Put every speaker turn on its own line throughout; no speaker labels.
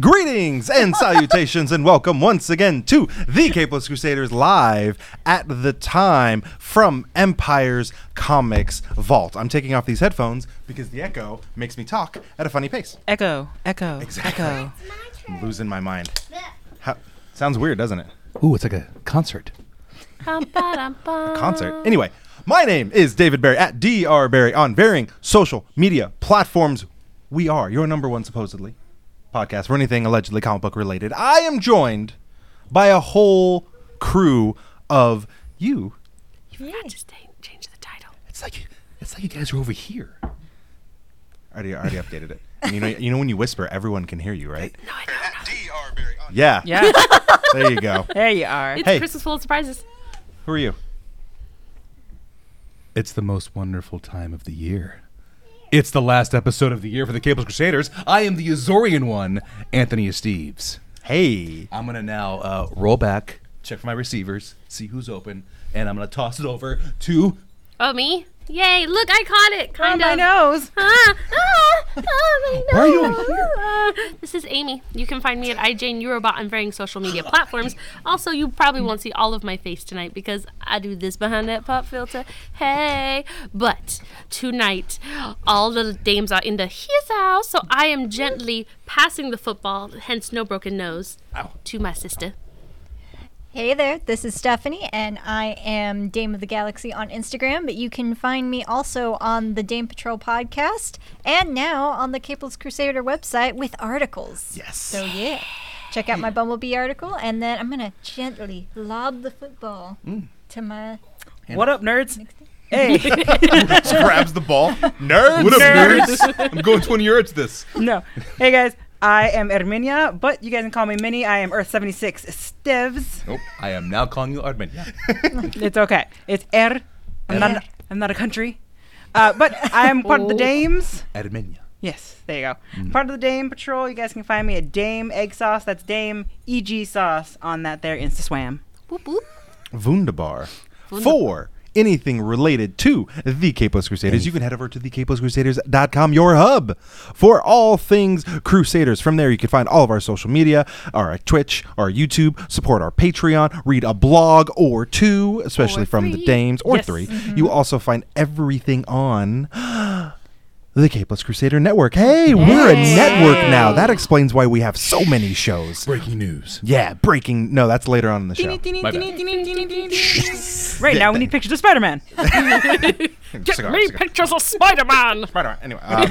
Greetings and salutations, and welcome once again to the Capeless Crusaders live at the time from Empire's Comics Vault. I'm taking off these headphones because the echo makes me talk at a funny pace.
Echo, echo,
Exactly.
echo.
I'm losing my mind. How, sounds weird, doesn't it?
Ooh, it's like a concert.
concert. Anyway, my name is David Barry at DR Barry on varying social media platforms. We are your number one supposedly podcast for anything allegedly comic book related. I am joined by a whole crew of you.
It's like you, it's like you guys are over here.
I already, I already updated it. And you know, you know when you whisper, everyone can hear you, right?
DR Barry on
Yeah.
Yeah,
There you go.
there you are.
It's
Hey.
Christmas full of surprises.
Who are you?
It's the most wonderful time of the year. It's the last episode of the year for the Cables Crusaders. I am the Azorian one, Anthony Esteves.
Hey.
I'm gonna now uh, roll back, check for my receivers, see who's open, and I'm gonna toss it over to.
Oh, me? Yay, look, I caught it. Kind of.
nose.
Ah, ah, ah, my
Oh, Why are you
nose. Ah. This is Amy. You can find me at iJane Eurobot on varying social media platforms. Also, you probably won't see all of my face tonight because I do this behind that pop filter. Hey, but tonight all the dames are in the his house, so I am gently passing the football, hence no broken nose, to my sister.
Hey there, this is Stephanie, and I am Dame of the Galaxy on Instagram, but you can find me also on the Dame Patrol podcast and now on the Capel's Crusader website with articles.
Yes.
So, yeah, check out my Bumblebee article, and then I'm going to gently lob the football to my.
What up, nerds? Hey,
grabs the ball. Nerds.
What up,
Nerds.
nerds? I'm going 20 yards this.
no. Hey guys, I am Erminia, but you guys can call me Minnie. I am Earth 76 Stevs.
Nope. I am now calling you Ardman.
It's okay. It's Er. I'm not. I'm not a country. Uh, but I am part of the Dames.
Armenia.
Yes, there you go.
Hmm.
Part of the Dame Patrol. You guys can find me at Dame Egg Sauce. That's Dame EG Sauce on that there Insta Swam.
Whoop, whoop.
Wunderbar. For anything related to the Capeless Crusaders, you can head over to thecapelesscrusaders.com, your hub for all things Crusaders. From there, you can find all of our social media, our Twitch, our YouTube, support our Patreon, read a blog or two, especially
Or
from the
three. Mm-hmm.
Dames, or
Yes.
3 You also find everything on. The Capeless Crusader Network. Hey, we're a network now. That explains why we have so many shows.
Breaking news.
Yeah, breaking. No, that's later on in the show.
My bad.
Right now, we need pictures of Spider Man.
Cigar,
Me
cigar.
pictures of Spider Man.
Right on. Anyway, um,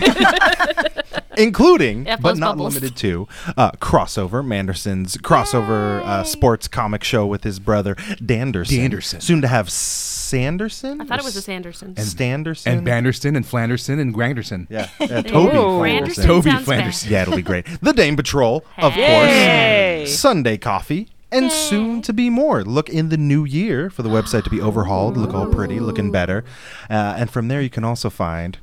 including
Yeah,
but
Buzz
not
Bubbles.
limited to uh, crossover Manderson's crossover uh, sports comic show with his brother Danderson.
Danderson.
soon to have Sanderson.
I thought it was a Sanderson.
Sanderson
And Banderston and Flanderson and Granderson.
Yeah, uh, Toby.
Ooh.
Flanderson.
Sanderson
Toby
sounds
Flanders.
bad.
Yeah, it'll be great. The Dame Patrol, of
Yay.
course. Sunday coffee. And soon to be more. Look in the new year for the website to be overhauled. Look all pretty, looking better. Uh, and from there, you can also find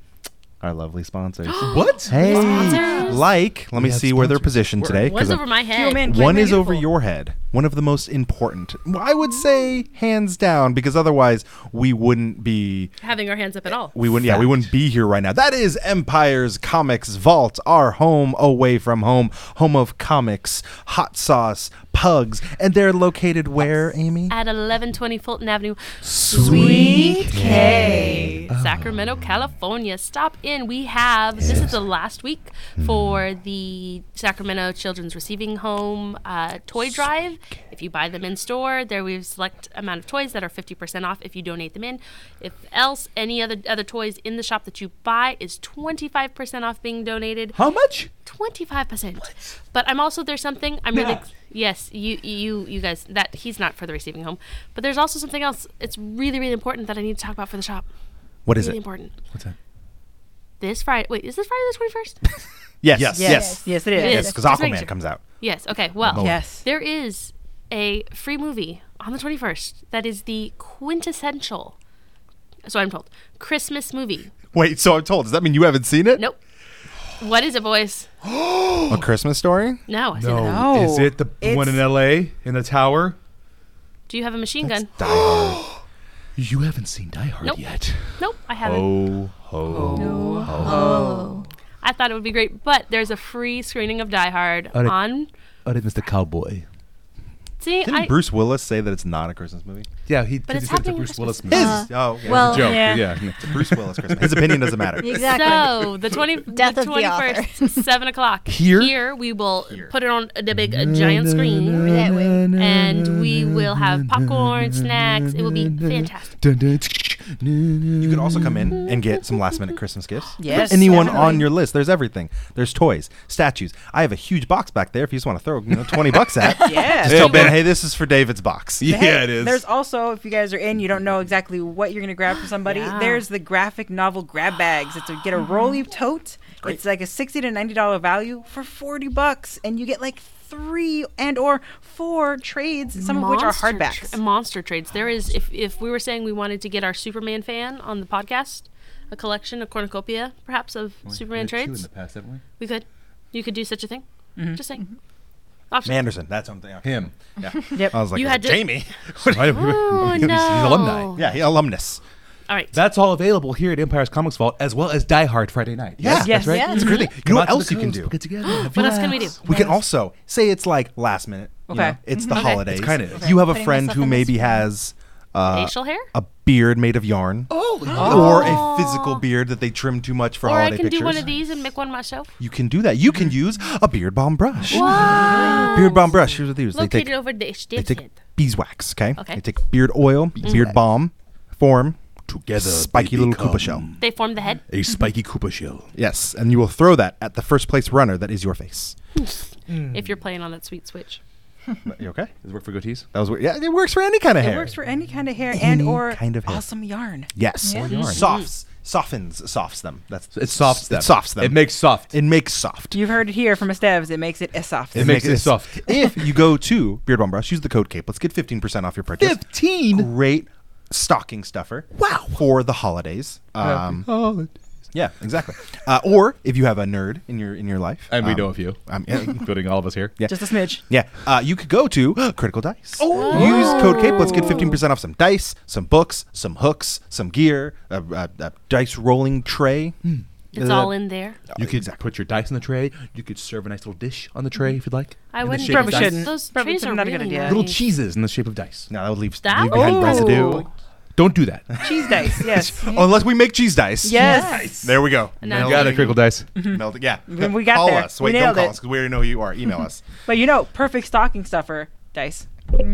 our lovely sponsors.
What?
Hey, like, let me
have
see where they're
sponsors.
positioned today. 'cause
One's
I'm-
over my head.
Human.
one is
Beautiful.
over your head. One of the most important. I would say hands down, because otherwise we wouldn't be
Having our hands up at all.
we wouldn't yeah, we wouldn't be here right now. That is Empire's Comics Vault, our home away from home, home of comics, hot sauce, pugs, and they're located where, Amy?
At 1120 Fulton Avenue,
Sweet
K.
Sacramento, California. Stop in. We have, this is the last week for the Sacramento Children's Receiving Home uh, toy drive. If you buy them in store, there we have select amount of toys that are 50% off if you donate them in. If else, any other other toys in the shop that you buy is 25% off being donated.
How much?
Twenty-five percent. But I'm also there's something I'm really ex- yes you you you guys that he's not for the receiving home. But there's also something else. It's really really important that I need to talk about for the shop.
What is it?
really important.
What's that?
This Friday. Wait, is this Friday the twenty-first?
Yes, yes, yes.
Yes, it is.
It
Yes,
is.
because
Just making
Aquaman
sure.
comes out.
yes. Okay. Well,
Yes.
there is a free movie on the twenty-first that is the quintessential. So I'm told Christmas movie.
Wait, so I'm told. Does that mean you haven't seen it?
Nope. What is it, boys?
A Christmas story?
No. I see that.
No.
No.
Is it the one in
It's-
L.A. in the tower?
Do you have a machine gun?
Die Hard.
You haven't seen Die Hard
Nope.
yet.
Nope. I haven't.
Oh, ho.
Oh.
I thought it would be great, but there's a free screening of Die Hard
All right.
on.
Oh, it's Mr. Cowboy.
See,
Didn't
I,
Bruce Willis say that it's not a Christmas movie?
Yeah, he.
But
he
it's
said a
happening
Bruce
next
Willis
Christmas.
movie.
Uh,
oh, yeah.
well-
Joke.
Yeah.
yeah.
it's a Bruce Willis Christmas. His opinion doesn't matter.
Exactly.
So the twenty
Death
the
of the
twenty
author.
first, seven o'clock.
Here?
here we will put it on a big a giant screen,
that way.
and we will have popcorn, snacks. It will be fantastic.
You could also come in and get some last minute Christmas gifts.
Yes,
For anyone on
definitely.
your list. There's everything. There's toys, statues. I have a huge box back there if you just want to throw you know, 20 bucks at.
Yeah.
Just tell Ben, hey, this is for David's box.
Yeah,
Hey,
it is.
There's also, if you guys are in, you don't know exactly what you're going to grab for somebody.
Yeah. Mm-hmm.
There's the graphic novel grab bags. It's a get a rolly tote. It's like a sixty to ninety dollar value for forty bucks, and you get like three and or four trades, some of which are
Monster
hardbacks.
tra- monster trades. There is if if we were saying we wanted to get our Superman fan on the podcast, a collection, a cornucopia, perhaps of Superman trades,
past, haven't we?
we could. You could do such a thing. Just saying. Option.
Anderson, that's something. Okay.
Him.
Yeah.
Yep.
I was like,
You had to-
Jamie.
Oh no!
alumni.
yeah, he alumnus.
All right.
That's all available here at Empire's Comics Vault, as well as Die Hard Friday night.
Yeah,
Yes,
right.
yeah.
It's a great thing. You know what else you can do?
what else can we do?
We can also say it's like last minute. you
Okay.
know, it's the
Okay.
holidays.
It's kinda- Okay.
You have a
Putting
friend
myself
who
in this
maybe has uh,
Facial hair.
a beard made of yarn. Or a physical beard that they trim too much for
Or I
holiday
can
pictures.
do one of these and make one myself.
You can do that. You can
Mm-hmm.
use a beard balm brush.
Wow.
Beard balm brush. Here's what they use. They
Located
take,
over the
they take
station.
beeswax, okay?
Okay.
They take beard oil, beard balm, form,
Together,
spiky
they
little Koopa
become
shell.
They form the head.
A
Mm-hmm.
spiky Koopa shell.
Yes, and you will throw that at the first place runner that is your face.
Hmm.
If you're playing on that sweet switch.
you okay?
Does it work for goatees?
That was weird. Yeah, it works for any kind of
It
hair.
works for any kind of hair and
Any
or
kind of hair.
awesome yarn.
Yes.
Or
Softs. Softens. Softs them. That's
It softs them.
It softs them.
It makes soft.
It makes soft.
You've heard it here from Estevs. It makes it a soft.
It makes it soft.
if you go to Beard Balm Brush, use the code CAPE. Let's get 15% off your purchase.
15?
Great stocking stuffer. Wow. For the holidays. Um,
Oh.
yeah, exactly. Uh, or if you have a nerd in your in your life.
And we
um,
know a few,
Um, yeah,
including all of us here.
yeah.
Just a smidge.
Yeah, uh, you could go to Critical Dice.
Oh,
Use code CAPE. Let's get 15% off some dice, some books, some hooks, some gear, a, a, a dice rolling tray. Hmm.
It's all in there.
You could put your dice on the tray. You could serve a nice little dish on the tray if you'd like.
I
in the
wouldn't.
shape of
Probably
those-
dice.
shouldn't.
Those
Probably
trees are
not a
really
good idea.
nice.
Little cheeses in the shape of dice.
No, that would leave,
That-
leave behind
Ooh.
residue.
Don't do that. yes.
Oh, Cheese dice. Yes.
Unless we make cheese dice.
yes.
There we go.
No.
You got it, Crickle Dice.
Meld it. Yeah.
We got
call
there.
us.
We
Wait, don't
nailed
call
it.
us because we already know who you are. Email us.
But you know, perfect stocking stuffer dice.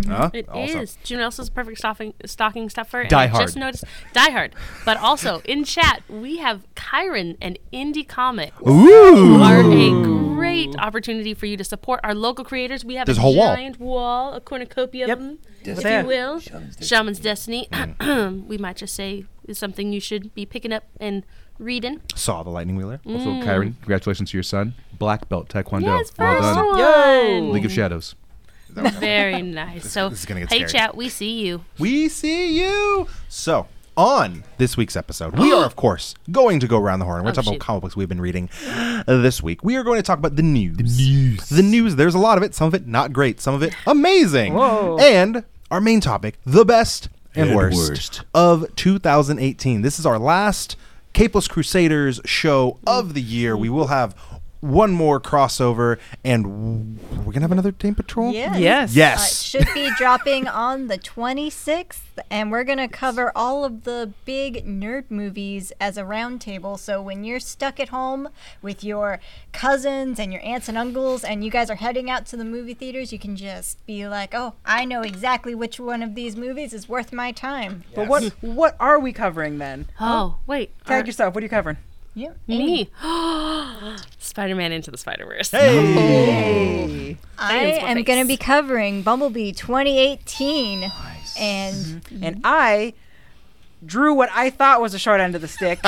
Huh?
It is.
Also.
Do you know what else is a perfect stocking, stocking stuffer? And
Die
I
Hard.
Just noticed Die Hard. But also in chat we have Kyron and Indie Comic
Ooh.
are a great opportunity for you to support our local creators. We have
There's
a
a whole wall.
giant wall. a cornucopia
Yep.
of them,
Over
if
there.
you will. Shaman's Destiny. we might just say is something you should be picking up and reading.
Saw the lightning wheeler.
Also, Kyron, congratulations to your son. Black belt Taekwondo.
Mm-hmm. Yes,
well
first
done.
one.
Yo.
League of Shadows.
Very nice. So,
this is gonna get
hey,
scary.
chat, we see you.
We see you. So, on this week's episode, we are, of course, going to go around the horn. We're
Oh,
talking
shoot.
about comic books we've been reading this week. We are going to talk about the news. The news. There's a lot of it. Some of it not great. Some of it amazing.
Whoa.
And our main topic the best and,
And
worst,
worst.
of 2018. This is our last Capeless Crusaders show of the year. We will have one more crossover, and w- we're going to have another Dame Patrol?
Yes.
Yes.
Yes.
Uh, it should be dropping on the 26th, and we're going to cover all of the big nerd movies as a roundtable. So when you're stuck at home with your cousins and your aunts and uncles, and you guys are heading out to the movie theaters, you can just be like, oh, I know exactly which one of these movies is worth my time.
But what what are we covering then?
Oh, wait.
Tag
Our-
yourself. What are you covering?
Yeah.
me. Spider Man Into the Spider Verse.
Hey.
I
Science will
am
face.
going to be covering Bumblebee 2018. And
Mm-hmm.
And I drew what I thought was the short end of the stick,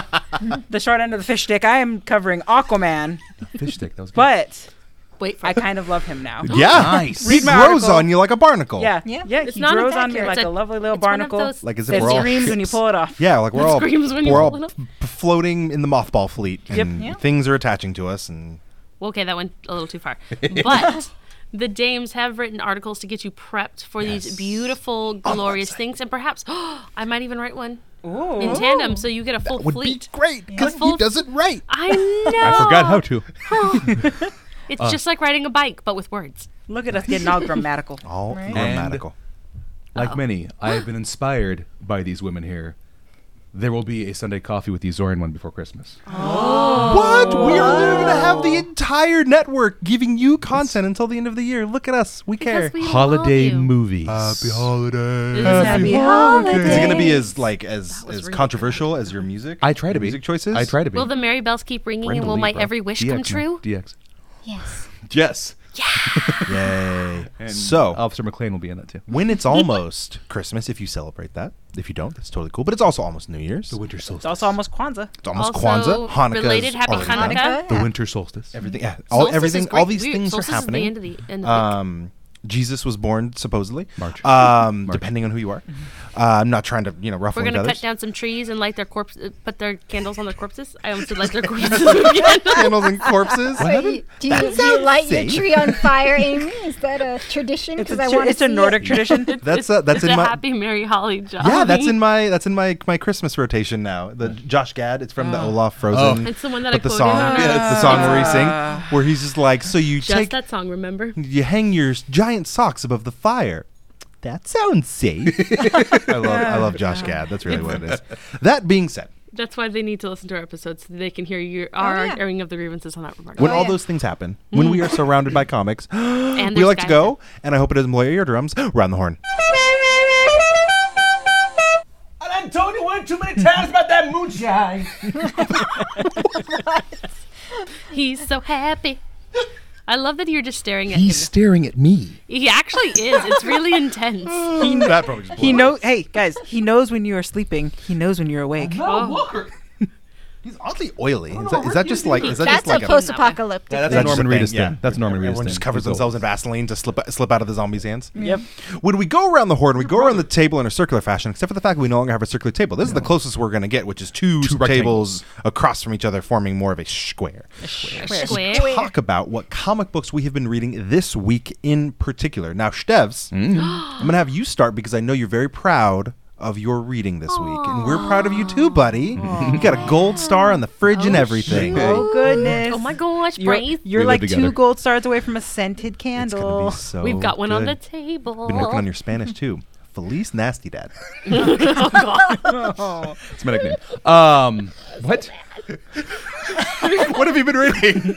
the short end of the fish stick. I am covering Aquaman,
Fish stick. That was good.
but
Wait, for
I kind of love him now.
Yeah.
Nice.
He
Read my
grows
article.
on you like a barnacle.
Yeah,
Yeah.
yeah.
It's
he
not
grows on me
accurate.
like
It's
a,
a-
lovely little
it's one of
barnacle.
those-
Like as if
it
we're all
screams when you
ships.
pull it off.
Yeah, like we're
It
all
screams when you
we're all
pull it up.
p- floating in the mothball fleet, and
Yep.
Yeah.
things are attaching to us. And
Well, okay, that went a little too far. But the dames have written
Oh,
articles to get you prepped for these beautiful, glorious things, and perhaps I might even write one in tandem, so you get a full
Would
fleet.
be great because he
full-
doesn't write.
I know.
I forgot Uh. how to.
It's just like riding a bike, but with words.
Look at us getting all grammatical.
All
Right.
grammatical.
Like many, I have been inspired by these women here. There will be a Sunday coffee with the Azorian one before Christmas.
What? We are literally going to have the entire network giving you content until the end of the year. Look at us. We care.
Because we
Holiday
love you.
movies.
holidays.
Happy
Is it going to be
holidays.
as like as as controversial as your music?
I try to be.
music choices.
I try to be.
Will the merry bells keep ringing, and will
Brindley,
my
bro.
every wish
DX,
come
man.
true?
DX.
Yes.
Yes.
Yay!
And
so
Officer McLean will be in that too.
when it's almost Christmas, if you celebrate that, if you don't, that's totally cool. But it's also almost New Year's.
winter solstice.
It's also almost Kwanzaa.
It's almost
Also
Kwanzaa, Hanukkah.
related, happy Hanukkah.
The winter solstice.
Everything. Yeah. All
Solstice is
everything.
great.
All these
Weird.
things are
Solstice is the
happening.
end of the- end of the
um, Jesus was born supposedly.
March.
Um,
March.
depending on who you are. Uh, I'm not trying to you know ruffle
We're gonna
feathers.
cut down some trees and light their corpses, put their candles on their corpses. I almost said light their corpses again.
Candles and corpses.
Do you, do you light your tree on fire, Amy? Is that a tradition?
It's
Because
a,
I
tr-
want
it's a Nordic tradition.
That's uh, that's
it's
in
a
my
happy, merry, holly jolly.
yeah. That's in my that's in my my Christmas rotation now. The
Mm.
Josh Gad. It's from the Olaf Frozen.
Oh. It's the one that I
But the
quoted.
song,
on our-
the song where he sing, where he's just like, so you
Just
take
that song, remember?
you hang your s- giant socks above the fire. That sounds safe. I love I love Josh Gad. That's really what it is. That being said,
That's why they need to listen to our episodes so they can hear your, our
yeah.
airing of the grievances on that remark.
when all
yeah.
those things happen, when we are surrounded by comics, we
and there's
like to
guys-
go, and I hope it doesn't blow your eardrums. Round the horn.
I done told you one too many times about that moonshine.
He's so happy. I love that you're just staring at
He's
him.
staring at me.
He actually is. It's really intense.
that probably just blew
He
it.
knows. Hey guys, he knows when you are sleeping. He knows when you're awake.
Uh-huh.
No,
Oh,
Walker.
He's oddly oily. Is that, is that just like is that
That's
just like
a
a
post apocalictic.
that's
a Norman Reedus thing. That's Norman Reedus
Everyone just
thing.
covers
He's old.
themselves in Vaseline to slip slip out of the zombies' hands.
Mm-hmm.
Yep.
When we go around the horn, we go around the table in a circular fashion, except for the fact that we no longer have a circular table. This is the closest we're going to get, which is two,
rectangles.
tables across from each other, forming more of a square.
Square.
Talk about what comic books we have been reading this week in particular. Now, Stevs,
Mm.
I'm going to have you start because I know you're very proud of your reading this week, and we're proud of you too, buddy. You got a gold star on the fridge and everything.
Oh goodness.
Oh my gosh,
You're,
Braith.
you're
We live
like
together.
two gold stars away from a scented
It's gonna
candle.
be so
We've got one on the
Oh, good.
table.
Been working on your Spanish too. Feliz Nasty Dad.
It's my nickname. Um, what? what have you been reading?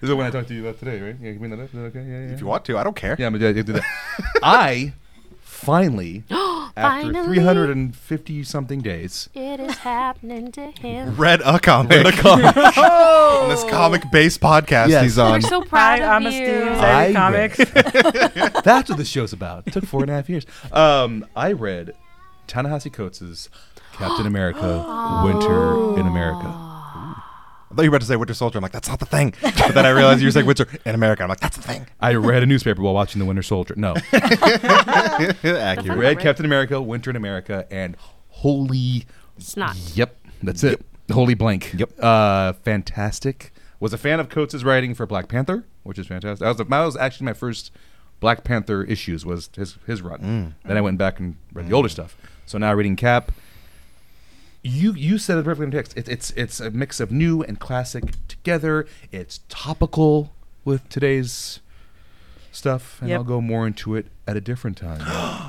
Is it when I talked to you about today, right? Yeah, you mean that? Is that okay? Yeah, yeah.
If you want to, I don't care.
Yeah, I'm gonna do- do that. I finally, after
Finally.
350 something days,
It is happening to him.
Read a comic. Read a comic. on this comic based podcast
Yes.
he's uh,
We're
on.
so
Pride,
proud of
honesty,
you.
I
anxiety,
read.
comics.
that's what this show's about. It took four and a half years. Um, I read Ta-Nehisi Coates' Captain America: Winter in America.
I thought you were about to say Winter Soldier. I'm like, that's not the thing. But then I realized you were saying Winter in America. I'm like, that's the thing.
I read a newspaper while watching The Winter Soldier. No,
Accurate.
read Captain America: Winter in America, and holy
It's not.
Yep, that's it. Holy blank.
Yep.
Uh, fantastic. Was a fan of Coates' writing for Black Panther, which is fantastic. I was, that was actually my first Black Panther issues was his his run. Then I went back and read the older stuff. So now reading Cap. You you said it perfectly in text. It's it's it's a mix of new and classic together. It's topical with today's stuff, and
Yep.
I'll go more into it at a different time.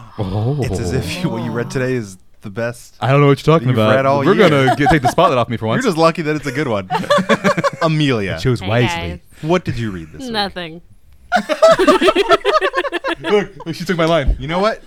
It's as if you, what you read today is the best.
I don't know what you're talking
You've
about.
read all
We're
year.
gonna get, take the spotlight off me for
You're
once.
just lucky that it's a good one. Amelia,
chose
Hey,
wisely.
guys.
what did you read this week?
Nothing.
Look, she took my line.
You know what?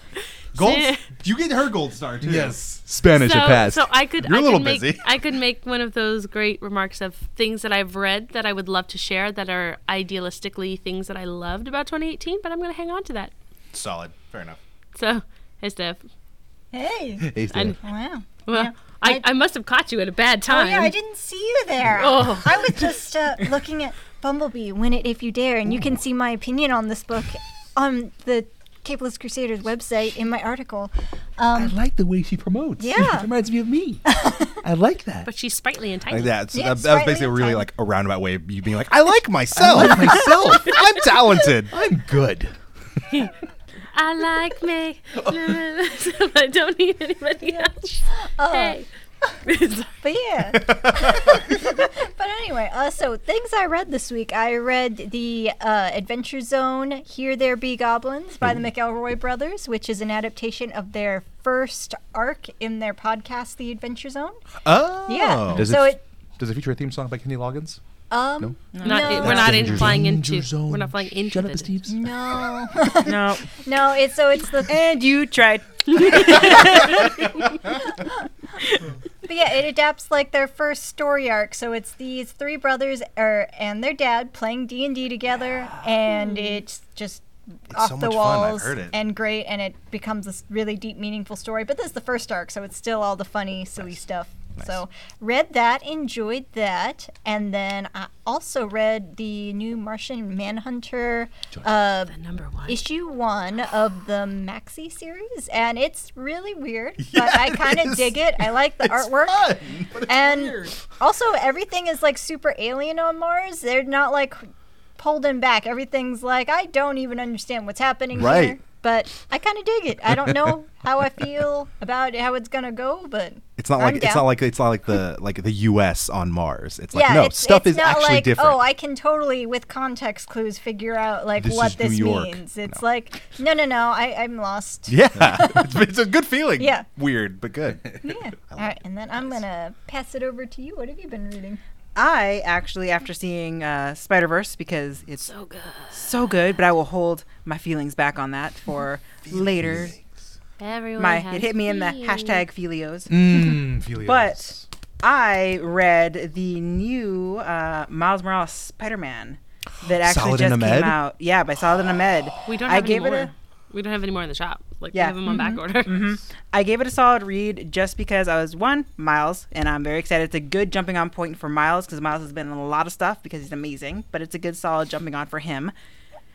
Gold.
See?
you get her gold star too.
Yes. Spanish
so,
at past.
so I could
You're a
I
little
could make
busy.
I could make one of those great remarks of things that I've read that I would love to share that are idealistically things that I loved about 2018, but I'm going to hang on to that.
Solid. Fair enough.
So, hey Steph.
Hey.
I,
Wow.
well, I, I must have caught you at a bad
Oh,
time.
yeah, I didn't see you there.
Oh.
I was just uh, looking at Bumblebee, Win It If You Dare, and you can see my opinion on this book on the Capeless Crusaders website in my article. Um,
I like the way she promotes.
Yeah.
It reminds me of me. I like that.
But she's sprightly and tiny.
Like that. So
Yeah,
that, that was
slightly
basically really
intense.
like a roundabout way of you being like, I like myself.
myself.
I'm talented.
I'm good.
I like me. I don't need anybody else. Hey.
But yeah. but anyway, uh, so things I read this week. I read the uh, Adventure Zone Here There Be Goblins by the McElroy brothers, which is an adaptation of their first arc in their podcast, The Adventure Zone.
Oh.
Yeah.
Does
so
it,
it,
does it feature a theme song by Kenny Loggins?
um, no.
Not,
No.
We're not in
Danger
flying
zone,
into.
danger zone.
We're not flying into.
Shut up,
the-
Steve's.
no,
No.
no. It's so it's the
And you tried.
But yeah, it adapts like their first story arc. So it's these three brothers er, and their dad playing D and D together, and it's just off
Hmm. so
the
much fun. I've
walls
heard it.
and great. And it becomes this really deep, meaningful story. But this is the first arc, so it's still all the funny, silly stuff. So read that, enjoyed that, and then I also read the new Martian Manhunter uh,
The number one.
issue one of the Maxi series, and it's really weird, but I kind
it
of
is.
dig it. I like the artwork, and also everything is like super alien on Mars. They're not like holding back. Everything's like I don't even understand what's happening
Right.
here, but I kind of dig it. I don't know how I feel about how it's gonna go, but
It's not
I'm
like it's
down.
not like it's not like the like the U.S. on Mars. It's like
yeah,
no
it's,
stuff
it's
is
not
actually
like,
different.
Oh, I can totally with context clues figure out like
This
what
is New
this
York.
means. It's like no, no, no. I, I'm lost.
yeah, it's, it's a good feeling.
Yeah.
weird but good.
Yeah. All right, and then I'm gonna pass it over to you. What have you been reading?
I actually, after seeing uh, Spider Verse, because it's
so good.
so good, but I will hold my feelings back on that for later.
Everyone.
My
has
it hit me in the
feelings.
hashtag Felios.
Mm, Felios.
But I read the new uh, Miles Morales Spider Man that actually
Saladin
just
Ahmed?
came out. Yeah, by Saladin Ahmed.
We don't
I
have any
gave
more.
it a
we don't have any more in the shop. Like
Yeah.
we have them on
Mm-hmm.
back order.
I gave it a solid read just because I was one Miles, and I'm very excited. It's a good jumping on point for Miles because Miles has been in a lot of stuff because he's amazing, but it's a good solid jumping on for him.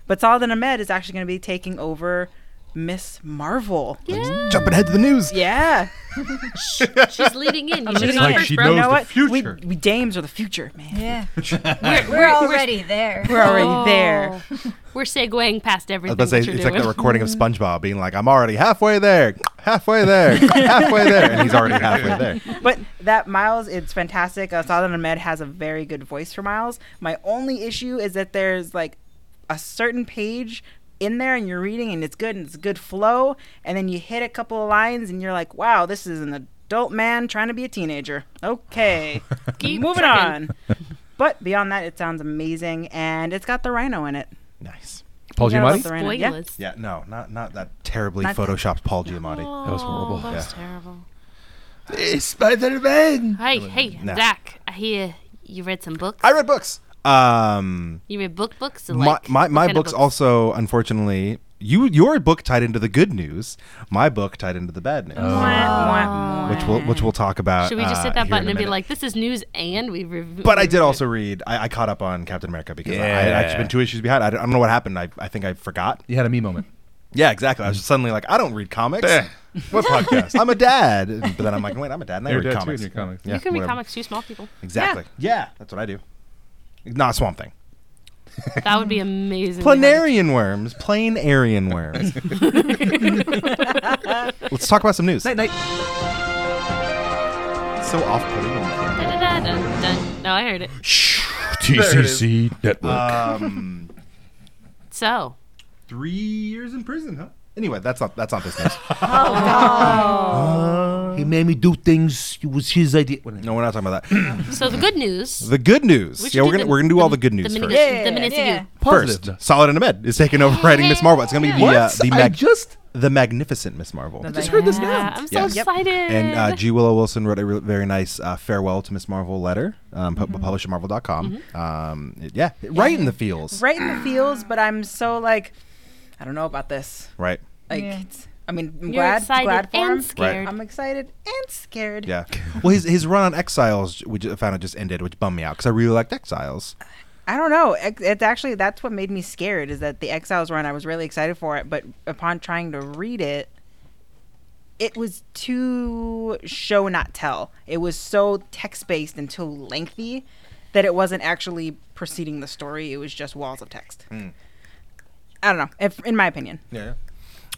But Saladin Ahmed is actually going to be taking over Miss Marvel.
Jumping ahead to the news.
Yeah,
She's leading in. You
leading
should have gone
in.
first,
She
bro.
knows
you know
the
what?
future.
We, we dames are the future, man.
Yeah, we're, we're already there.
We're already there.
We're segueing past
I was
everything.
about to say,
that you're
it's like
doing.
the recording of SpongeBob being like, "I'm already halfway there, halfway there, halfway there," and he's already halfway there.
But that Miles, it's fantastic. Uh, Saladin Ahmed has a very good voice for Miles. My only issue is that there's like a certain page in there and you're reading and it's good and it's a good flow. And then you hit a couple of lines and you're like, wow, this is an adult man trying to be a teenager. Okay.
Keep
Moving
trucking.
on. But beyond that, it sounds amazing. And it's got the rhino in it.
Nice.
Paul
Yeah,
Giamatti?
that's the
That
rhino. Yeah.
Spoilers.
Yeah, no, not not that terribly
Not that-
photoshopped Paul Giamatti.
was horrible.
That was terrible.
Spider
Mm.
Man.
Hey, hey,
Nah.
Zach. I hear you read some books.
I read books. Um,
you read book books. Or
my
like,
my,
what
my
kind of
books also, unfortunately, you your book tied into the good news. My book tied into the bad news,
Mwah, mwah,
Oh. which we'll which we'll talk about.
Oh. Should we just
uh,
hit
here
that
in
button
a
and be
minute.
like, "This is news," and we reviewed.
But I did also read. I, I caught up on Captain America because I, I had actually been two issues behind. I don't, I don't know what happened. I, I think I forgot.
You had a me moment.
Yeah, exactly. I was suddenly like, I don't read comics. what podcast? I'm a dad. But then I'm like, wait, I'm a dad and I
You're a
read
dad too, and
comics.
you're comics.
Yeah,
You can read
whatever.
comics. You small people.
Exactly. Yeah. that's what I do. Not Swamp Thing.
That would be amazing. We had a
Planarian worms. Plain Aryan worms. Let's talk about some news. Night, night. So off-putting.
Da-da-da-dun-dun. No, I heard it.
TCC Network.
Um,
So,
three years in prison, huh? Anyway, that's not that's not this news.
he made me do things. It was his idea.
no, we're not talking about that.
so the good news.
The good news.
We should
yeah, we're
do
gonna
the-
we're gonna do all the
the-
good
the
news
mini-
first.
Yeah, the minutes
yeah.
you.
First,
Positive.
Solid and Ahmed is taking over writing Miss Marvel. It's gonna be the uh,
What?
the
I
mag-
just
the magnificent Miss Marvel.
The
just heard this
Yeah,
now.
I'm so
Yes. Yep.
excited.
And uh, G. Willow Wilson wrote a re- very nice uh, farewell to Miss Marvel letter, um, pu-
Mm-hmm.
published at marvel.com. Um, it- yeah, right in the feels.
Right in the fields, but I'm so like, I don't know about this.
Right.
Like,
Yeah.
it's- I mean, I'm
You're
glad,
excited
glad for
and
him.
scared.
I'm excited and scared.
Yeah. well, his his run on Exiles, which I found out just ended, which bummed me out because I really liked Exiles.
I don't know. Ex- It's actually that's what made me scared is that the Exiles run. I was really excited for it, but upon trying to read it, it was too show not tell. It was so text based and too lengthy that it wasn't actually preceding the
Hmm.
story. It was just walls of text. I don't know. If, in my opinion,
Yeah.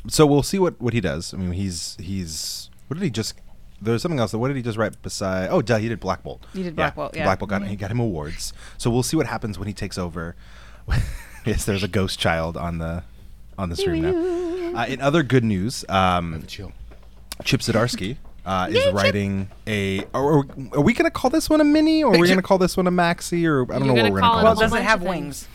so we'll see what what he does. I mean, he's he's what did he just? There's something else. What did he just write beside? Oh, duh, he did Black Bolt.
He did Black Bolt, yeah.
Black Bolt got he got him awards. So we'll see what happens when he takes over. yes, there's a ghost child on the on the stream now. Uh, in other good news, um,
Chill.
Chip Zdarsky uh, is writing a. Are, are we- are we going to call this one a mini, or are we going to call this one a maxi, or I don't know what we're
You're gonna
going to
call
call
it
Well,
this.
it doesn't
whole bunch
have
of
wings.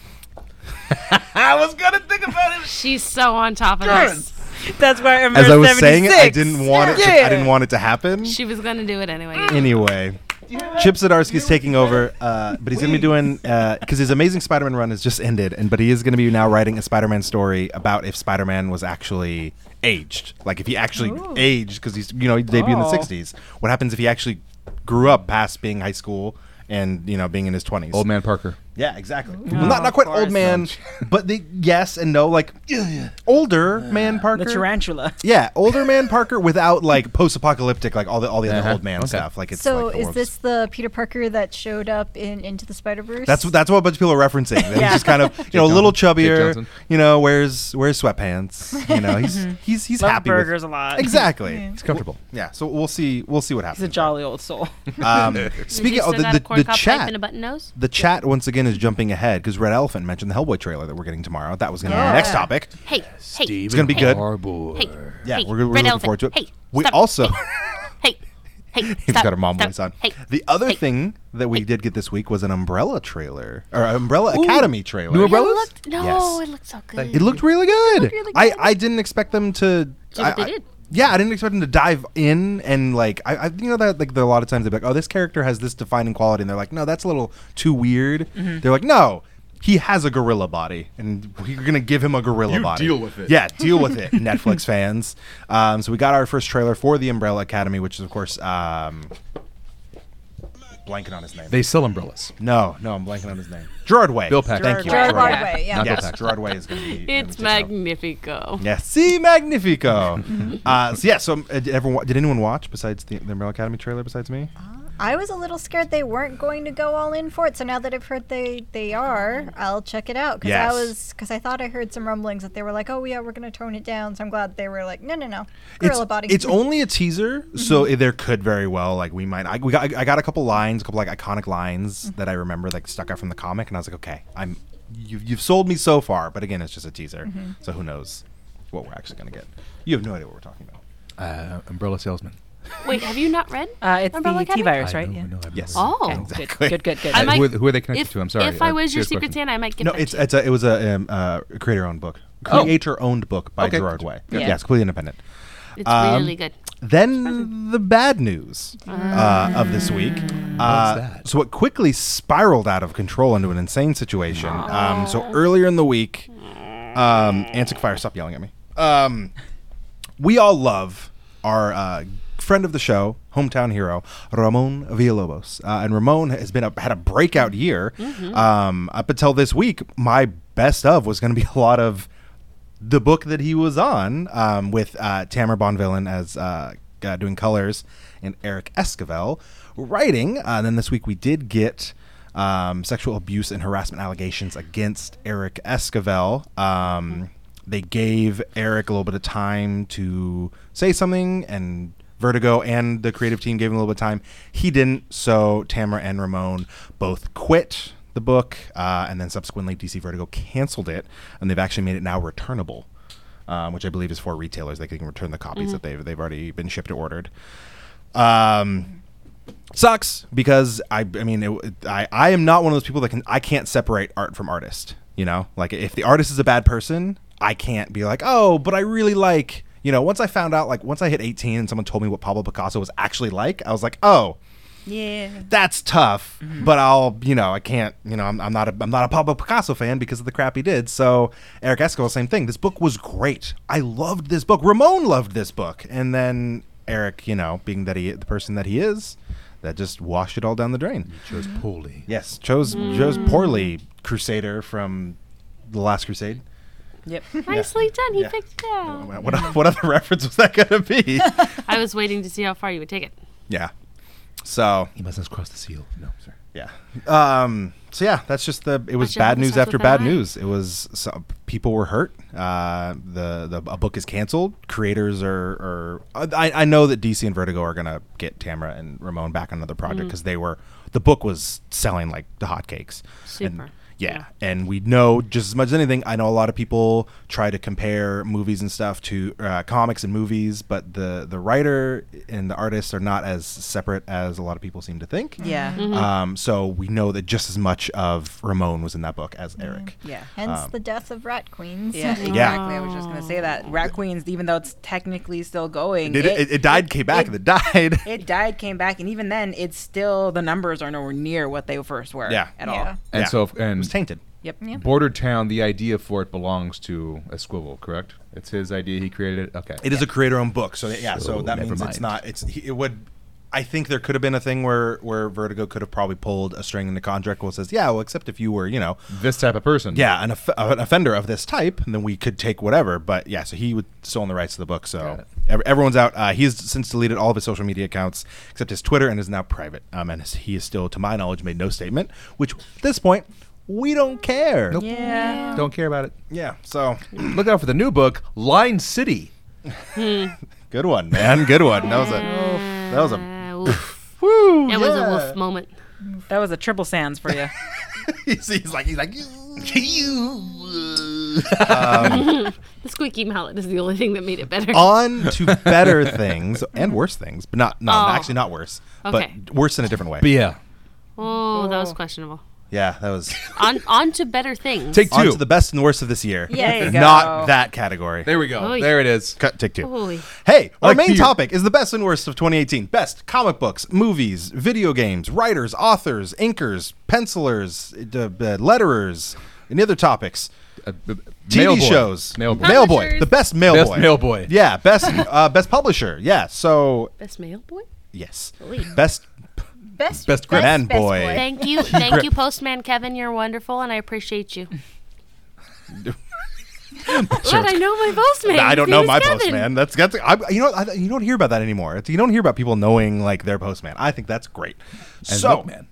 I was gonna think about it.
She's so on top of
Darn.
this.
That's why I'm
As I was saying, it, I didn't want it. To, I didn't want it to happen.
She was gonna do it anyway.
Mm. Anyway, Chip Zdarsky's taking over, uh, but he's going to be doing because his Amazing Spider-Man run has just ended, and but he is going to be now writing a Spider-Man story about if Spider-Man was actually aged, like if he actually aged because he's you know he debuted in the
Oh.
'60s. What happens if he actually grew up past being high school and you know being in his 20s?
Old man Parker.
Yeah, exactly. Well, not not quite
Oh, course.
old man, but the yes and no, like older man Parker.
The tarantula.
yeah, older man Parker without like post-apocalyptic, like all the all the other
Uh-huh.
old man
Okay.
stuff. Like it's
so
like, the
is
world's-
this the Peter Parker that showed up in Into the Spider Verse?
That's what that's what a bunch of people are referencing. That He's
Yeah.
just kind of you know a little
Johnson. Jake
chubbier.
Johnson.
You know, wears wears sweatpants. You know, he's he's he's
Love
happy with-
burgers a lot.
Exactly.
It's comfortable.
Yeah. So we'll see we'll see what
He's a
happens.
jolly old soul.
Um,
Did
speaking
you
of
still
the
got a
the,
corn
the
cob pipe
chat,
and a button nose.
the chat once again is jumping ahead because Red Elephant mentioned the Hellboy trailer that we're getting tomorrow. That was going to be the next topic.
Hey, hey,
It's
gonna be good.
Harbour.
hey,
Yeah,
hey,
we're, we're
Red
looking
Elephant.
forward to it.
Hey,
we
stop.
also
hey, hey, hey.
he's
stop,
got a mom
stop.
voice on.
Hey,
the other
hey.
thing that we did get this week was an Umbrella trailer or Umbrella Academy trailer.
New
It
umbrellas?
looked, no,
Yes.
it looked so good.
It looked really good.
really
I,
good.
I didn't expect them to.
Yeah,
I,
but they
I-
did.
yeah, I didn't expect them to dive in and like I, I you know that like there are a lot of times they're like, oh, this character has this defining quality, and they're like, no, that's a little too weird.
Mm-hmm.
They're like, no, he has a gorilla body, and we're gonna give him a gorilla
You
body.
deal with it.
Yeah, deal with it, Netflix fans. Um, so we got our first trailer for the Umbrella Academy, which is of course um, blanking on his name.
They sell umbrellas.
no, no, I'm blanking on his name. Gerard Way.
Bill Paxton.
Thank
Gerard
you.
Way.
Gerard
Broadway.
Way, yeah.
Not Bill
Yes,
Paxton.
Gerard Way is gonna be. gonna be
It's
taking over.
magnifico.
Yes, see magnifico. uh, so yeah, so um, uh, did everyone wa- did anyone watch besides the, the Umbrella Academy trailer besides me?
I was a little scared they weren't going to go all in for it. So now that I've heard they they are, I'll check it out because
Yes.
I was because I thought I heard some rumblings that they were like, oh yeah, we're going to tone it down. So I'm glad they were like, no, no, no, gorilla
it's,
body. Mm-hmm.
it's only a teaser, so i- there could very well like we might. I, we got I got a couple lines, a couple like iconic lines
Mm-hmm.
that I remember like stuck out from the comic, and I was like, okay, I'm you've you've sold me so far, but again, it's just a teaser,
Mm-hmm.
so who knows what we're actually gonna get? You have no idea what we're talking about.
Uh, umbrella salesman.
Wait, have you not read?
Uh, it's
Umbrella
the T
Academy?
virus,
I
right?
know,
Yeah.
I know, I
Yes.
remember.
Oh,
Exactly.
Good, good, good, good.
I
Uh,
might-
who, are they, who are they connected
if,
to? I'm sorry.
If I
Uh,
was your
serious
secret
question.
Santa, I might get.
No,
back
it's
to you.
it's a, it was a um, uh, creator owned book,
Oh.
creator owned book by
Okay.
Gerard Way.
Yeah.
Yes, completely independent.
it's
uh, um,
really good.
Then the bad news uh, of this week. Uh,
Ah. that?
So it quickly spiraled out of control into an insane situation. Um,
Ah.
so earlier in the week, um, Antic Fire, stop yelling at me. Um, we all love our uh, friend of the show, hometown hero, Ramon Villalobos. Uh, and Ramon has been a, had a breakout year. Um, up until this week, my best of was going to be a lot of the book that he was on um, with uh, Tamara Bonvillain as uh, uh, doing colors and Eric Esquivel writing. Uh, and then this week we did get um, sexual abuse and harassment allegations against Eric Esquivel. Um, they gave Eric a little bit of time to say something, and Vertigo and the creative team gave him a little bit of time. He didn't, so Tamara and Ramon both quit the book, uh, and then subsequently DC Vertigo canceled it, and they've actually made it now returnable, um, which I believe is for retailers. They can return the copies that they've they've already been shipped or ordered. Um, sucks because I I mean it, it- I I am not one of those people that can I can't separate art from artist. You know, like if the artist is a bad person, I can't be like oh, but I really like. You know, once I found out, like once I hit 18 and someone told me what Pablo Picasso was actually like, I was like, oh,
yeah.
that's tough, but I'll, you know, I can't, you know, I'm, I'm not a, I'm not a Pablo Picasso fan because of the crap he did. So Eric Esquivel, same thing. This book was great. I loved this book. Ramon loved this book, and then Eric, you know, being that he, the person that he is, that just washed it all down the drain.
Chose poorly.
Yes, chose chose poorly. Crusader from the Last Crusade.
Yep.
Mm-hmm.
Nicely done. He
Yeah.
picked it out.
What what other reference was that gonna be?
I was waiting to see how far you would take it.
yeah. So
He must have crossed the seal. No, sorry.
yeah. Um. So yeah, that's just the. It was
should have
bad
this
news
house
after
without
bad
an eye.
news. It was so, people were hurt. Uh, the the a book is canceled. Creators are are. I, I know that DC and Vertigo are gonna get Tamara and Ramon back on another project because they were the book was selling like the hotcakes.
Super.
And, yeah.
Yeah.
and we know just as much as anything. I know a lot of people try to compare movies and stuff to uh, comics and movies, but the the writer and the artists are not as separate as a lot of people seem to think.
Yeah.
Um, so we know that just as much of Ramon was in that book as Eric.
Mm-hmm. Yeah.
Hence
um,
the death of rat queens.
Yeah, exactly. I was just gonna say that Rat Queens, even though it's technically still going,
It, it, it died, came back,
it-
and it died.
it died, came back, and even then, it's still the numbers are nowhere near what they first were.
Yeah.
at
Yeah.
all.
And
Yeah.
so, and
It was tainted.
Yep.
Yeah.
Border Town, the idea for it belongs to Esquivel, correct? It's his idea. He created it. Okay.
It is a creator-owned book, so yeah. So,
So,
that
never
means it's
mind.
not. It's he- it would. I think there could have been a thing where where Vertigo could have probably pulled a string in the contract where it says, yeah, well, except if you were, you know,
this type of person.
yeah, an, off- an offender of this type, and then we could take whatever. But yeah, so he would still own the rights to the book.
Got
So
it.
ev- everyone's out. Uh, he has since deleted all of his social media accounts except his Twitter and is now private. Um, and he is still, to my knowledge, made no statement. Which at this point, we don't care.
Nope.
Yeah.
Don't care about it.
Yeah. So
Look out for the new book, Line City.
good one, man. Good one. That was a that was a
Uh, oof.
woo.
That was a
yeah.
wolf moment.
That was a triple sands for you.
he's, he's like he's like
The squeaky mallet is the only thing that made it better.
on to better things and worse things, but not no,
Oh.
actually not worse,
Okay.
but worse in a different way.
But yeah,
oh, that was questionable.
yeah, that was.
On on to better things.
take
On
two.
to the best and worst of this year.
Yeah. There
you go.
Not that category.
there we go.
Oh, yeah.
There it is.
Cut, take two.
Holy.
Hey, our
like
main
beer.
topic is the best and worst of 2018. Best comic books, movies, video games, writers, authors, inkers, pencilers, uh, uh, letterers, and other topics.
Uh, b-
TV
mail boy.
shows,
Mail boy.
mail boy,
Publishers.
the best mail
Best
boy,
mail boy.
yeah, best uh, best publisher, yeah. So
Best male boy?
yes,
Holy.
best
Best,
Best grip.
man boy.
Thank you. Thank you, Postman Kevin. You're wonderful and I appreciate you.
Sure.
Glad I know my postman.
I don't
His
know
name
my
is Kevin.
postman. That's that's I, you know I, you don't hear about that anymore. It's, you don't hear about people knowing like their postman. I think that's great. so
man.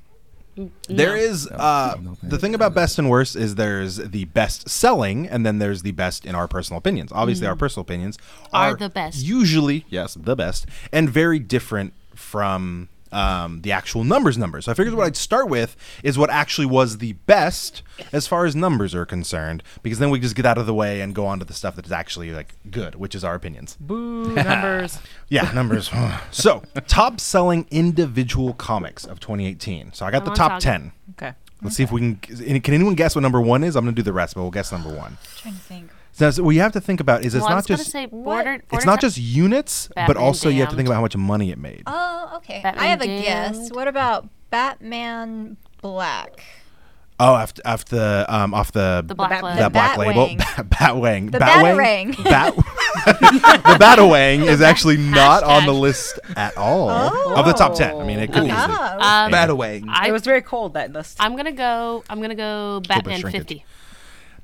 There is uh, the thing about best and worst is there's the best selling and then there's the best in our personal opinions. Obviously, our personal opinions
Are
are,
the best.
Usually, yes, the best and very different from um, the actual numbers. Numbers. So I figured what I'd start with is what actually was the best as far as numbers are concerned, because then we just get out of the way and go on to the stuff that is actually like good, which is our opinions.
Boo numbers.
Yeah, numbers. so top selling individual comics of 2018. So I got the
I'm
top
talking.
ten.
Okay.
Let's see if we can. Can anyone guess what number one is? I'm going to do the rest, but we'll guess number one.
trying to think.
So that's- what you have to think about is it's
Well, I was
not
gonna
just
say border,
it's
border
not
town-
just units, but
Batman
also you have to think
Damned.
about how much money it made.
Oh, okay. I
Batman
have a
Damned.
guess. What about Batman Black?
Oh, after after the um off the
the black
Bat-
flag.
that
The
black label
Batwang.
Bat- Batwang
The
Batwang Bat the Batawang is actually not on the
Hashtag.
list at all of the top ten. I mean, it could
Okay.
be easily.
Uh,
Oh,
Um,
Batawang.
I
it was very cold that list.
I'm gonna go. I'm gonna go Batman
shrinkage.
50.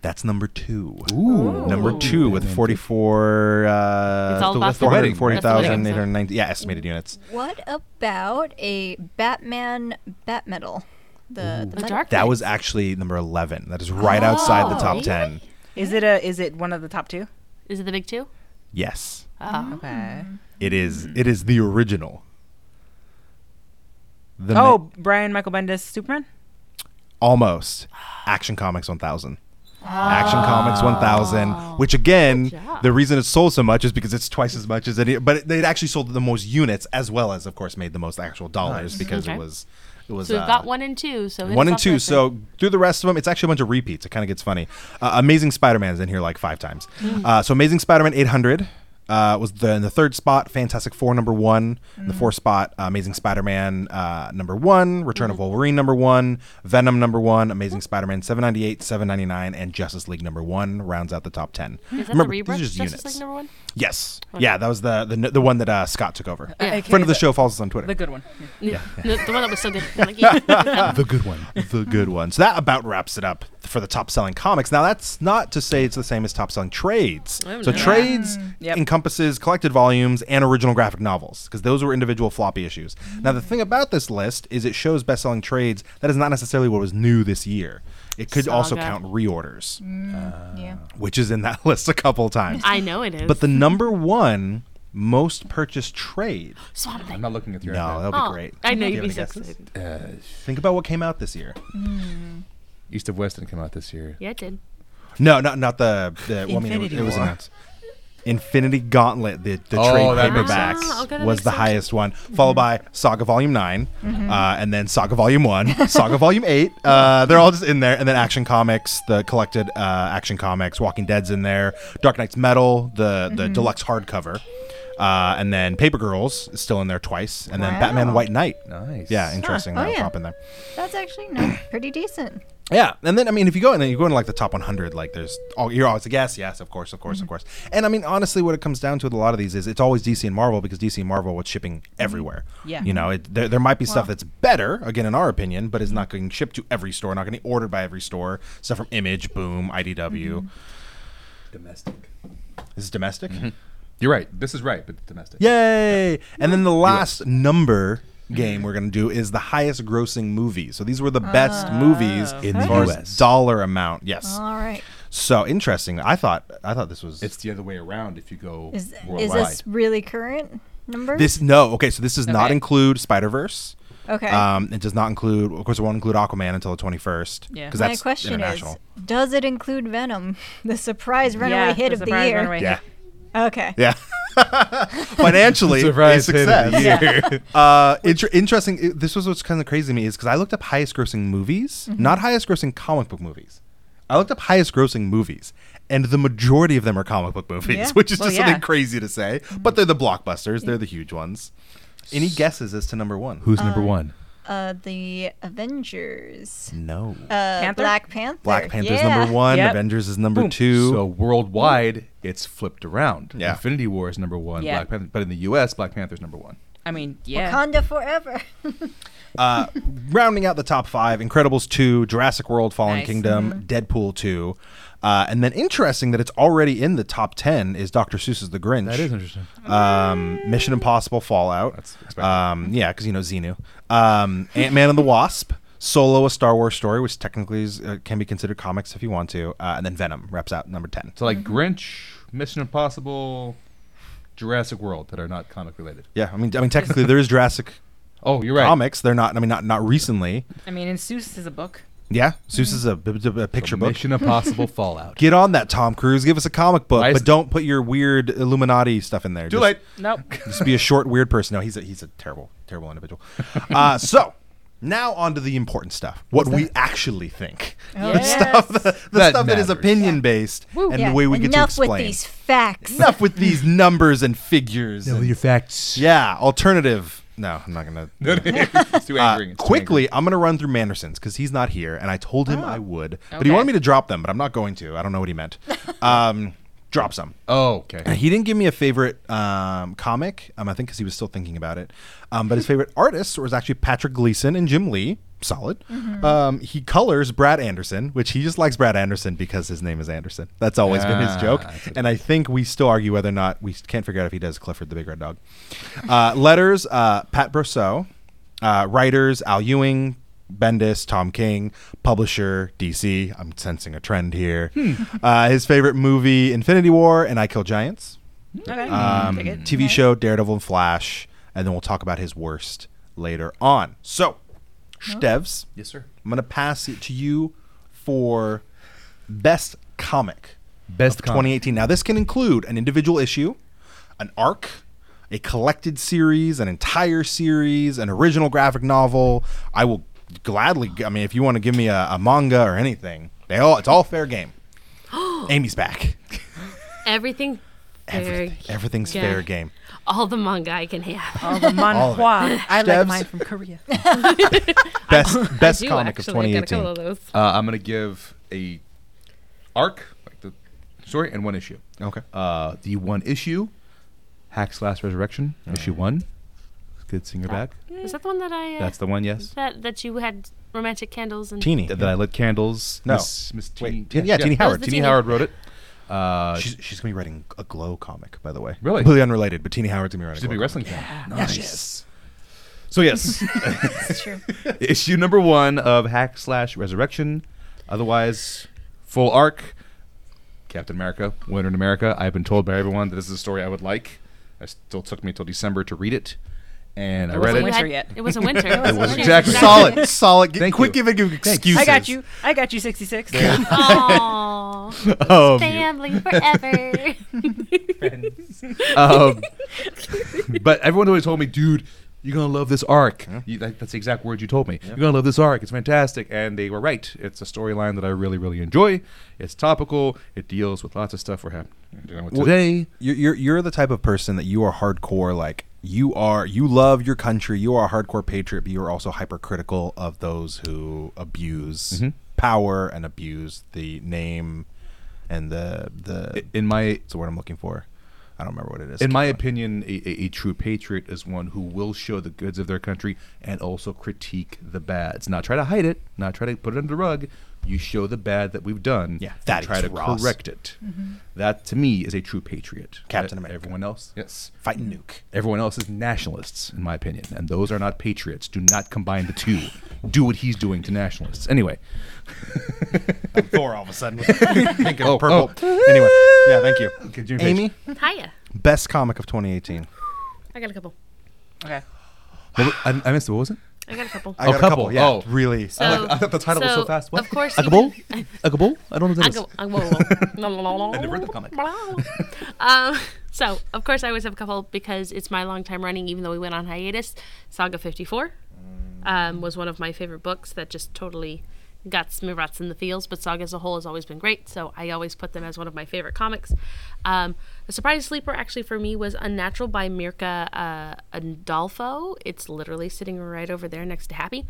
That's number two.
Ooh.
Number two with 44,
It's all
uh,
about
the writing.
440,890. Yeah, estimated units.
what about a Batman Batmetal? The, the
The
metal-
dark.
That
Knight.
was actually number 11. That is right outside the
Oh,
top 10.
Is it a? Is it one of the top two?
Is it the big two?
Yes.
Mm.
Oh.
Okay.
It is
Hmm.
it is the original. The ma-
Oh, Brian Michael Bendis Superman.
almost Action Comics 1000. Action Comics 1000, which again,
Ah. job.
the reason it sold so much is because it's twice as much as any, but it, they actually sold the most units as well as, of course, made the most actual dollars because
Okay.
it was, it was.
So we've
uh,
got one and two. So hit
one
us
and
off
two.
with it.
So through the rest of them, it's actually a bunch of repeats. It kind of gets funny. Uh, Amazing Spider-Man's in here like five times.
Mm.
Uh, so Amazing Spider-Man 800 uh, was the, in the third spot. Fantastic Four number one. In
Mm.
the fourth spot, uh, Amazing Spider-Man uh, number one. Return
Mm.
of Wolverine number one. Venom number one. Amazing Spider-Man 798, 799, and Justice League number one rounds out the top ten.
is that
Remember, these
the rebirth?
are just
Justice
units.
League number one.
Yes. Yeah, that was the the, the one that uh, Scott took over.
Yeah.
Okay,
Friend of the
the-
show follows us on Twitter.
The good one.
No, the one that was so good. Like, yeah.
The good one.
the good one. So that about wraps it up for the
Mm,
top selling comics. Now that's not to say it's the same as top selling trades. So trades
Yep.
encompasses collected volumes and original graphic novels, because those were individual floppy issues. Now, the thing about this list is it shows best selling trades. That is not necessarily what was new this year. It could also
Saga. Mm,
count reorders, uh,
yeah.
which is in that list a couple times.
I know it is.
But the number one most purchased trade.
Swamp Thing.
I'm not looking at your Uh,
No, that would be
Oh,
great.
I know
Do
you'd
you
be
have
so
any guesses?
excited.
Think about what came out this year.
East of West didn't come out this year.
Yeah, it did.
No, not not the the. well, I mean, it, was-
Infinity
it was
War.
announced. Infinity Gauntlet, the, the
Oh,
trade
that makes
paperback
sense. Ah, okay, that
was
makes
the
sense.
highest one, followed by Saga Volume 9, uh, and then Saga Volume 1, Saga Volume 8. Uh, they're all just in there. And then Action Comics, the collected uh, Action Comics, Walking Dead's in there, Dark Knight's Metal, the, the deluxe hardcover. Uh, and then Paper Girls is still in there twice. And then Batman
Wow.
White Knight.
Nice.
Yeah, interesting.
Oh,
that'll
yeah.
pop in there.
That's actually no, pretty decent.
Yeah, and then I mean, if you go and then you go into like the top 100, like there's all you're always like yes, yes, of course, of course, of course. And I mean, honestly, what it comes down to with a lot of these is it's always DC and Marvel because DC and Marvel was shipping everywhere.
Yeah.
you know, it, there, there might be stuff that's better again in our opinion, but it's not getting shipped to every store, not getting ordered by every store. Stuff from Image, Boom, IDW.
Domestic.
This is domestic.
You're right. This is right, but domestic.
Yay! And then the last number game we're gonna do is the highest grossing movie. So these were the best movies in
the
as far as
US.
dollar amount. Yes.
All right.
So interesting. I thought I thought this was
It's the other way around if you go
Is is
worldwide.
this really current number?
this no okay. So this does not
Okay.
include Spider Verse.
okay.
Um, it does not include of course it won't include Aquaman until the twenty first.
Yeah.
because
My
that's
question is,
international.
does it include Venom, the surprise runaway
Yeah,
hit
the
of the
surprise
year?
runaway
Yeah,
hit.
Okay.
yeah. Financially, a
Surprise hit of the
success. uh, inter- interesting. it- this was what's kind of crazy to me is because I looked up highest grossing movies,
Mm-hmm.
not highest grossing comic book movies. I looked up highest grossing movies, and the majority of them are comic book movies,
Yeah.
which is
Well,
just something
yeah. Mm-hmm.
crazy to say. But they're the blockbusters. They're the huge ones. Any guesses as to number one?
Who's number one?
Uh, the Avengers.
No.
Uh,
Panther?
Black Panther.
Black Panther's
yeah.
number one.
Yep.
Avengers is number two.
So worldwide, it's flipped around.
Yeah.
Infinity War is number one.
Yeah.
Black Panther, but in the U.S., Black Panther's number one.
I mean, yeah.
Wakanda forever.
uh, rounding out the top five: Incredibles two, Jurassic World: Fallen
Nice.
Mm-hmm.
Kingdom, Deadpool two, uh, and then interesting that it's already in the top ten is Doctor Seuss's The Grinch.
interesting.
um, Mission Impossible Fallout.
That's expected.
um, yeah, because you know Xenu, um, Ant Man and the Wasp. Solo, a Star Wars story, which technically is, uh, can be considered comics if you want to, uh, and then Venom wraps out number ten.
So like Grinch, Mission Impossible, Jurassic World that are not comic related.
Yeah, I mean, I mean, technically there is Jurassic
Oh, you're right.
comics. They're not, I mean, not not recently.
I mean, and Seuss is a book.
Yeah, Seuss is a, b- b- a picture book.
Mission Impossible Fallout.
Get on that, Tom Cruise. Give us a comic book,
Why is-
but don't put your weird Illuminati stuff in there.
Too
Just-
late.
Nope.
Just be a short, weird person. No, he's a, he's a terrible, terrible individual. Uh, so now on to the important stuff. What we actually think.
Oh,
The
Yes.
stuff, the, the
That
stuff that is
matters.
opinion based, and the way we
Enough
get to explain.
with these facts.
Enough with these numbers and figures. and-
facts.
yeah, alternative. No, I'm not gonna.
it's too
Uh,
angering. It's too
quickly, I'm going to run through Manderson's because he's not here, and I told him I would, but he
Okay.
wanted me to drop them, but I'm not going to. I don't know what he meant. Um, drop some.
angering. Oh, okay.
He didn't give me a favorite um, comic, um, I think, because he was still thinking about it. Um, but his favorite artists was actually Patrick Gleason and Jim Lee. Solid. Um, he colors Brad Anderson, which he just likes Brad Anderson because his name is Anderson. That's always been his
Ah,
joke.
that's
And I think we still argue whether or not we can't figure out if he does Clifford the Big Red Dog. Uh, letters uh, Pat Brousseau. Uh, writers Al Ewing. Bendis, Tom King, publisher, DC. I'm sensing a trend here. Uh, his favorite movie, Infinity War, and I Kill Giants.
Okay.
Um,
Take it.
TV show Daredevil and Flash, and then we'll talk about his worst later on. So, Stevs,
Yes, sir.
I'm gonna pass it to you for best comic
Best
of 2018. Now, this can include an individual issue, an arc, a collected series, an entire series, an original graphic novel. I will gladly. g- I mean, if you want to give me a, a manga or anything, they all it's all fair game. Amy's back.
Everything. fair
Everything,
game.
everything's
Yeah.
fair game.
All the manga I can have.
All the manhwa. I
Stabs.
like mine from Korea.
Best best
I do
comic of
actually. I got
2018.
a couple of those.
Uh, I'm gonna give a arc, like the story, and one issue.
Okay.
Uh, the one issue, Hack's Last Resurrection, issue one. Good singer back.
Is that the one that I? Uh,
That's the one. Yes.
that that you had romantic candles and
Teeny.
That, that I lit candles.
No.
Miss, Miss Teeny.
yeah, Teeny Howard.
the
Teeny
Teeny.
Howard wrote it. Uh,
she's, she's gonna be writing a Glow comic, by the way.
Really?
completely unrelated. But Teeny Howard's gonna be writing.
she's a
Glow
big
comic.
wrestling fan. Nice. So yes,
That's true.
issue number one of Hack Slash Resurrection, otherwise full arc. Captain America, Winter in America. I've been told by everyone that this is a story I would like. It still took me until December to read it, and I read
wasn't
it.
winter
had-
yet.
It wasn't winter.
It wasn't
winter.
exactly-
Solid, solid. Get,
Thank
quick,
you.
give give excuses.
I got you. I got you. Sixty six.
Aw,
Oh,
family forever.
Um, but everyone always told me, dude, you're gonna love this arc. You, that, that's the exact word you told me. You're gonna love this arc. It's fantastic, and they were right. It's a storyline that I really, really enjoy. It's topical. It deals with lots of stuff we're happening dealing with
Well,
today.
You're, you're you're the type of person that you are hardcore. Like you are, you love your country. You are a hardcore patriot, but you are also hypercritical of those who abuse power and abuse the name and the the.
In my
it's the word I'm looking for. I don't remember what it is.
in my
Keep going.
opinion, a, a, a true patriot is one who will show the goods of their country and also critique the bads. Not try to hide it, not try to put it under the rug. You show the bad that we've done.
Yeah,
and
that
try
is
to
Ross.
correct it.
Mm-hmm.
That to me is a true patriot.
Captain
Uh,
America.
Everyone else, yes.
fight nuke.
Everyone else is nationalists, in my opinion, and those are not patriots. Do not combine the two. Do what he's doing to nationalists. Anyway,
Thor all of a sudden. Pink and purple. Anyway, yeah, thank you.
Continue, Paige.
Amy,
Hiya.
best comic of 2018.
I got a couple.
Okay.
What wa- I, I missed it. What was it?
I got a couple.
I
Oh,
got a
couple,
couple. Yeah,
oh.
really. uh,
So-
I thought the title was so fast. What?
Of course.
A
you
Kabul?
would-
A Kabul? I don't know what that
I
is.
go. I go. I
never read the comic.
um, so, of course, I always have a couple because it's my long time running, even though we went on hiatus. Saga 54 um, was one of my favorite books that just totally guts me rats in the feels, but Saga as a whole has always been great, so I always put them as one of my favorite comics. Um, a surprise sleeper actually for me was Unnatural by Mirka uh, Adolfo. It's literally sitting right over there next to Happy.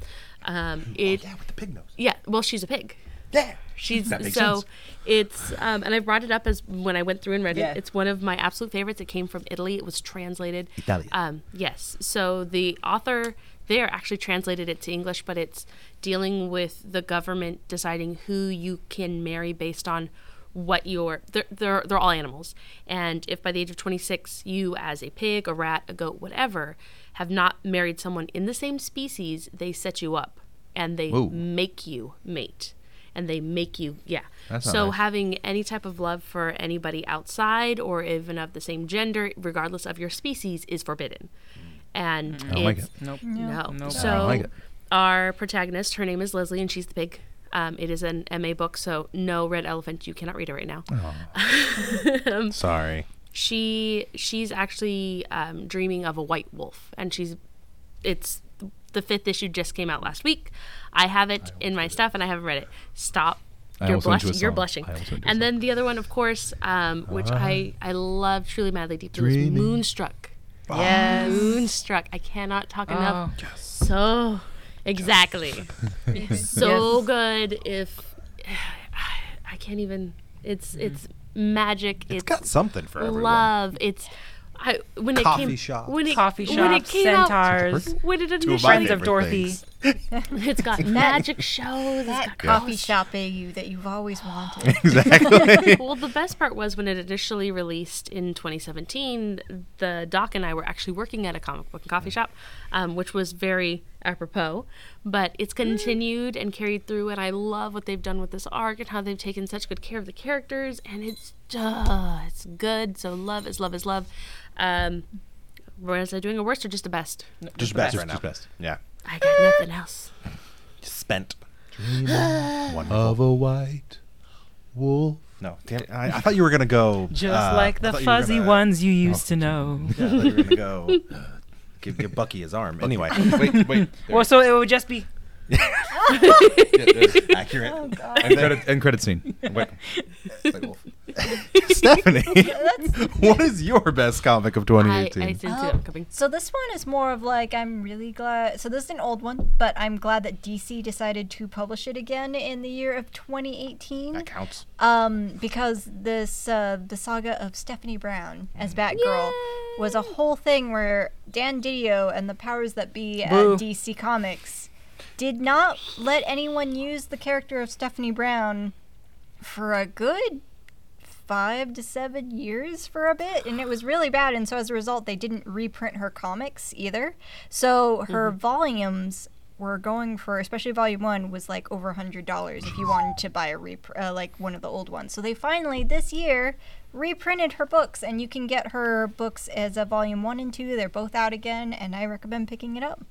Um, it,
Yeah, with the pig nose.
yeah, well, she's a pig.
Yeah.
She's
That makes
so
sense.
it's um, and I brought it up as when I went through and read
Yeah.
it. It's one of my absolute favorites. It came from Italy. It was translated.
Italia.
Um, yes. So the author there actually translated it to English, but it's dealing with the government deciding who you can marry based on what your they're, they're they're all animals and if by the age of 26 you as a pig a rat a goat whatever have not married someone in the same species they set you up and they
Whoa.
make you mate and they make you yeah
That's not
so
nice.
having any type of love for anybody outside or even of the same gender regardless of your species is forbidden and I
don't like it.
Nope.
no,
Nope.
so
I don't like it.
our protagonist her name is leslie and she's the pig um, it is an ma book so no red elephant you cannot read it right now
Sorry.
she she's actually um, dreaming of a white wolf and she's it's the fifth issue just came out last week i have it in my stuff and i haven't read it stop
I
you're
almost went to
blushing
a song.
you're
Uh-huh.
blushing
I almost went to a
and then the other one of course um, which i i love truly madly deeply was moonstruck
Ah.
Yes.
moonstruck i cannot talk enough so exactly so good if i can't even it's it's magic it's,
It's got something for everyone.
love. It's I when
Coffee
it came
shops.
when it
Coffee shops.
when it came out
centaurs.
when it
of my
initially
Friends of
favorite
Dorothy.
things.
it's got magic shows. It's
That
got
coffee shop AU that you've always wanted.
well, the best part was when it initially released in 2017, the doc and I were actually working at a comic book and coffee shop, um, which was very apropos. But it's continued and carried through, and I love what they've done with this arc and how they've taken such good care of the characters, and it's uh, it's good. So love is love is love. Um, was I doing a worst or just the best?
Just best right now. Yeah.
I got nothing else.
Spent. Wonderful.
Of a white wolf.
no, damn, I, I thought you were gonna go.
Just
uh,
like
I
the
thought you were
fuzzy
gonna- Oh.
ones you used to know.
Yeah, I thought you were gonna go. uh, Give, give Bucky his arm. Anyway,
Wait, wait.
Well, so it would just be
accurate.
End credit, end credit scene. Wait. White wolf.
Stephanie, what is your best comic of
I, I
2018?
didn't see it
Oh.
coming.
So this one is more of like I'm really glad. So this is an old one, but I'm glad that DC decided to publish it again in the year of 2018. That
counts.
Um, because this uh, the saga of Stephanie Brown as
Mm.
Batgirl was a whole thing where Dan Didio and the powers that be
Boo.
at DC Comics did not let anyone use the character of Stephanie Brown for a good five to seven years for a bit, and it was really bad. And so as a result, they didn't reprint her comics either. So her volumes were going for, especially volume one, was like over a hundred dollars if you wanted to buy a rep- uh, like one of the old ones. So they finally this year reprinted her books, and you can get her books as a volume one and two. They're both out again, and I recommend picking it up.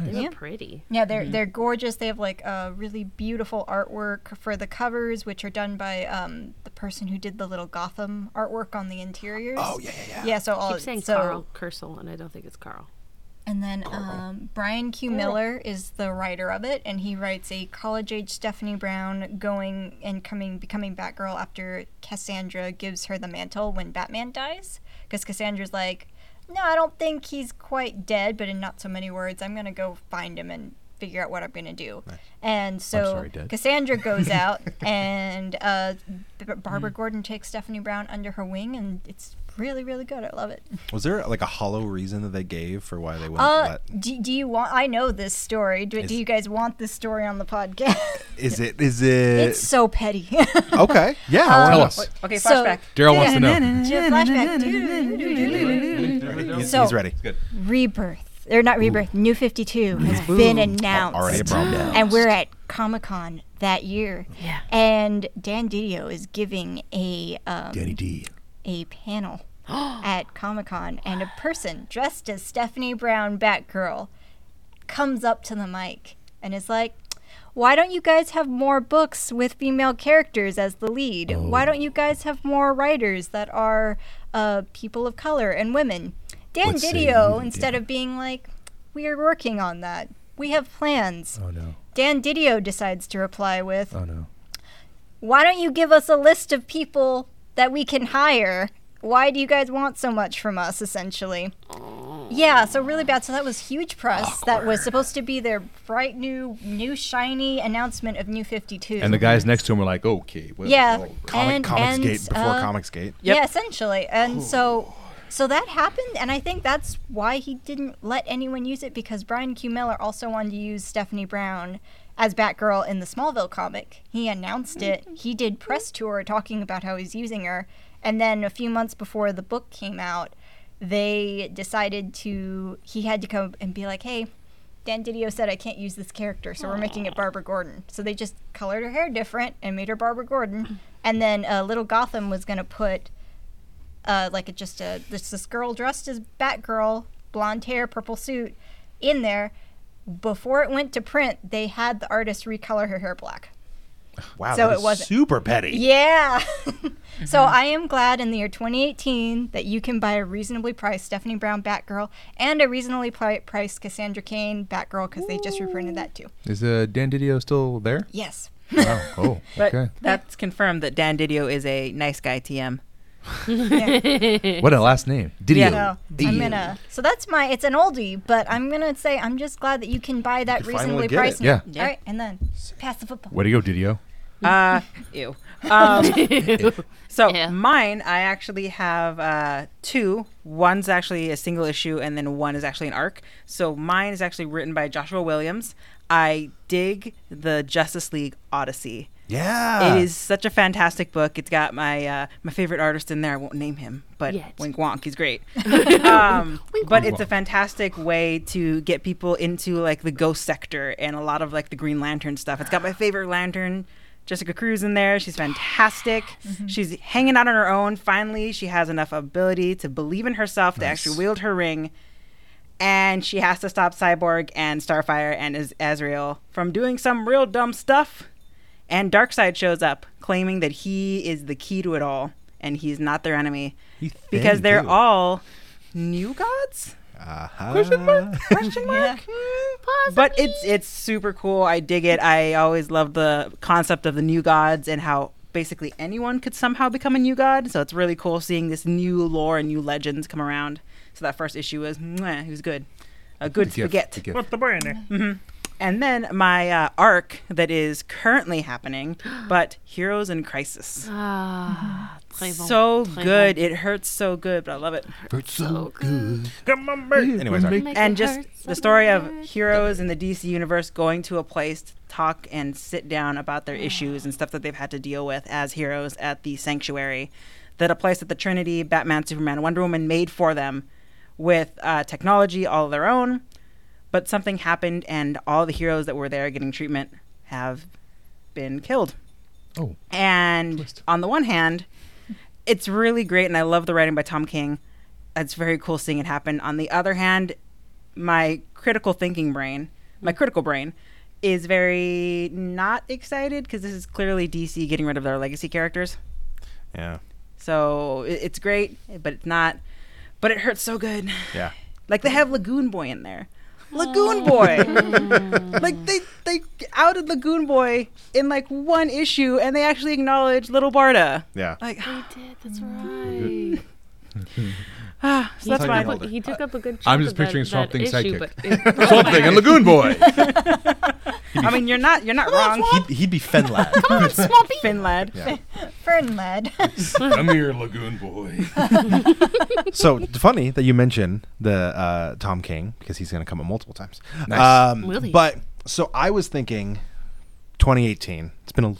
They're
Yeah.
pretty.
Yeah, they're they're gorgeous. They have like a really beautiful artwork for the covers, which are done by um, the person who did the little Gotham artwork on the interiors. Oh yeah, yeah, yeah. Yeah, so all
I keep saying
so
Carl Kersel, and I don't think it's Carl.
and then um, Brian Q. Miller is the writer of it, and he writes a college-age Stephanie Brown going and coming, becoming Batgirl after Cassandra gives her the mantle when Batman dies, because Cassandra's like, "No, I don't think he's quite dead, but in not so many words, I'm gonna go find him and figure out what I'm gonna do." And so
sorry, dead.
Cassandra goes out, and uh, B- Barbara
Mm.
Gordon takes Stephanie Brown under her wing, and it's really, really good. I love it.
Was there like a hollow reason that they gave for why they wouldn't
Uh,
let?
do, do you want? I know this story. Do, do you guys want this story on the podcast?
Is it? Is it?
it's so petty.
okay. Yeah. I wanna-
Tell us.
Okay,
So-
flashback.
Daryl wants to know.
Do you have flashback.
He's,
So-
he's ready.
rebirth, or not rebirth? New Fifty Two has been announced.
Already a problem.
and we're at Comic Con that year.
Yeah.
And Dan Didio is giving a um,
Danny D.
a panel at Comic Con, and a person dressed as Stephanie Brown Batgirl comes up to the mic and is like, why don't you guys have more books with female characters as the lead? Why don't you guys have more writers that are uh, people of color and women? Dan
Let's say
Didio,
you-
instead of being like, we are working on that, we have plans,
Oh no.
Dan Didio decides to reply with,
Oh no.
why don't you give us a list of people that we can hire? Why do you guys want so much from us, essentially? Yeah, so really bad. So that was huge press. That was supposed to be their bright new, new shiny announcement of New Fifty Two.
And the guys next to him were like, okay. Well,
yeah,
oh,
and
Comics
and,
Gate before
uh,
Comics Gate.
yeah, essentially. And so so that happened and I think that's why he didn't let anyone use it because Brian Q. Miller also wanted to use Stephanie Brown as Batgirl in the Smallville comic. He announced it. He did press tour talking about how he's using her. And then a few months before the book came out, they decided to he had to come and be like, "Hey, Dan Didio said I can't use this character, so we're making it Barbara Gordon. So they just colored her hair different and made her Barbara Gordon. And then uh, Little Gotham was gonna put uh, like a, just a this this girl dressed as Batgirl, blonde hair, purple suit, in there. Before it went to print, they had the artist recolor her hair black.
Wow.
so
that
it
is
wasn't-
super petty.
Yeah. so I am glad in the year 2018 that you can buy a reasonably priced Stephanie Brown Batgirl and a reasonably pri- priced Cassandra Cain Batgirl because they just reprinted that too.
Is uh, Dan Didio still there?
Yes.
Wow. Oh,
But
okay.
that's confirmed that Dan Didio is a nice guy TM.
What a last name. Didio.
Yeah.
So I'm gonna. So that's my. It's an oldie, but I'm gonna say I'm just glad that you can buy that
can finally
reasonably
get it.
priced.
Yeah.
Yeah.
All right, and then pass the football.
Way to go, Didio.
Uh, ew. Um, so
Ew.
mine, I actually have uh, two. One's actually a single issue, and then one is actually an arc. So mine is actually written by Joshua Williams. I dig the Justice League Odyssey.
Yeah.
It is such a fantastic book. It's got my uh, my favorite artist in there. I won't name him, but
Yet.
wink wonk, he's great. um, but it's a fantastic way to get people into like the ghost sector and a lot of like the Green Lantern stuff. It's got my favorite lantern. Jessica Cruz in there. She's fantastic. She's hanging out on her own. Finally, she has enough ability to believe in herself to actually wield her ring and she has to stop Cyborg and Starfire and Az- Azrael from doing some real dumb stuff. And Darkseid shows up, claiming that he is the key to it all, and he's not their enemy
He's
because
thin,
they're
too.
all new gods.
Uh-huh.
Question mark? Question mark? Hmm, But it's it's super cool. I dig it. I always love the concept of the new gods and how basically anyone could somehow become a new god. So it's really cool seeing this new lore and new legends come around. So that first issue was mwah, it was good. A good
gift,
spaghetti.
the gift. What
the brain? And then my uh, arc that is currently happening, but Heroes in Crisis.
Ah, très bon,
so
très
good. It hurts so good, but I love it.
Hurts so good.
Anyway, sorry.
Make
and
it
just
hurt so
the story of
good.
heroes in the DC universe going to a place to talk and sit down about their issues and stuff that they've had to deal with as heroes at the sanctuary. That a place that the Trinity, Batman, Superman, Wonder Woman made for them with uh, technology all their own. But something happened, and all the heroes that were there getting treatment have been killed.
Oh.
And
Twist.
on the one hand, it's really great, and I love the writing by Tom King. It's very cool seeing it happen. On the other hand, my critical thinking brain, my critical brain, is very not excited because this is clearly DC getting rid of their legacy characters.
Yeah.
So it, it's great, but it's not. But it hurts so good.
Yeah.
Like they have Lagoon Boy in there. Lagoon Boy. like they they outed Lagoon Boy in like one issue, and they actually acknowledge Little Barda.
Yeah.
Uh,
Like so
Did, that's right.
that's
He took
mine.
up a- He took up a good.
I'm
chunk
just
of that-
picturing
that
something
issue,
sidekick.
but it-
Something and Lagoon Boy.
I mean, you're not you're not wrong.
He'd, he'd be Fenlad.
Finn lad.
Fern lad.
Come here, Lagoon Boy.
so it's funny that you mention the uh, Tom King because he's going to come up multiple times.
Nice.
Um,
Will he?
But so I was thinking, 2018. It's been a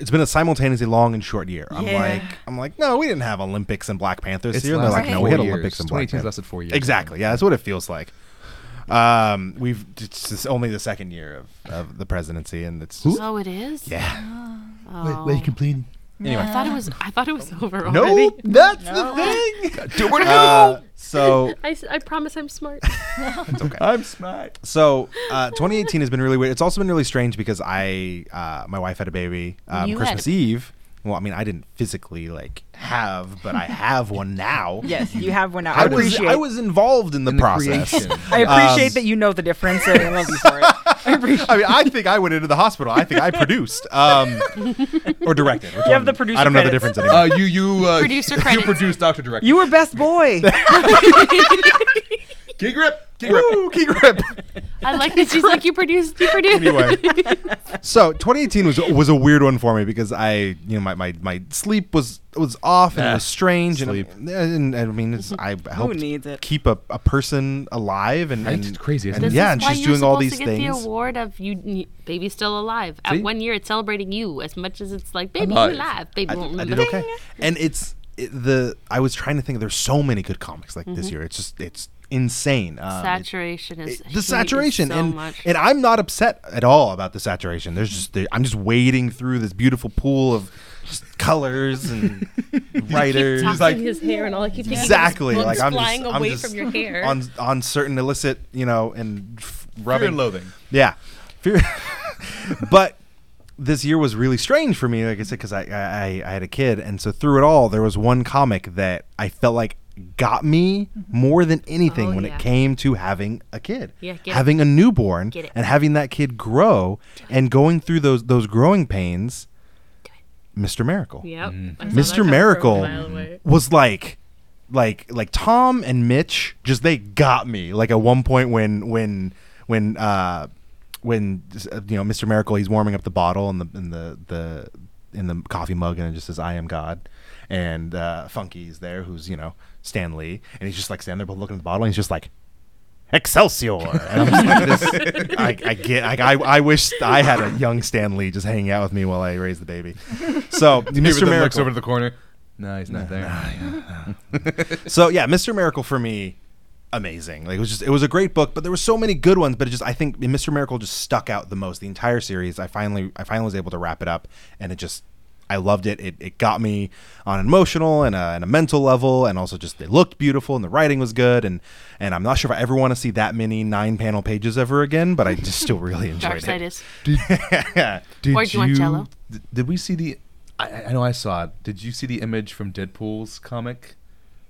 it's been a simultaneously long and short year. I'm
Yeah.
like I'm like no, we didn't have Olympics and Black Panthers
It's
here. And they're
lasted
like no,
four
we had
years.
Olympics and Black
2018's
Panthers.
lasted four years.
Exactly. Yeah, that's what it feels like. Um, we've it's just only the second year of, of the presidency, and it's just,
oh, it is.
yeah.
Oh.
Wait, wait, complain.
I thought it was. I thought it was over already.
No, that's the thing. Do we so
I, s- I promise I'm smart.
I'm smart.
So, uh, 2018 has been really weird. It's also been really strange because I, uh, my wife had a baby um,
You had
Christmas Eve. Well, I mean, I didn't physically like have, but I have one now.
Yes, you have one. out. I
I was,
appreciate.
I was um, involved in the
In the
process.
creation.
I appreciate that you know the difference, and I love you for it.
I mean, I think I went into the hospital. I think I produced um, or directed. Which
You have
one?
the producer
I don't know the
credits.
difference anymore.
Uh, you you uh,
Producer
you
credits.
produced Doctor Director.
You were best boy.
Key grip. Key grip.
Ooh, key grip.
I like that she's like you produced. You produced.
anyway, so 2018 was was a weird one for me because I, you know, my my, my sleep was was off and it was strange
sleep.
and and, and I mean it's, I helped
needs it?
keep a, a person alive and,
Right?
and
It's crazy, isn't
and
This
it?
yeah,
is
and
why
she's
you're
doing all
supposed
these
to get
things.
The award of you, you baby still alive.
See?
At one year, it's celebrating you as much as it's like baby
Alive.
you're alive. Baby
I,
won't
I
remember.
did okay, and it's it, the I was trying to think. There's so many good comics like
Mm-hmm.
this year. It's just it's insane. Um, it's-
Saturation is
it-
huge,
the
it's
saturation
so
and
much.
and I'm not upset at all about the saturation. There's just there, I'm just wading through this beautiful pool of just colors and writers.
Tossing
like
his hair and all. I keep thinking of his
exactly
bugs
like I'm
flying
just, I'm
away
just
from your hair.
on on certain illicit, you know, and f-
Fear
rubbing
and loathing.
yeah. Fear- but this year was really strange for me, like I said, because I, I I had a kid, and so through it all, there was one comic that I felt like got me more than anything
Oh,
when
yeah.
it came to having a kid,
Yeah, get it.
having a newborn,
Get it.
and having that kid grow and going through those those growing pains. Mr. Miracle.
Yep. I saw that come
Mr.
from a
Miracle
mile away.
was like like like Tom and Mitch just they got me like at one point when when when uh when uh, you know Mr. Miracle he's warming up the bottle in the in the the in the coffee mug and it just says I am God and uh Funky's there who's you know Stan Lee and he's just like standing there both looking at the bottle and he's just like Excelsior! And I'm just like this. I, I get. Like, I I wish I had a young Stan Lee just hanging out with me while I raise the baby. So
Mr.
Mr.
looks
Oh, Miracle
over to the corner. No, he's not there.
so yeah, Mr. Miracle for me, amazing. Like it was just it was a great book, but there were so many good ones. But it just I think Mr. Miracle just stuck out the most. The entire series, I finally I finally was able to wrap it up, and it just I loved it. It, it got me on an emotional and a, and a mental level, and also just it looked beautiful and the writing was good. And and I'm not sure if I ever want to see that many nine panel pages ever again, but I just still really enjoyed it.
Darksiders.
Did
Or do you want Jell-O?
d- did we see the? I- I, I know I saw it. Did you see the image from Deadpool's comic?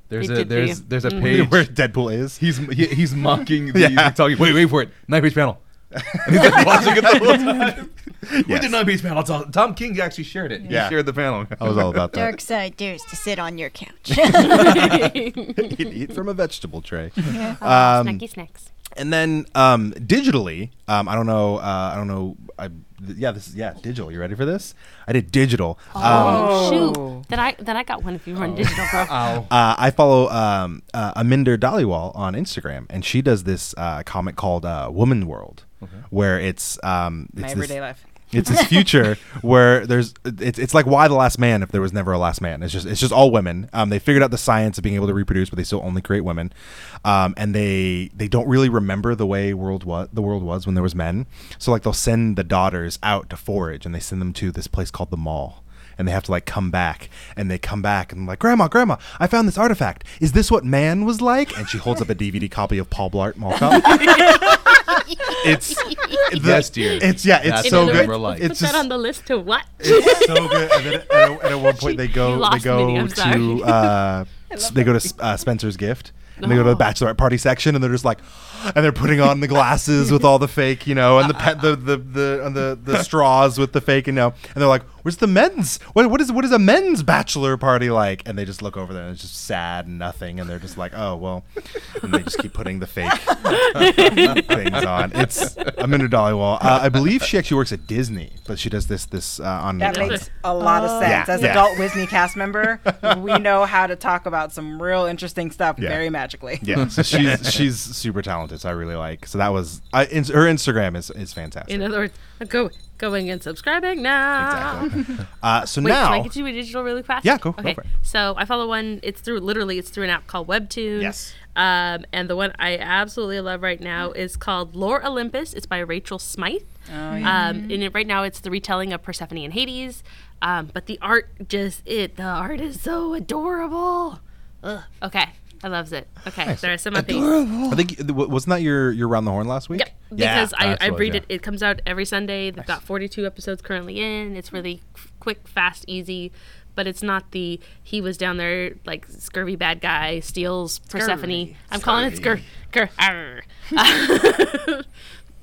There's
It
a
did Mm-hmm. for
there's
you.
there's a
Where
page.
Deadpool is.
He's he, he's mocking the
Yeah.
he's talking. Wait, wait for it. Nine page panel. And he's like watching it the whole time. We
Yes.
did nine page panel. It's all- Tom King actually shared it.
Yeah.
He shared the panel.
I was all about that.
Dark side dares to sit on your couch.
He'd eat from a vegetable tray. Um,
Snacky snacks.
And then um, digitally, um, I don't know. Uh, I don't know. I, th- yeah, this is yeah digital. You ready for this? I did digital. Um,
Oh, shoot! That I that I got one if you
Oh.
run digital, bro.
uh, I follow um, uh, Aminder Dhaliwal on Instagram, and she does this uh, comic called uh, Woman World, where it's um, it's
Mm-hmm. My
this-
everyday life.
It's this future where there's it's, it's like why the last man if there was never a last man. It's just it's just all women. Um, they figured out the science of being able to reproduce, but they still only create women. Um, and they they don't really remember the way world was the world was when there was men. So like they'll send the daughters out to forage, and they send them to this place called the mall. And they have to like come back, and they come back, and like, Grandma, Grandma, I found this artifact. Is this what man was like? And she holds up a DVD copy of Paul Blart Mall Cop. it's the-
Yes, dear.
It's yeah, it's
That's
so
what
good.
we're like.
Put
It's
that
just-
on the list to watch.
it's so good. And then at, at, at one point they
You
go they
lost me,
go
I'm sorry.
to uh, s- they go to S- uh, Spencer's gift. And
Oh.
they go to the bachelorette party section, and they're just like, and they're putting on the glasses with all the fake, you know, and the pet, the the the, and the the straws with the fake, you know, and they're like, "Where's the men's? What what is what is a men's bachelor party like?" And they just look over there, and it's just sad and nothing, and they're just like, "Oh well," and they just keep putting the fake things on. It's Aminda Dollywall. Uh, I believe she actually works at Disney, but she does this this uh, on
That
on-
makes a lot of sense.
Uh, Yeah,
As
yeah.
adult Disney cast member, we know how to talk about some real interesting stuff
Yeah.
very magically.
Yeah, so she's she's super talented. So I really like. So that was I, ins- her Instagram is is fantastic.
In other words, go going and subscribing now.
Uh, so
Wait,
now,
can I get you a digital really fast?
Yeah, go- go
Okay,
for it.
so I follow one. It's through literally, it's through an app called Webtoon.
Yes.
Um, and the one I absolutely love right now is called Lore Olympus. It's by Rachel Smythe. Oh, yeah. Um, and it, right now it's the retelling of Persephone and Hades. Um, but the art just it the art is so adorable. Ugh. Okay, I loves it. Okay, there are some updates.
I think th- w- wasn't that your your round the horn last week?
Yep. Because
that's
I, I
what-
read
yeah.
it. It comes out every Sunday. They've got 42 episodes currently in. It's really f- quick, fast, easy. But it's not the he was down there like scurvy bad guy steals Persephone. I'm calling it scur scur. arr.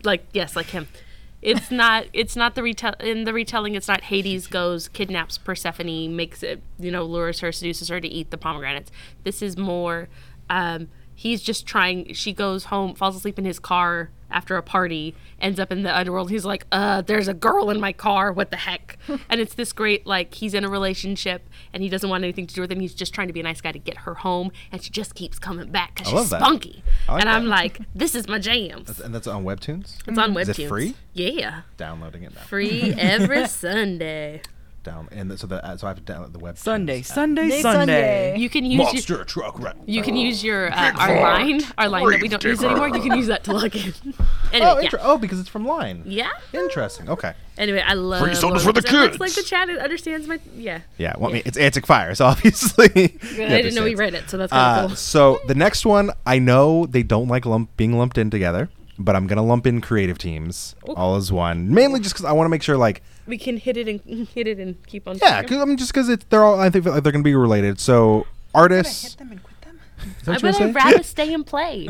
like yes, like him. It's not. It's not the retell in the retelling. It's not Hades goes kidnaps Persephone, makes it you know lures her, seduces her to eat the pomegranates. This is more. Um, he's just trying. She goes home, falls asleep in his car after a party, ends up in the underworld. He's like, uh, there's a girl in my car. What the heck? and it's this great like he's in a relationship and he doesn't want anything to do with him. He's just trying to be a nice guy to get her home, and she just keeps coming back because
I love
she's
that.
spunky.
I like
and I'm
that.
like, this is my jam.
and that's on Webtoons.
It's on Webtoons.
Mm. Is it free?
Yeah,
Downloading it now.
free every Sunday.
Down and th- so the uh, so I have to download the web.
Sunday, Sunday,
Day
Sunday.
Sunday.
You can use your,
Monster truck wreck.
you can use your uh, our line our line that we don't use anymore. You can use that to log in. anyway,
Oh,
yeah.
inter- oh, because it's from Line.
Yeah.
Interesting. Okay.
Anyway, I love. Free
sodas for the
Looks
kids.
like the chat it understands my yeah.
Yeah. Well, I mean, it's Antic Fire, so obviously.
Good,
Yeah,
I didn't know we
understands.
read it, so that's kind of
Uh,
cool.
so the next one, I know they don't like lump being lumped in together, but I'm gonna lump in creative teams all as one, mainly just because I want to make sure, like,
We can hit it and hit it and keep on.
yeah, 'cause, I mean, just because it's they're all I think they're gonna be related. So artists,
them and quit them.
is
I
that what you
would
were
I'd
saying?
rather stay and play.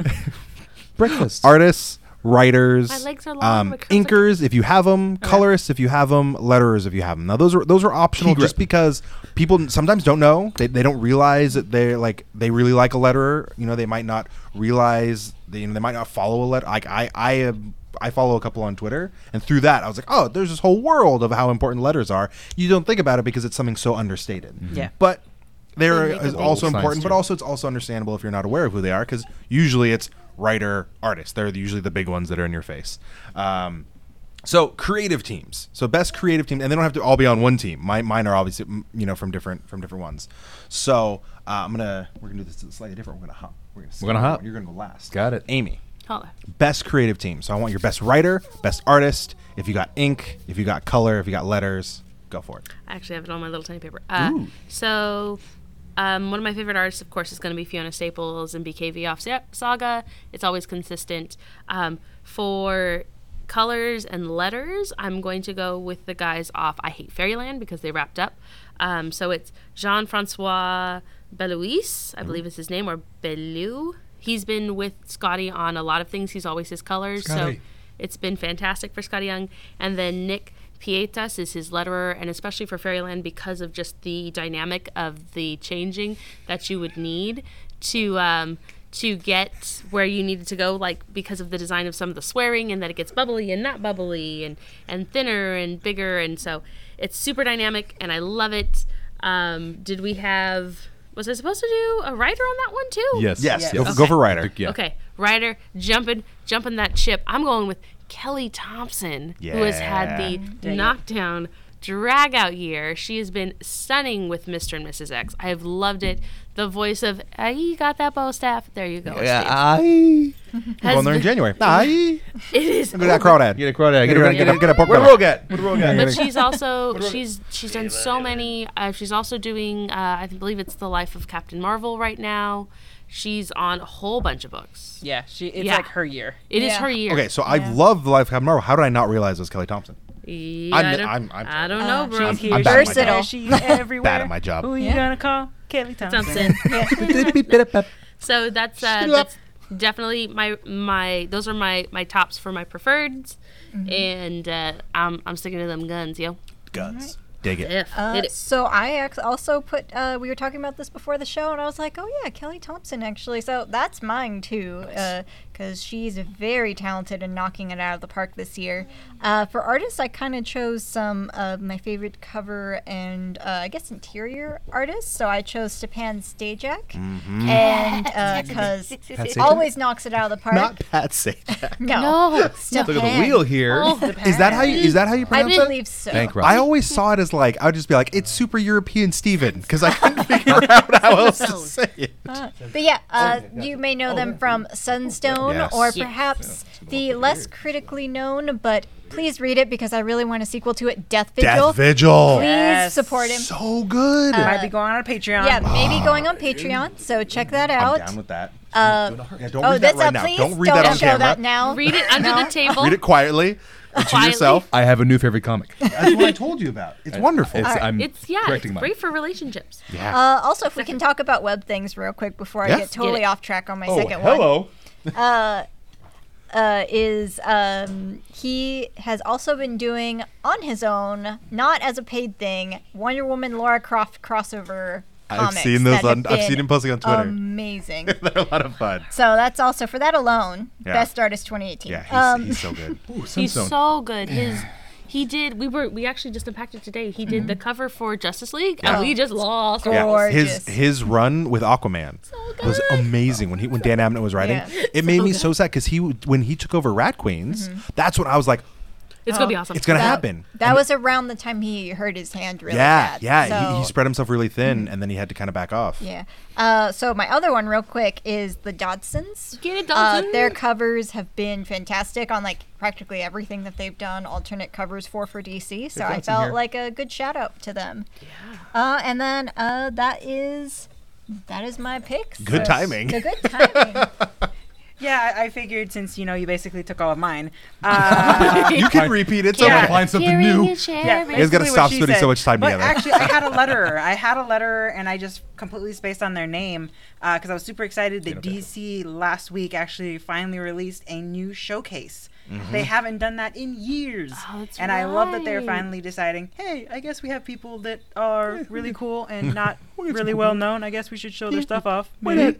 breakfast.
artists, writers,
My legs are long,
um,
my curves are-
inkers if you have them, colorists if you have them, letterers if you have them. Now those are those are optional just because people n- sometimes don't know they, they don't realize that they're like they really like a letterer. You know they might not realize they, you know they might not follow a letter. Like I I am. I follow a couple on Twitter, and through that, I was like, "Oh, there's this whole world of how important letters are." You don't think about it because it's something so understated.
Yeah.
but they're
They make
is
it
also
bold.
important.
Science
But
too.
also also it's also understandable if you're not aware of who they are because usually it's writer artist they're usually the big ones that are in your face um, so creative teams so best creative team and they don't have to all be on one team My, mine are obviously mm, you know from different from different ones so uh, i'm gonna we're gonna do this slightly different we're gonna hop we're gonna, skip
gonna
that
hop.
one. you're gonna go last
Got it.
amy
Holla.
best creative team so i want your best writer best artist if you got ink if you got color if you got letters go for it
I actually have it on my little tiny paper. Uh, so, um, one of my favorite artists, of course, is going to be Fiona Staples and BKV off Sa- Saga. It's always consistent. Um, for colors and letters, I'm going to go with the guys off I Hate Fairyland because they wrapped up. Um, so it's Jean Francois Belouis, I believe is his name, or Belou. He's been with Scotty on a lot of things. He's always his colors.
Scotty.
So it's been fantastic for Scotty Young. And then Nick Pietas is his letterer, and especially for Fairyland, because of just the dynamic of the changing that you would need to um, to get where you needed to go, like because of the design of some of the swearing and that it gets bubbly and not bubbly and, and thinner and bigger. And so it's super dynamic and I love it. Um, did we have, was I supposed to do a writer on that one too?
Yes.
Yes. Go, go for Ryder.
Yeah.
Okay, Ryder jumping, jumping that ship. I'm going with Kelly Thompson, who has had the
it.
knockdown drag out year. She has been stunning with Mr. and Mrs. X. I have loved it. The voice of "Ah, you got that bow staff. There you go.
Yeah,
Steve,"
I
has
Going there in
been-
January. Aye.
It is.
Look at that crawdad.
get a crawdad.
Get a- get a- get a pork
What
belly.
roll got? What roll got?
But she's also she's she's done so many. Uh, she's also doing uh, I believe it's the life of Captain Marvel right now. She's on a whole bunch of books.
Yeah, she. It's
Yeah.
like her year.
It is
Yeah.
her year.
Okay, so I love the life of Captain Marvel. How did I not realize it was Kelly Thompson?
Yeah,
I'm-
I don't-
I'm- I'm-
I don't know, bro.
She's here.
I'm
she's
bad at my
there,
job.
She's everywhere.
Bad at my job.
Who you gonna call? Kelly Thompson.
Something.
That's
So that's uh, that's definitely my my those are my my tops for my preferreds, and uh, I'm I'm sticking to them guns, yo.
guns. Dig it.
If
Uh,
hit it.
so I ac- also put. Uh, we were talking about this before the show, and I was like, "Oh yeah, Kelly Thompson actually." So that's mine too, because she's very talented and knocking it out of the park this year. Uh, for artists, I kind of chose some of my favorite cover and uh, I guess interior artists. So I chose Stepan Stajak,
Mm-hmm.
and because
Pat
always knocks it out of the park.
Not Pat Sajak.
no,
Look at
Stepan.
the wheel here.
Is that how you? Is that how you
I
pronounce it?
believe so.
Bankrupt.
I always saw it as like I would just be like it's super European Steven because I couldn't figure out how else to say it.
But yeah,
Oh,
uh, you may know them from Sunstone
Yes.
or
Yes.
perhaps the less critically known, but please read it because I really want a sequel to it, Death Vigil.
Death Vigil.
Please
Yes.
support him.
So good.
Might be going on our Patreon.
yeah, maybe going on Patreon, so check that
I'm
out.
down with that.
Uh,
Yeah, don't
oh,
read that
that's
right
up,
now.
please.
Don't read that on
show
camera.
that now.
Read it under the table.
Read it quietly and to
Quietly.
yourself.
I have a new favorite comic.
That's what I told you about. It's wonderful.
It's, I'm
It's yeah, it's
correcting mine.
great for relationships.
Uh, also, if we can talk about web things real quick before
Yeah.
I get totally
Get it.
off track on my
Oh,
second one.
hello.
uh, is um, he has also been doing on his own, not as a paid thing, Wonder Woman Laura Croft crossover.
I've
comics
seen those.
that have
On, I've seen
been
him posting on Twitter.
Amazing.
They're a lot of fun.
so that's also for that alone,
Yeah.
best artist 2018.
Yeah, he's,
um,
he's so good.
He's
Sunstone.
so good. His he did. We were we actually just unpacked it today. He did the cover for Justice League, and we just lost.
Yeah.
his
Gorgeous.
his run with Aquaman was amazing when he when Dan Abnett was writing.
Yeah.
It made me so sad because he w- when he took over Rat Queens,
Mm-hmm.
that's when I was like,
It's gonna be awesome.
it's gonna
that,
happen.
That
And-
was around the time he hurt his hand really
yeah,
bad.
yeah. he, he
So-
spread himself really
Mm-hmm.
thin, and then he had to kind of back off.
Yeah. Uh, so my other one, real quick, is the Dodsons.
Get it,
Uh,
Dodson.
their covers have been fantastic on like practically everything that they've done. Alternate covers for for DC, so I felt like a good shout out to them. Yeah. Uh, and then uh, that is that is my picks.
Good
So-
timing.
so good timing.
Yeah, I, I figured since you know you basically took all of mine. Uh,
You can repeat it. So
Yeah.
much.
Find something
Caring
new.
and sharing.
yeah,
guys gotta
basically what
stop
she
spending so
said.
much time
but
together.
Actually, I had a letterer. I had a letterer, and I just completely spaced on their name because I was super excited that DC last week actually finally released a new showcase.
Mm-hmm.
They haven't done that in years,
Oh, that's
and I love that they're
right.
finally deciding. Hey, I guess we have people that are really cool and not really well known. I guess we should show their stuff off. Maybe.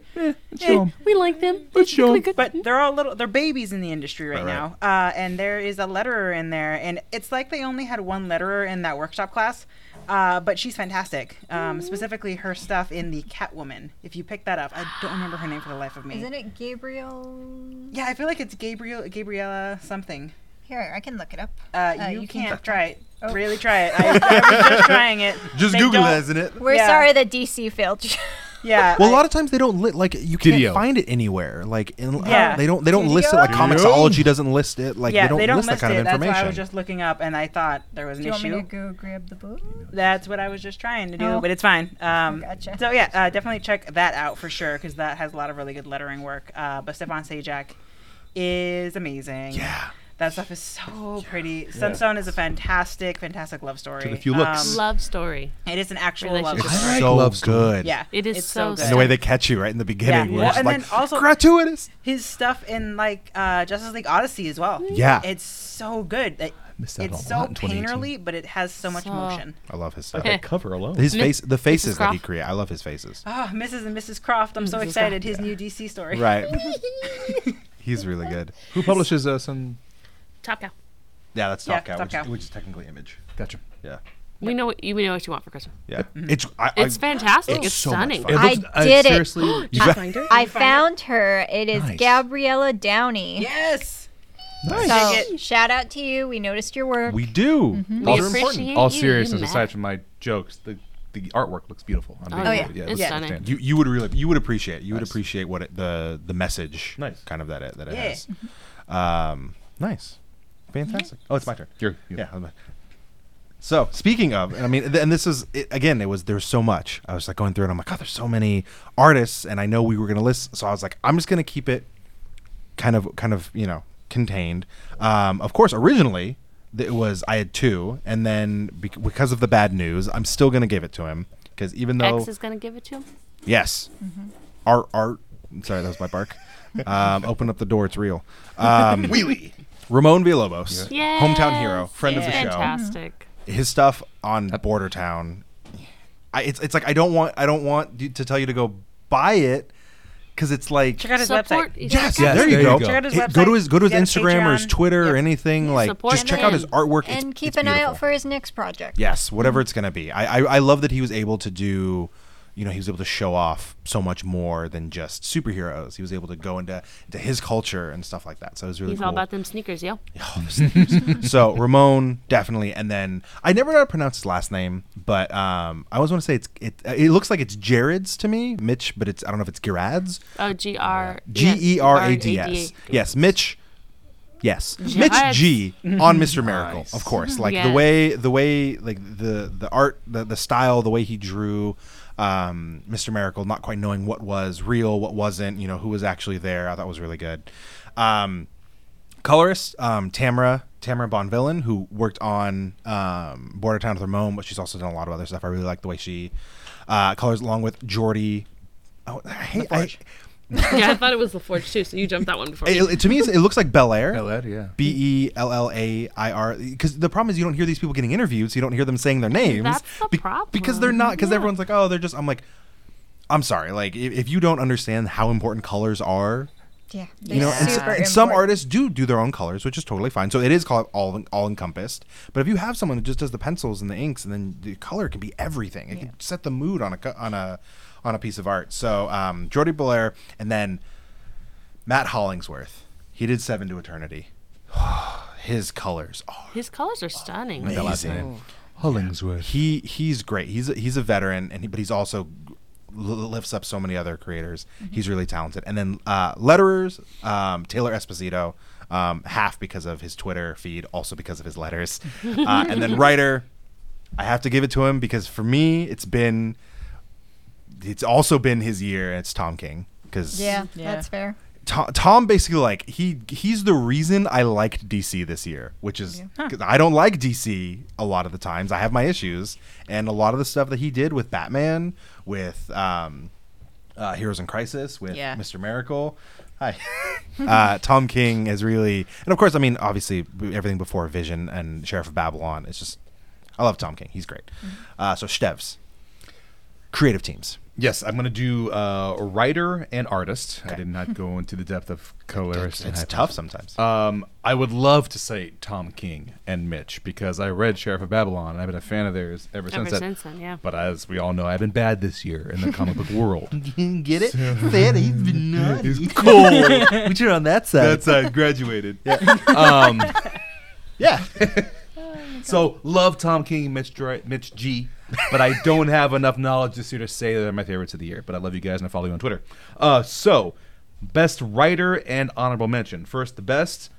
Show 'em.
we like them.
Let's show 'em.
Good.
But
Mm-hmm.
they're all little, they're babies in the industry right, now. Uh, and there is a letterer in there. And it's like they only had one letterer in that workshop class. Uh, but she's fantastic.
Mm-hmm.
Um, specifically, her stuff in the Catwoman. If you pick that up, I don't remember her name for the life of me.
Isn't it Gabriel?
Yeah, I feel like it's Gabriel, Gabriella something.
Here, I can look it up.
Uh,
Uh,
you,
you Oh. can
can't
backtrack.
try it. Really try it. I, I was just trying it.
Just
They
Google
don't-
it, isn't it?
We're
Yeah.
sorry that DC failed. to-
Yeah.
Well, a
I-
lot of times they don't li- like you can't
Didio.
find it anywhere. Like in, uh,
Yeah.
they don't they don't list it.
Didio?
Like
Didio.
Comixology doesn't list it. Like
yeah,
they don't list that kind
it.
of information.
That's why I was just looking up, and I thought there was an
Do you want
issue.
me to go grab the book?
That's what I was just trying to do,
Oh.
but it's fine. Um,
Gotcha.
So yeah, uh, definitely check that out for sure because that has a lot of really good lettering work. Uh, but Stefan Sajak is amazing.
yeah.
That stuff is so pretty. Sunstone is a fantastic, fantastic love story. Um,
the few looks.
Love story.
it is an actual love
Relationship.
story.
so
love story.
good.
Yeah,
It is
it's
so
good.
And the way they catch you right in the beginning,
Yeah.
where
Well,
it's
and
like
then also-
gratuitous.
His stuff in like uh, Justice League Odyssey as well.
Yeah.
it's so good. That
missed out on
It's
a lot
so
in 2018.
painterly, but it has so much
So-
motion.
I love his stuff.
That cover alone.
His
Mi-
face, the faces that he
Croft?
created. I love his faces.
Ah, Mrs. and Mrs. Croft. I'm so
Mrs.
excited. His new DC story.
Right. He's really good.
Who publishes uh, some?
Top Cow.
Yeah, that's
Yeah,
Top Cow,
Top
which,
Cow.
Is, which is technically Image.
Gotcha.
Yeah.
We know what you we know what you want for Christmas.
Yeah. It's I,
It's
I,
fantastic. It's,
it's so much
stunning.
fun.
I did it.
seriously, it.
Did you find her?
I found her. It is
Nice.
Gabriella Downey.
Yes. Dig
So shout out to you. We noticed your work.
we do.
We
All,
appreciate
all
you,
seriousness
you
aside
mad.
from my jokes, the the artwork looks beautiful. On
Oh,
video.
yeah.
it
It's
looks
stunning.
fantastic.
You you would really you would appreciate you would
Nice.
appreciate what it, the the message
Nice.
kind of that it, that it
Yeah.
has. Um, nice, fantastic. Oh, it's my turn.
You're- you-
Yeah. I'm- So speaking of, and I mean, th- and this is it, again, it was there's so much. I was like going through, and I'm like, oh, there's so many artists, and I know we were gonna list, so I was like, I'm just gonna keep it kind of kind of you know contained. Um, of course, originally th- it was I had two, and then bec- because of the bad news, I'm still gonna give it to him because even though
X is gonna give it to him.
Yes. Art, art. Sorry, that was my bark. Um, open up the door. It's real. Um, Wheelie. Ramon Villalobos,
Yeah.
hometown hero, friend of the
Fantastic.
show. His stuff on Border Town. I, it's it's like I don't want I don't want you to tell you to go buy it because it's like
Check out his
Support.
website.
each
yes,
other.
there, you go.
Check out his
Hit- go to
website.
his go to his
He has
Instagram or his
Patreon.
Twitter or
Yep.
anything. Like
Support
just check
him.
out his artwork. It's-
and keep
it's
an eye out
beautiful.
for his next project.
Yes,
Mm-hmm.
whatever it's gonna be. I, I I love that he was able to do, you know, he was able to show off so much more than just superheroes. He was able to go into into his culture and stuff like that. So it was really
He's
cool.
all about them sneakers, yo.
so Ramon definitely, and then I never know how to pronounce his last name, but um, I always want to say it's it. It looks like it's Jared's to me, Mitch, but it's I don't know if it's Gerad's.
Oh, G R
G E R A D S. Yes, Mitch. Yes, Mitch
Yes.
G on Mr. Miracle, of course. Like the
Yes.
way, the way, like the the art, the the style, the way he drew um, Mr. Miracle, not quite knowing what was real, what wasn't, you know, who was actually there. I thought was really good. Um, colorist um, Tamara Tamara Bonvillain, who worked on um, Border Town with Ramon, but she's also done a lot of other stuff. I really like the way she uh, colors along with Jordy. Oh, I hate. I,
Yeah, I thought it was the Forge too, so you jumped that one before.
it, it- to me, it's- it looks like Bel Air.
Bel Air, yeah.
B E L L A I R. Because the problem is you don't hear these people getting interviewed, so you don't hear them saying their names.
That's the
Because they're
problem,
not. Because everyone's like, oh, they're just. I'm like, I'm sorry. Like, if, if you don't understand how important colors are,
Yeah.
you know, and, s-
super
and some
important.
artists do do their own colors, which is totally fine. So it is called all all encompassed. But if you have someone who just does the pencils and the inks, and then the color can be everything. It can set the mood on a co- on a on a piece of art. So um, Jordy Belair, and then Matt Hollingsworth. He did Seven to Eternity. His colors are
His colors are stunning.
That last name.
Oh.
amazing.
Hollingsworth.
He he's great. He's a, he's a veteran, and he, but he's also l- lifts up so many other creators. He's really talented. And then uh, letterers, um, Taylor Esposito, um, half because of his Twitter feed, also because of his letters. uh, and then writer, I have to give it to him because for me, it's been it's also been his year. And it's Tom King because
Yeah,
Yeah.
that's fair.
Tom, Tom basically like he he's the reason I liked DC this year, which is because I don't like DC a lot of the times. I have my issues, and a lot of the stuff that he did with Batman, with um, uh, Heroes in Crisis, with
Yeah.
Mister Miracle. Hi, uh, Tom King has really, and of course, I mean, obviously, everything before Vision and Sheriff of Babylon. It's just, I love Tom King. He's great. Uh, so Stevs, creative teams.
Yes, I'm going to do uh, writer and artist. I did not go into the depth of colorist. and
It's
hype.
tough sometimes.
Um, I would love to say Tom King and Mitch because I read Sheriff of Babylon and I've been a fan of theirs ever,
Ever
since. that-
since then, yeah.
But as we all know, I've been bad this year in the comic book world.
Get it? Said he's been naughty.
cool.
But you're on that side.
That's I graduated. Um,
yeah.
so love Tom King, Mitch, Dre- Mitch G, but I don't have enough knowledge this year to say that they're my favorites of the year. But I love you guys and I follow you on Twitter. Uh, so best writer and honorable mention. First, the best,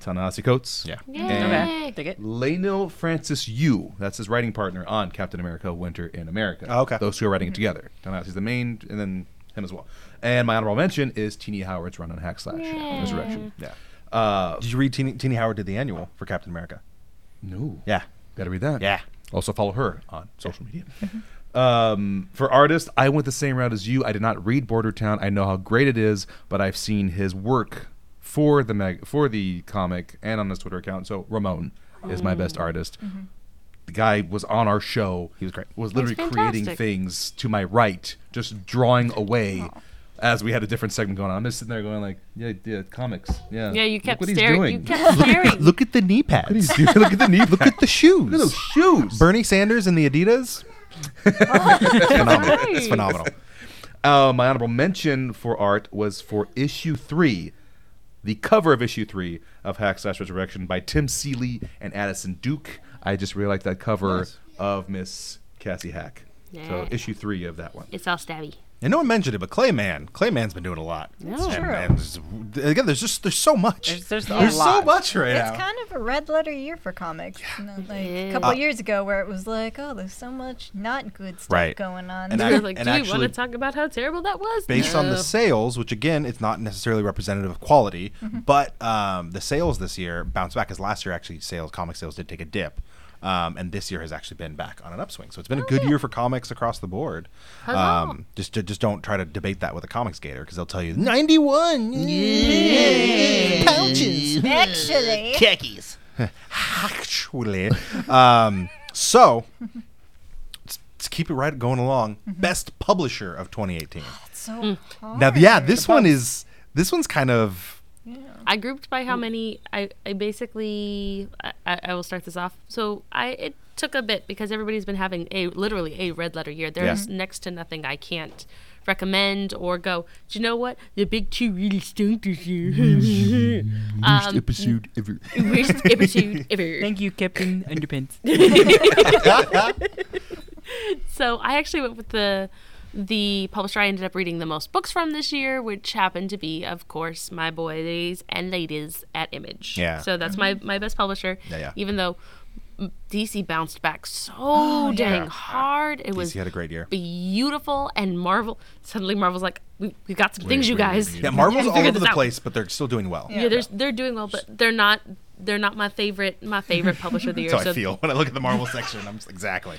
Ta-Nehisi Coates.
Yeah.
Yay.
And-
Dig it.
Lano Francis Yu, that's his writing partner on Captain America: Winter in America.
Oh, okay.
those two are writing it together. Don he's the main, and then him as well. And my honorable mention is Teeny Howard's run on Hack Slash Resurrection.
Yeah.
Uh,
Did you read Teeny, Teeny Howard did the annual for Captain America?
no,
Yeah.
gotta read that.
Yeah.
Also follow her on social media. Um, for artist, I went the same route as you. I did not read Border Town. I know how great it is, but I've seen his work for the mag- for the comic and on his Twitter account. So Ramon, is my best artist. The guy was on our show. He was great. Was literally creating
fantastic.
things to my right, just drawing away. As we had a different segment going on, I'm just sitting there going like, "Yeah, yeah, comics, yeah."
Yeah, you
Look
kept
what he's
staring. You
doing.
kept staring.
Look at the knee pads.
He's doing- Look at the knee.
Look at the shoes.
those shoes.
Bernie Sanders and the Adidas. it's phenomenal. It's phenomenal.
Uh, my honorable mention for art was for issue three, the cover of issue three of Hack Slash Resurrection by Tim Seeley and Addison Duke. I just really like that cover of Miss Cassie Hack. So
Yeah.
issue three of that one.
It's all stabby.
And no one mentioned it, but Clayman. Clayman's been doing a lot.
It's
And-
true.
and there's- again, there's just there's so much.
There's, there's a
There's so
lot.
much right
It's
now.
kind of a red letter year for comics. you know, like a
is.
Uh,
couple years ago, where it was like, oh, there's so much not good stuff
Right.
going on.
And
I
I-
was like,
and
do you want
actually-
to talk about how terrible that was?
based on the
No.
sales, which again, it's not necessarily representative of quality,
Mm-hmm.
but um, the sales this year bounced back because last year actually sales comic sales did take a dip. Um, and this year has actually been back on an upswing, so it's been a good year for comics across the board. Um, just to, just don't try to debate that with a comics gator because they'll tell you ninety one pouches
Actually,
actually. um, so let's- let's keep it right going along.
Mm-hmm.
Best publisher of 2018.
it's so hard.
Now, yeah, this one is this one's kind of
I grouped by how many. I, I basically. I, I I will start this off. So I it took a bit because everybody's been having a literally a red letter year. There's next to nothing I can't recommend or go. Do you know what the big two really stunk this year? um,
episode ever.
worst episode ever.
Thank you, Captain Underpants.
So I actually went with the the publisher I ended up reading the most books from this year, which happened to be, of course, my boys and ladies at Image.
Yeah.
So that's my my best publisher.
Yeah, yeah.
Even though mm, DC bounced back so
Oh,
dang hard, it was
DC had a great year.
beautiful. And Marvel suddenly Marvel's like, we we got some things, you guys.
Yeah, Marvel's all
figure
over
this
the
out.
place, but they're still doing well.
Yeah, there's they're doing well, but they're not they're not my favorite my favorite publisher of the year.
So I feel when I look at the Marvel section, I'm just, exactly.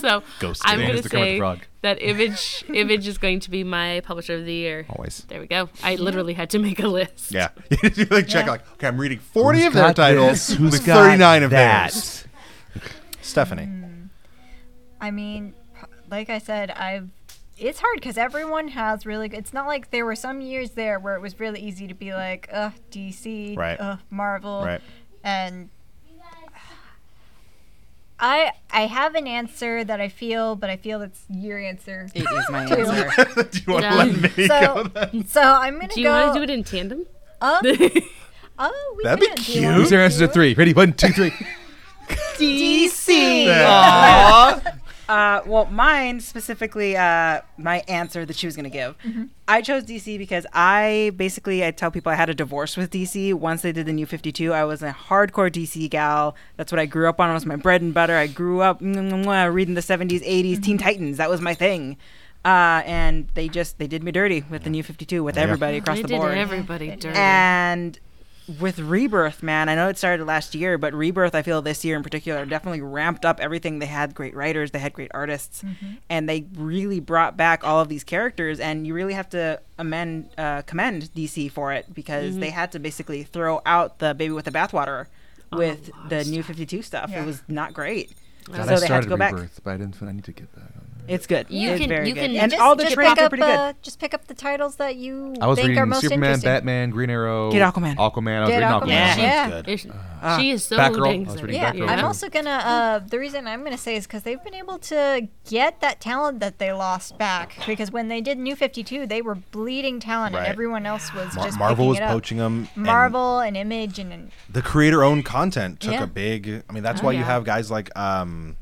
so
Ghost today.
Mr.
I'm going to
Kermit the
say
Frog.
that image image is going to be my publisher of the year.
Always.
There we go. I literally had to make a list.
Oh. Yeah, you like check like okay, I'm reading 40
Who's
of their
got
titles,
this? Who's
with
got
39 of
that?
theirs. Stephanie,
I mean, p- like I said, I've. It's hard because everyone has really. good It's not like there were some years there where it was really easy to be like, ugh, DC,
Right.
ugh, Marvel,
right?
and I I have an answer that I feel, but I feel it's your answer.
it is my answer.
do you want to
Yeah.
let me go?
So,
Then?
so I'm gonna
Do you
go
want to do it in tandem?
up. Oh, we
That'd be
could do
cute.
one.
Who's their answers at three? Ready? One, two, three.
DC. Uh, well, mine specifically, uh, my answer that she was going to give.
Mm-hmm.
I chose DC because I basically I tell people I had a divorce with DC once they did the New Fifty Two. I was a hardcore DC gal. That's what I grew up on. It was my bread and butter. I grew up reading the seventies, eighties, Teen
Mm-hmm.
Titans. That was my thing. Uh, and they just they did me dirty with the New Fifty Two with everybody across
They
the
did
board.
everybody dirty.
And with Rebirth, man, I know it started last year, but Rebirth, I feel this year in particular, definitely ramped up everything. They had great writers, they had great artists, and they really brought back all of these characters. And you really have to amend, uh, commend DC for it because they had to basically throw out the baby with the bathwater with the new 52 stuff. It was not great. so they had to go back.
but I didn't. I need to get that.
It's good.
You
it's
can-
very
you
good.
can-
and
Just-
all the
just
trades
pick
are
up,
pretty good.
uh, just pick up the titles that you
I was
think are
reading
most
Superman,
interesting.
Batman, Green Arrow,
Get Aquaman.
Aquaman. I was
Get
reading
Aquaman.
Aquaman.
Yeah.
Yeah.
It's- she is so
Batgirl.
dang
I was
sick.
reading
Uh, Yeah,
Batgirl.
I'm also gonna. Uh, the reason I'm gonna say is because they've been able to get that talent that they lost back. Because when they did New Fifty Two, they were bleeding talent,
Right.
and everyone else was
Mar-
just
Marvel was
picking it up.
poaching them.
Marvel and Image and, and
the creator owned content took
Yeah.
a big I mean that's why you
yeah.
have guys like um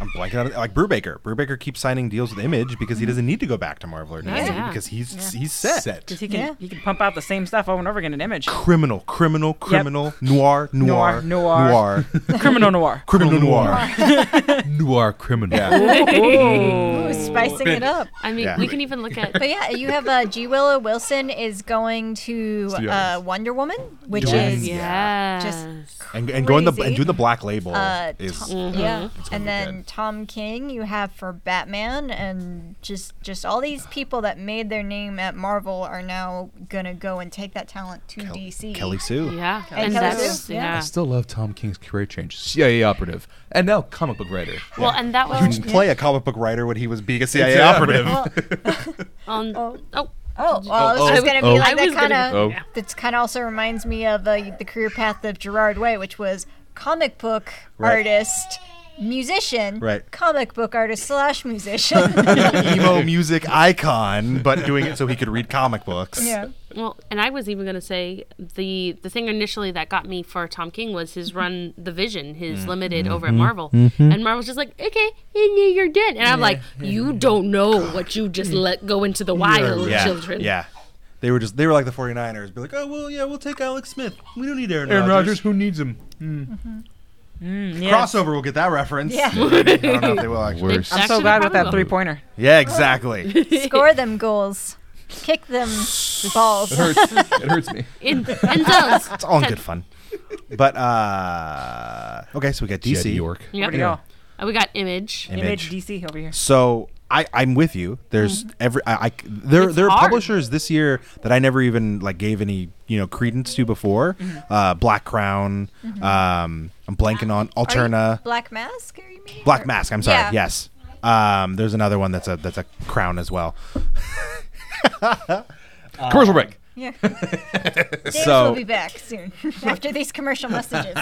I'm blanking out of, like Brubaker. Brubaker keeps signing deals with Image because he doesn't need to go back to Marvel or Disney
Yeah.
because he's he's set.
Because he can,
Yeah.
he can pump out the same stuff over and over again in image.
Criminal, criminal, criminal, noir, noir,
Noir,
noir,
noir. Criminal noir.
criminal noir.
noir criminal.
Ooh, spicing it up.
I mean,
Yeah.
we can even look at.
But yeah, you have uh, G. Willow Wilson is going to
Studio
uh,
audience.
Wonder Woman, which is
yes.
just
And, and going the
Crazy.
and do the black label
uh,
is
Tom- yeah,
gonna be
and then
good.
Tom King, you have for Batman, and just just all these people that made their name at Marvel are now gonna go and take that talent to DC.
Kelly Sue.
Yeah.
And
And
Kelly
that's
Sue,
yeah.
yeah.
I still love Tom King's career change. CIA operative, and now comic book writer.
Well, and that
You
was
didn't play a comic book writer when he was being a CIA
Yeah,
operative.
on. Oh,
Oh, well, I was
oh,
just gonna be
oh.
I
like
was
that
gonna-
kind
oh.
of. That's kind of also reminds me of uh, the career path of Gerard Way, which was comic book
Right.
artist, musician,
Right.
comic book artist slash musician.
Emo music icon, but doing it so he could read comic books.
yeah.
Well, and I was even going to say the the thing initially that got me for Tom King was his run, The Vision, his limited over at Marvel, and Marvel's just like, okay, yeah, yeah, you're dead, and I'm like, you don't know what you just let go into the wild,
Yeah.
children.
Yeah. They were just they were like the 49ers. Be like, oh well, yeah, we'll take Alex Smith. We don't need Aaron,
Aaron
Rodgers.
Rodgers, who needs him?
Crossover will get that reference.
Yeah.
I don't know if they will actually.
Worse.
That
I'm so
should've
glad with that
probably-
three pointer.
Yeah, exactly.
Score them goals. Kick them balls.
It hurts. it hurts me.
It- and does.
It's all in good fun. But uh okay, so we got DC
Jed York.
Yep.
Where'd he go?
Uh, We got Image.
image.
Image DC over here.
So I, I'm with you. There's
Mm-hmm.
every I, I there
It's
there are
hard.
publishers this year that I never even like gave any you know credence to before. Uh, Black Crown. Um, I'm blanking on
Mm-hmm. Are you-
Alterna.
Black Mask, are you mean?
Black
Or-
Mask. I'm sorry.
Yeah.
Yes. Um, there's another one that's a that's a crown as well.
Commercial break.
Yeah. James
So-
will be back soon after these commercial messages.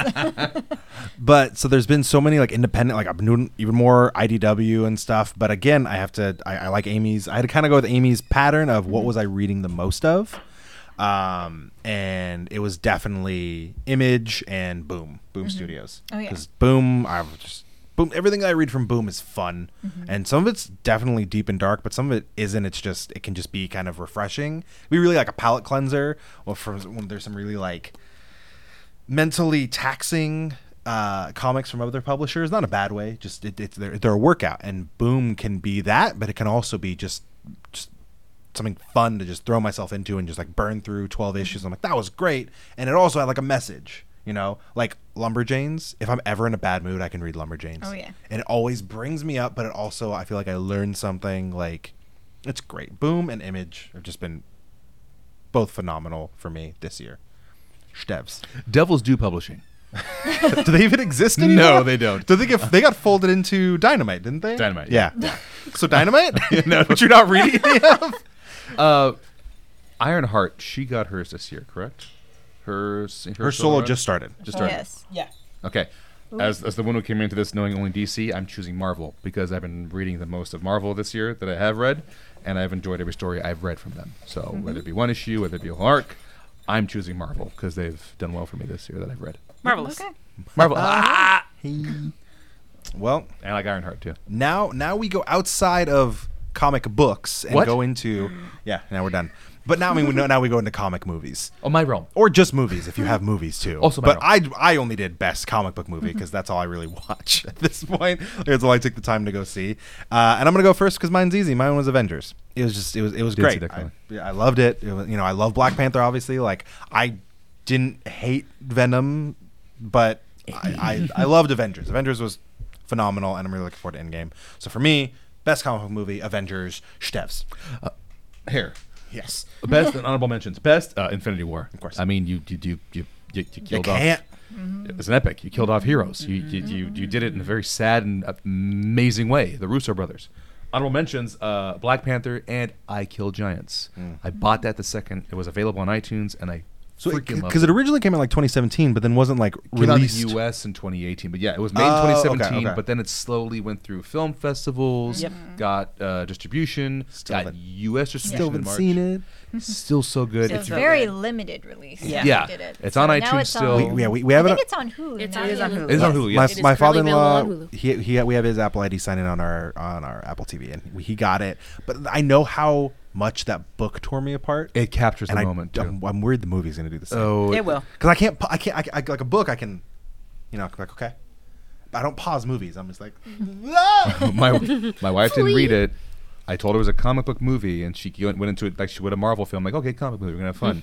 But so there's been so many like independent like I've been doing even more IDW and stuff. But again, I have to I, I like Amy's. I had to kind of go with Amy's pattern of
Mm-hmm.
what was I reading the most of, um, and it was definitely Image and Boom Boom Studios.
Oh, yeah.
Boom, I was just Boom. Everything I read from Boom is fun,
Mm-hmm.
and some of it's definitely deep and dark, but some of it isn't. It's just it can just be kind of refreshing. We really like a palate cleanser. Well, from when there's some really like mentally taxing uh, comics from other publishers. Not a bad way. Just it, it's they're, they're a workout, and Boom can be that, but it can also be just just something fun to just throw myself into and just like burn through
Mm-hmm.
12 issues. I'm like, that was great. And it also had like a message, you know, like Lumberjanes. If I'm ever in a bad mood, I can read Lumberjanes.
Oh, yeah.
And it always brings me up, but it also, I feel like I learned something. Like, it's great. Boom and Image have just been both phenomenal for me this year. Stevs.
Devils Do Publishing.
Do they even exist anymore?
No, they don't.
Do they get they got folded into Dynamite, didn't they?
Dynamite,
Yeah. so Dynamite? no, but you're not reading any of.
Uh, Ironheart. She got hers this year, correct? Her her,
Her solo
run?
just started.
just started.
yes.
Yeah.
Okay. As, as the one who came into this knowing only DC, I'm choosing Marvel because I've been reading the most of Marvel this year that I have read, and I've enjoyed every story I've read from them. So whether it be one issue, whether it be a whole arc, I'm choosing Marvel because they've done well for me this year that I've read.
Marvelous.
Okay.
Marvel, ah!
Well,
and I like Ironheart too.
now now we go outside of comic books and
What?
go into yeah. Now we're done. But now I mean we know, now we go into comic movies.
Oh, my realm.
Or just movies if you have movies too.
Also my
but I, I only did best comic book movie because that's all I really watch at this point. It's all I take the time to go see. Uh, and I'm gonna go first because mine's easy. Mine was Avengers. It was just it was it was
Did see
great.
that
I,
coming.
yeah, I loved it. it was, you know I love Black Panther obviously. Like I didn't hate Venom, but I, I I loved Avengers. Avengers was phenomenal, and I'm really looking forward to Endgame. So for me, best comic book movie Avengers. Stevs.
Uh, Hair.
Yes.
Best and honorable mentions. Best uh, Infinity War. Of
course.
I mean, you you you you, you, you
You
killed off. Mm-hmm.
can't.
It's an epic. You killed off heroes. You, you, you, you did it in a very sad and amazing way. The Russo brothers. Honorable mentions: uh, Black Panther and I Kill Giants. I bought that the second it was available on iTunes, and I
Mm. So
freaking love
because it originally came out like 2017, but then wasn't like
Came out in
released.
the U.S. in 2018, but yeah, it was made
Oh, okay,
in 2017.
okay.
But then it slowly went through film festivals,
Yep.
got uh, distribution,
Still
got
haven't-
U.S. distribution.
Still
in
haven't
March. Oh,
seen it.
Still so good.
So
It's
it's
so
very
good.
limited release.
Yeah.
when they
Yeah.
did it.
It's on
So
iTunes
now it's
still.
On,
We-
We, yeah, we, we have
I
it.
think it's on Hulu.
It's
now.
on
It is on
Hulu.
It is on Hulu,
my
yes.
It is
my
currently
father-in-law
available on Hulu.
he, he we have his apple id signing on our on our apple tv and we- he got it but i know how much that book tore me apart
it captures
and
the
I,
moment too. Oh.
I'm, I'm worried the movie's gonna do the same
so
It will.
because i can't pa- i can't I, I, like a book i can you know like okay i don't pause movies i'm just like
Mm-hmm.
my my wife didn't read it. I told her it was a comic book movie, and she went, went into it like she would a Marvel film. Like, okay, comic movie, we're gonna have fun.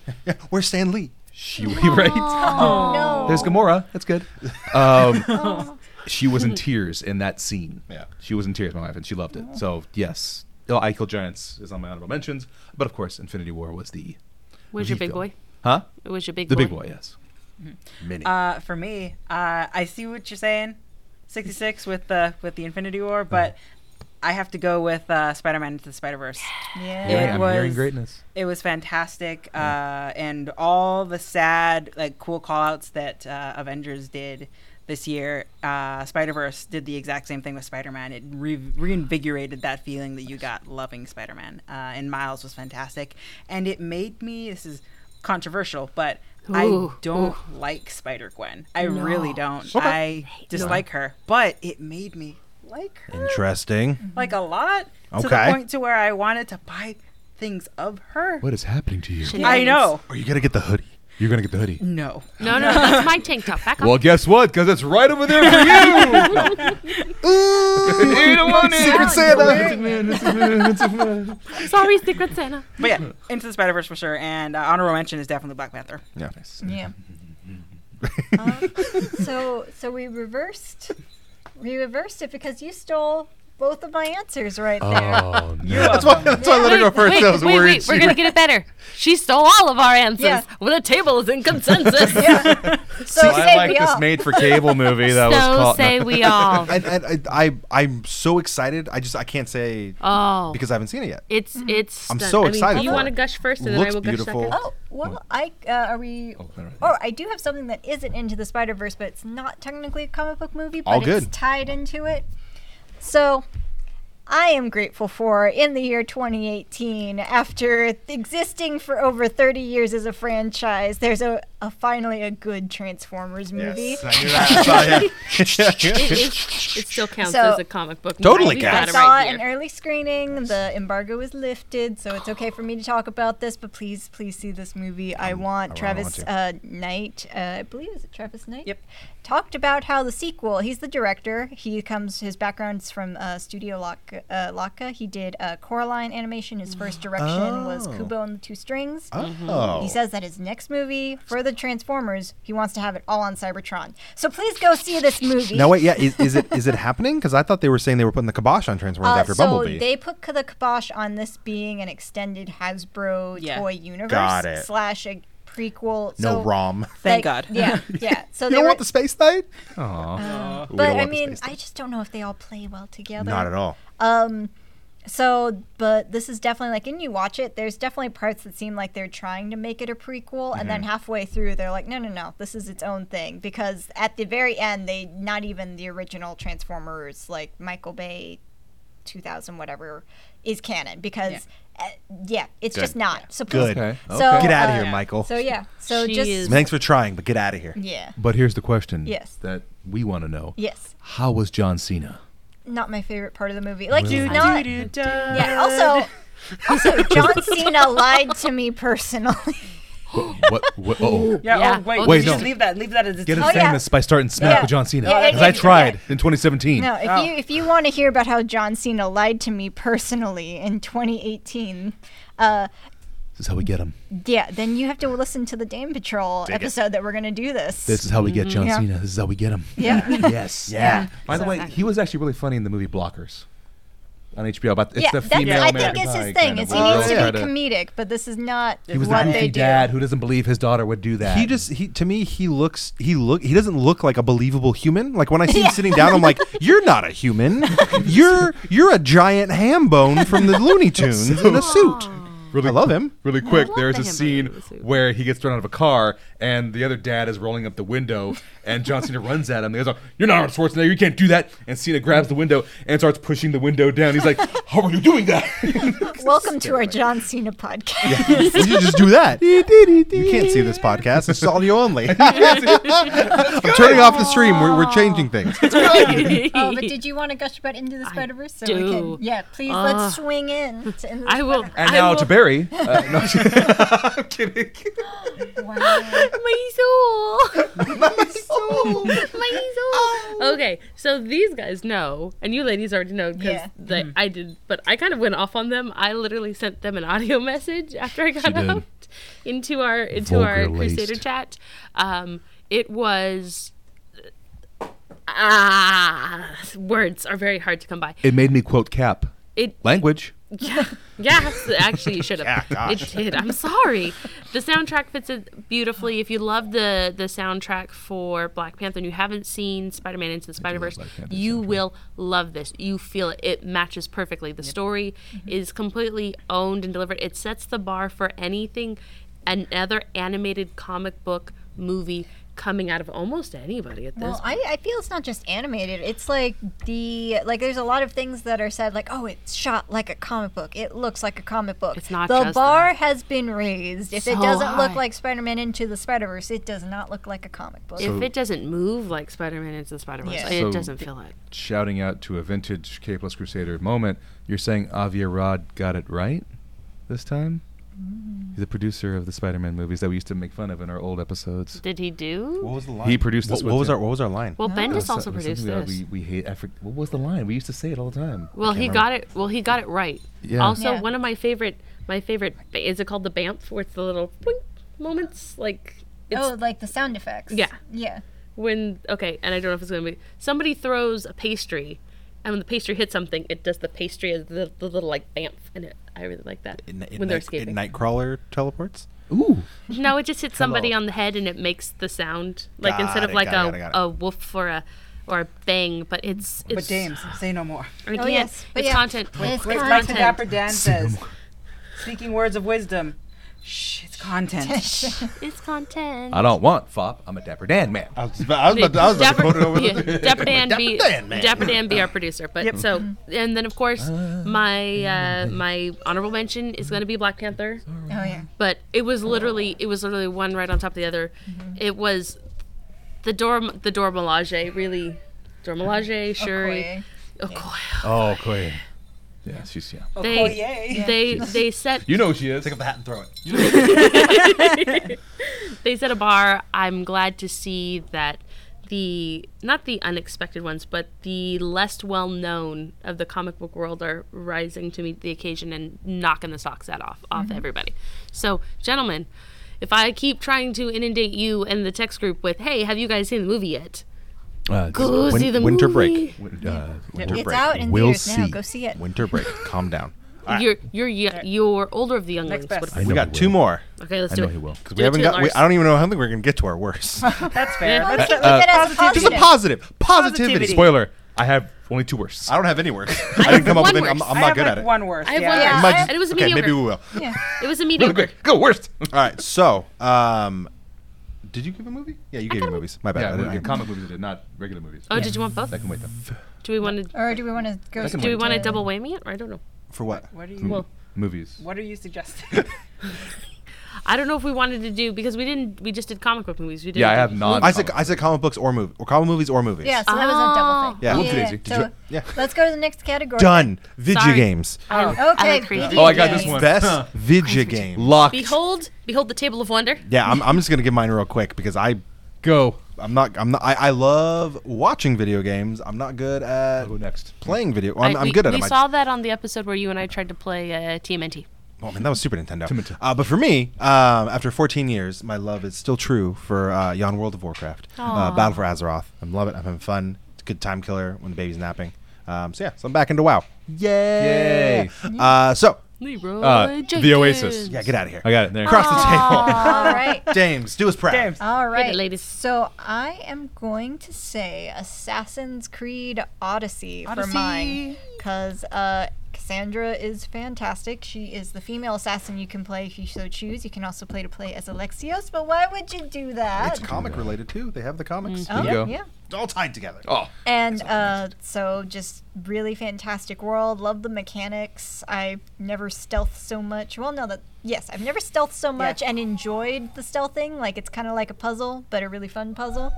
where's stan lee
She right.
Oh, no.
There's Gamora. That's good. Um, she was in tears in that scene. Yeah, she was in tears, my wife, and she loved it. So yes, oh, I Kill Giants is on my honorable mentions, but of course, Infinity War was the
Where's
the
your big
film.
boy?
huh?
Where's your big
The
boy?
big boy, yes. Mini.
Uh, for me, uh, I see what you're saying. 66 with the with the Infinity War, but I have to go with uh, Spider-Man into the Spider-Verse.
Yeah.
it
I'm hearing
was-
greatness.
It was fantastic, uh, and all the sad, like, cool callouts that uh, Avengers did this year. Uh, Spider Verse did the exact same thing with Spider Man. It re- reinvigorated that feeling that you got loving Spider Man, uh, and Miles was fantastic. And it made me. This is controversial, but
Ooh,
I don't like Spider Gwen. I really don't. I dislike her, but it made me like her
Interesting.
like a lot to
Okay.
the point to where I wanted to buy things of her.
What is happening to you?
I know.
Or you gotta get the hoodie.
You're gonna get the hoodie.
No.
No, no, that's my tank top. Back off.
Well, guess what? Because it's right over there for you. Ooh, you don't want it.
Secret Santa.
Sorry, Secret Santa.
But yeah, Into the Spider Verse for sure. And uh, honorable mention is definitely Black Panther.
Yeah.
Yeah. Um, so so we reversed. We reversed it because you stole both of my answers right there.
Oh no!
That's why, that's why I let her go
Wait,
first.
Wait,
I was
wait,
worried.
wait, we're gonna get it better. She stole all of our answers.
Yeah.
Well, the table is in consensus.
So
I
say
like
we
this
all.
made-for-cable movie that was
So
called.
say we all.
I, I, I, I, am so excited. I just I can't say
Oh,
because I haven't seen it yet.
it's it's.
I'm
done.
so
I mean,
excited
Mm-hmm. Do you
for
want to
it.
gush first, and then I
Looks
will
beautiful.
gush second?
Oh well, I uh, are we?
Oh, never mind.
Or I do have something that isn't into the Spider Verse, but it's not technically a comic book movie, but
All good.
it's tied into it. So. I am grateful for in the year 2018, after existing for over 30 years as a franchise, there's a, a finally a good Transformers movie.
It, is- it still counts
So-
as a comic book. movie.
Totally
We've
counts.
got
I
it
saw
right
an
here.
early screening. The embargo was lifted, so it's okay for me to talk about this. But please, please see this movie. I want Travis uh, Knight. Uh, I believe is it Travis Knight.
Yep.
Talked about how the sequel. He's the director. He comes. His background's from uh, Studio Lock, uh, Laka. He did uh, Coraline animation. His first direction was Kubo and the Two Strings. He
Oh.
says that his next movie for the Transformers, he wants to have it all on Cybertron. So please go see this movie.
Now wait, yeah, is, is it is it happening? Because I thought they were saying they were putting the kibosh on Transformers
Uh,
after
so
Bumblebee.
they put k- the kibosh on this being an extended Hasbro
Yeah.
toy universe
Got it.
slash a prequel.
no
so,
ROM.
Thank
like,
God.
Yeah, yeah. So
You
they
don't
were,
want the space knight?
but
don't
I
want the
mean,
space
I just don't know if they all play well together.
Not at all.
So, but this is definitely like, and you watch it, there's definitely parts that seem like they're trying to make it a prequel, and
Mm-hmm.
then halfway through, they're like, no, no, no, this is its own thing. Because at the very end, they not even the original Transformers, like Michael Bay 2000, whatever, is canon. Because, yeah, uh, yeah it's just not. So please,
Good.
Okay.
So,
Get out of here,
uh,
Michael.
So, yeah. So
She
just,
is-
Thanks for trying, but get out of here.
yeah.
But here's the question.
Yes.
That we want to know.
Yes.
How was John Cena?
Not my favorite part of the movie. Like, he's
Do,
not.
do, do.
Yeah, oh. also. Also, John Cena lied to me personally.
what? what oh.
Yeah,
Yeah.
Oh, wait,
Oh,
wait
no.
just leave that. Leave that as it's
Get it
Oh, yeah.
famous by starting smack
Yeah.
with John Cena.
Yeah, yeah,
Because I
yeah.
tried in 2017.
No, if you if you want to hear about how John Cena lied to me personally in 2018, uh,
This is how we get him.
yeah, then you have to listen to the Dame Patrol episode that we're gonna do this.
This is how we get John
Yeah.
Cena. This is how we get him.
yeah,
Yes. Yeah. By the way, he was actually really funny in the movie Blockers on HBO. About it's
yeah.
the
That's
female
I
American
think is
Pie
his
kind
thing.
of
Is he
world.
needs to
Try
be comedic, but this is not
He was
what
the
they
goofy
do.
dad who doesn't believe his daughter would do that.
He just he to me he looks he look he doesn't look like a believable human. Like when I see him sitting down, I'm like, you're not a human. You're you're a giant ham bone from the Looney Tunes in a suit.
Really
I love him.
Really quick,
love
there's
the
a
hamburger
scene
in the suit.
where he gets thrown out of a car, and the other dad is rolling up the window, and John Cena runs at him. He goes, like, "You're not Arnold Schwarzenegger. You can't do that." And Cena grabs the window and starts pushing the window down. He's like, "How are you doing that?"
Welcome to our John Cena podcast.
you should just do that. You can't see this podcast. It's audio only. I'm turning off the stream. We're, we're changing things.
Oh, but did you want to gush about Into the Spider Verse? So we
do.
can, yeah, please
Uh,
let's swing in. To Into the
I will.
and
I
now
will,
to Barry. Uh, no, I'm kidding.
Spider-Verse.
my soul. Okay, so these guys know, and you ladies already know because
Yeah.
Mm-hmm.
I did, but I kind of went off on them. I literally sent them an audio message after I got
did.
out. into our into our
Vulgar
Crusader
laced.
chat. Um, it was ah words are very hard to come by.
It made me quote Cap.
It
Language.
yeah, yes, actually, you should have. it did. I'm sorry. The soundtrack fits it beautifully. If you love the the soundtrack for Black Panther and you haven't seen Spider Man Into the Spider Verse,
Black Panther
you will love this. You feel it. It matches perfectly. The story
Mm-hmm.
is completely owned and delivered. It sets the bar for anything, another animated comic book movie coming out of almost anybody at this
Well, I, I feel it's not just animated. It's like the like. There's a lot of things that are said like, "Oh, it's shot like a comic book. It looks like a comic book."
It's not
The
just
bar has been raised. If it
So
doesn't look
high.
like Spider-Man into the Spider-Verse, it does not look like a comic book.
if it doesn't move like Spider-Man into the Spider-Verse,
Yeah.
it
So-
doesn't feel it.
Shouting out to a vintage K plus Crusader moment. You're saying Avia Rod got it right this time?
Mm.
He's the producer of the Spider Man movies that we used to make fun of in our old episodes.
Did he do?
What was the line?
He produced this
What,
one,
what was
too.
our What was our line?
Well, Bendis
That's
also
something
produced
that
this.
We, we hate. I forg- what was the line? We used to say it all the time.
well, he got it. Well, he got it right.
Yeah.
Also,
Yeah.
one of my favorite, my favorite is it called the BAMF where it's the little boink moments like it's
oh, like the sound effects.
Yeah.
Yeah.
when okay, and I don't know if it's going to be somebody throws a pastry, and when the pastry hits something, it does the pastry as the, the little like BAMF, and it, I really like that
In, in
when they're
night, in
escaping.
Nightcrawler teleports.
Ooh.
No, it just hits somebody
Hello.
on the head and it makes the sound like
Got
instead of
it,
like
got it,
a
got it, got it.
a woof or a or a bang, but it's it's
But James, say no more.
I
Oh,
can't-
yes, but
it's
yeah.
content.
It's
Quick back
content.
to Dapper Dan says, speaking words of wisdom. Shh, it's content.
It's content.
I don't want FOP. I'm a Dapper Dan man.
I was about, I was about, to, I was about to quote it over.
yeah,
the-
Dapper Dan be
Dapper Dan, man.
Dapper Dan be our producer. But so and then of course my uh, my honorable mention is going to be Black Panther.
Oh yeah.
But it was literally it was literally one right on top of the other. It was the door the door Melage really door Melage Shuri
Okoye.
Okoye.
Oh, Koye. Yeah, she's yeah.
Oh,
They
Okoye.
they they set
You know who she is.
Pick up the hat and throw it.
they set a bar. I'm glad to see that the not the unexpected ones, but the less well known of the comic book world are rising to meet the occasion and knocking the socks out off off
Mm-hmm.
everybody. So, gentlemen, if I keep trying to inundate you and the text group with, "Hey, have you guys seen the movie yet?"
Uh, it's
Go see the
winter
movie.
break.
Wait, uh, wait,
Winter
It's
break.
out in
we'll
theaters
see.
now. Go see it.
Winter break. Calm down. All right.
You're you're y- you're older of the
Next
younglings.
best.
What-
I know
we got
he
two
will.
more.
Okay, let's
I
do
know oh,
it.
he will.
'Cause
Do
We
it
haven't
to
got. We,
Lars.
I don't even know. I don't think we're gonna get to our worst. Just
That's fair.
Well,
Let's start-
let's look at it as a
positivity.
positive.
a positive. Positivity.
Positivity.
Spoiler. I have only two worse.
I don't have any worse. I didn't come up with
one
any. I'm,
worse.
I'm
I
not
have,
good
like,
at it.
One worse.
I have
yeah.
one
Yeah.
worse.
Might-
and it was a
okay,
mediocre.
maybe we will.
Yeah.
It was a
Really
mediocre.
quick. Go worst.
All right. So, um, did you give a movie? Yeah, you gave your movies. My bad. I
Yeah,
didn't
we-
give-
comic movies I did, not regular movies.
Oh, did you want both?
That can wait though.
Do we want to
Or do we want to go?
can
do we
wait.
want to double whammy it? I don't know.
For what?
What are you?
Well,
Movies.
What are you suggesting?
I don't know if we wanted to do because we didn't. We just did comic book movies. We did
Yeah, I have non.
I said I said comic books or movie or comic movies or movies.
Yeah. So that was a double
Oh.
thing.
Yeah.
Look at Izzy. Did
So
you- yeah.
Let's go to the next category.
Done. Video
Sorry.
games.
Okay.
like creative.
Oh, I got
video
this
games.
one.
Best
Huh.
video game.
Locked.
Behold, behold the table of wonder.
Yeah, I'm, I'm just gonna give mine real quick because I
Go.
I'm not I'm not I, I love watching video games. I'm not good at
I'll go next.
playing video. I'm,
I-
I'm
we,
good at
We
them. I-
saw that on the episode where you and I tried to play uh, TMNT.
Oh man, that was Super Nintendo.
Tomato.
Uh, but for me, um, after 14 years, my love is still true for uh, Yon World of Warcraft, uh,
Aw.
Battle for Azeroth. I'm loving it. I'm having fun. It's a good time killer when the baby's napping. Um, so yeah, so I'm back into WoW. Yay!
Yay.
Uh, so
Leroy
Uh, The Oasis.
yeah, get out of here.
I got it. There.
Across the table,
All right.
James, do us proud.
James.
All right,
ladies.
So I am going to say Assassin's Creed Odyssey, for mine because uh, Cassandra is fantastic. She is the female assassin you can play if you so choose. You can also play to play as Alexios, but why would you do that?
It's comic related too. They have the comics.
Mm.
Oh,
There you go.
yeah.
It's all tied together.
Oh.
And uh, so, just really fantastic world. Love the mechanics. I never stealth so much. Well, no, that yes, I've never stealth so much and enjoyed the stealthing. Like it's kind of like a puzzle, but a really fun puzzle.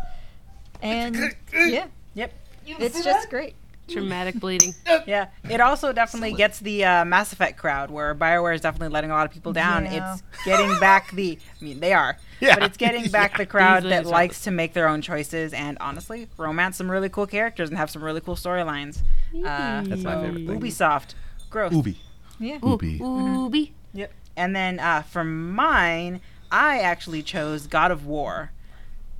And yeah,
yep.
it's just great.
Dramatic bleeding.
Yeah. It also definitely gets the uh, Mass Effect crowd where Bioware is definitely letting a lot of people down.
Yeah.
It's getting back the. I mean, they are. But it's getting back the crowd
These
that
ladies are-
likes to make their own choices and honestly romance some really cool characters and have some really cool storylines. Uh,
That's my
so
favorite thing.
Ubisoft. Gross.
Oh,
Ubi.
Yeah,
Ubi.
Ooby.
Yep. And then uh, for mine, I actually chose God of War.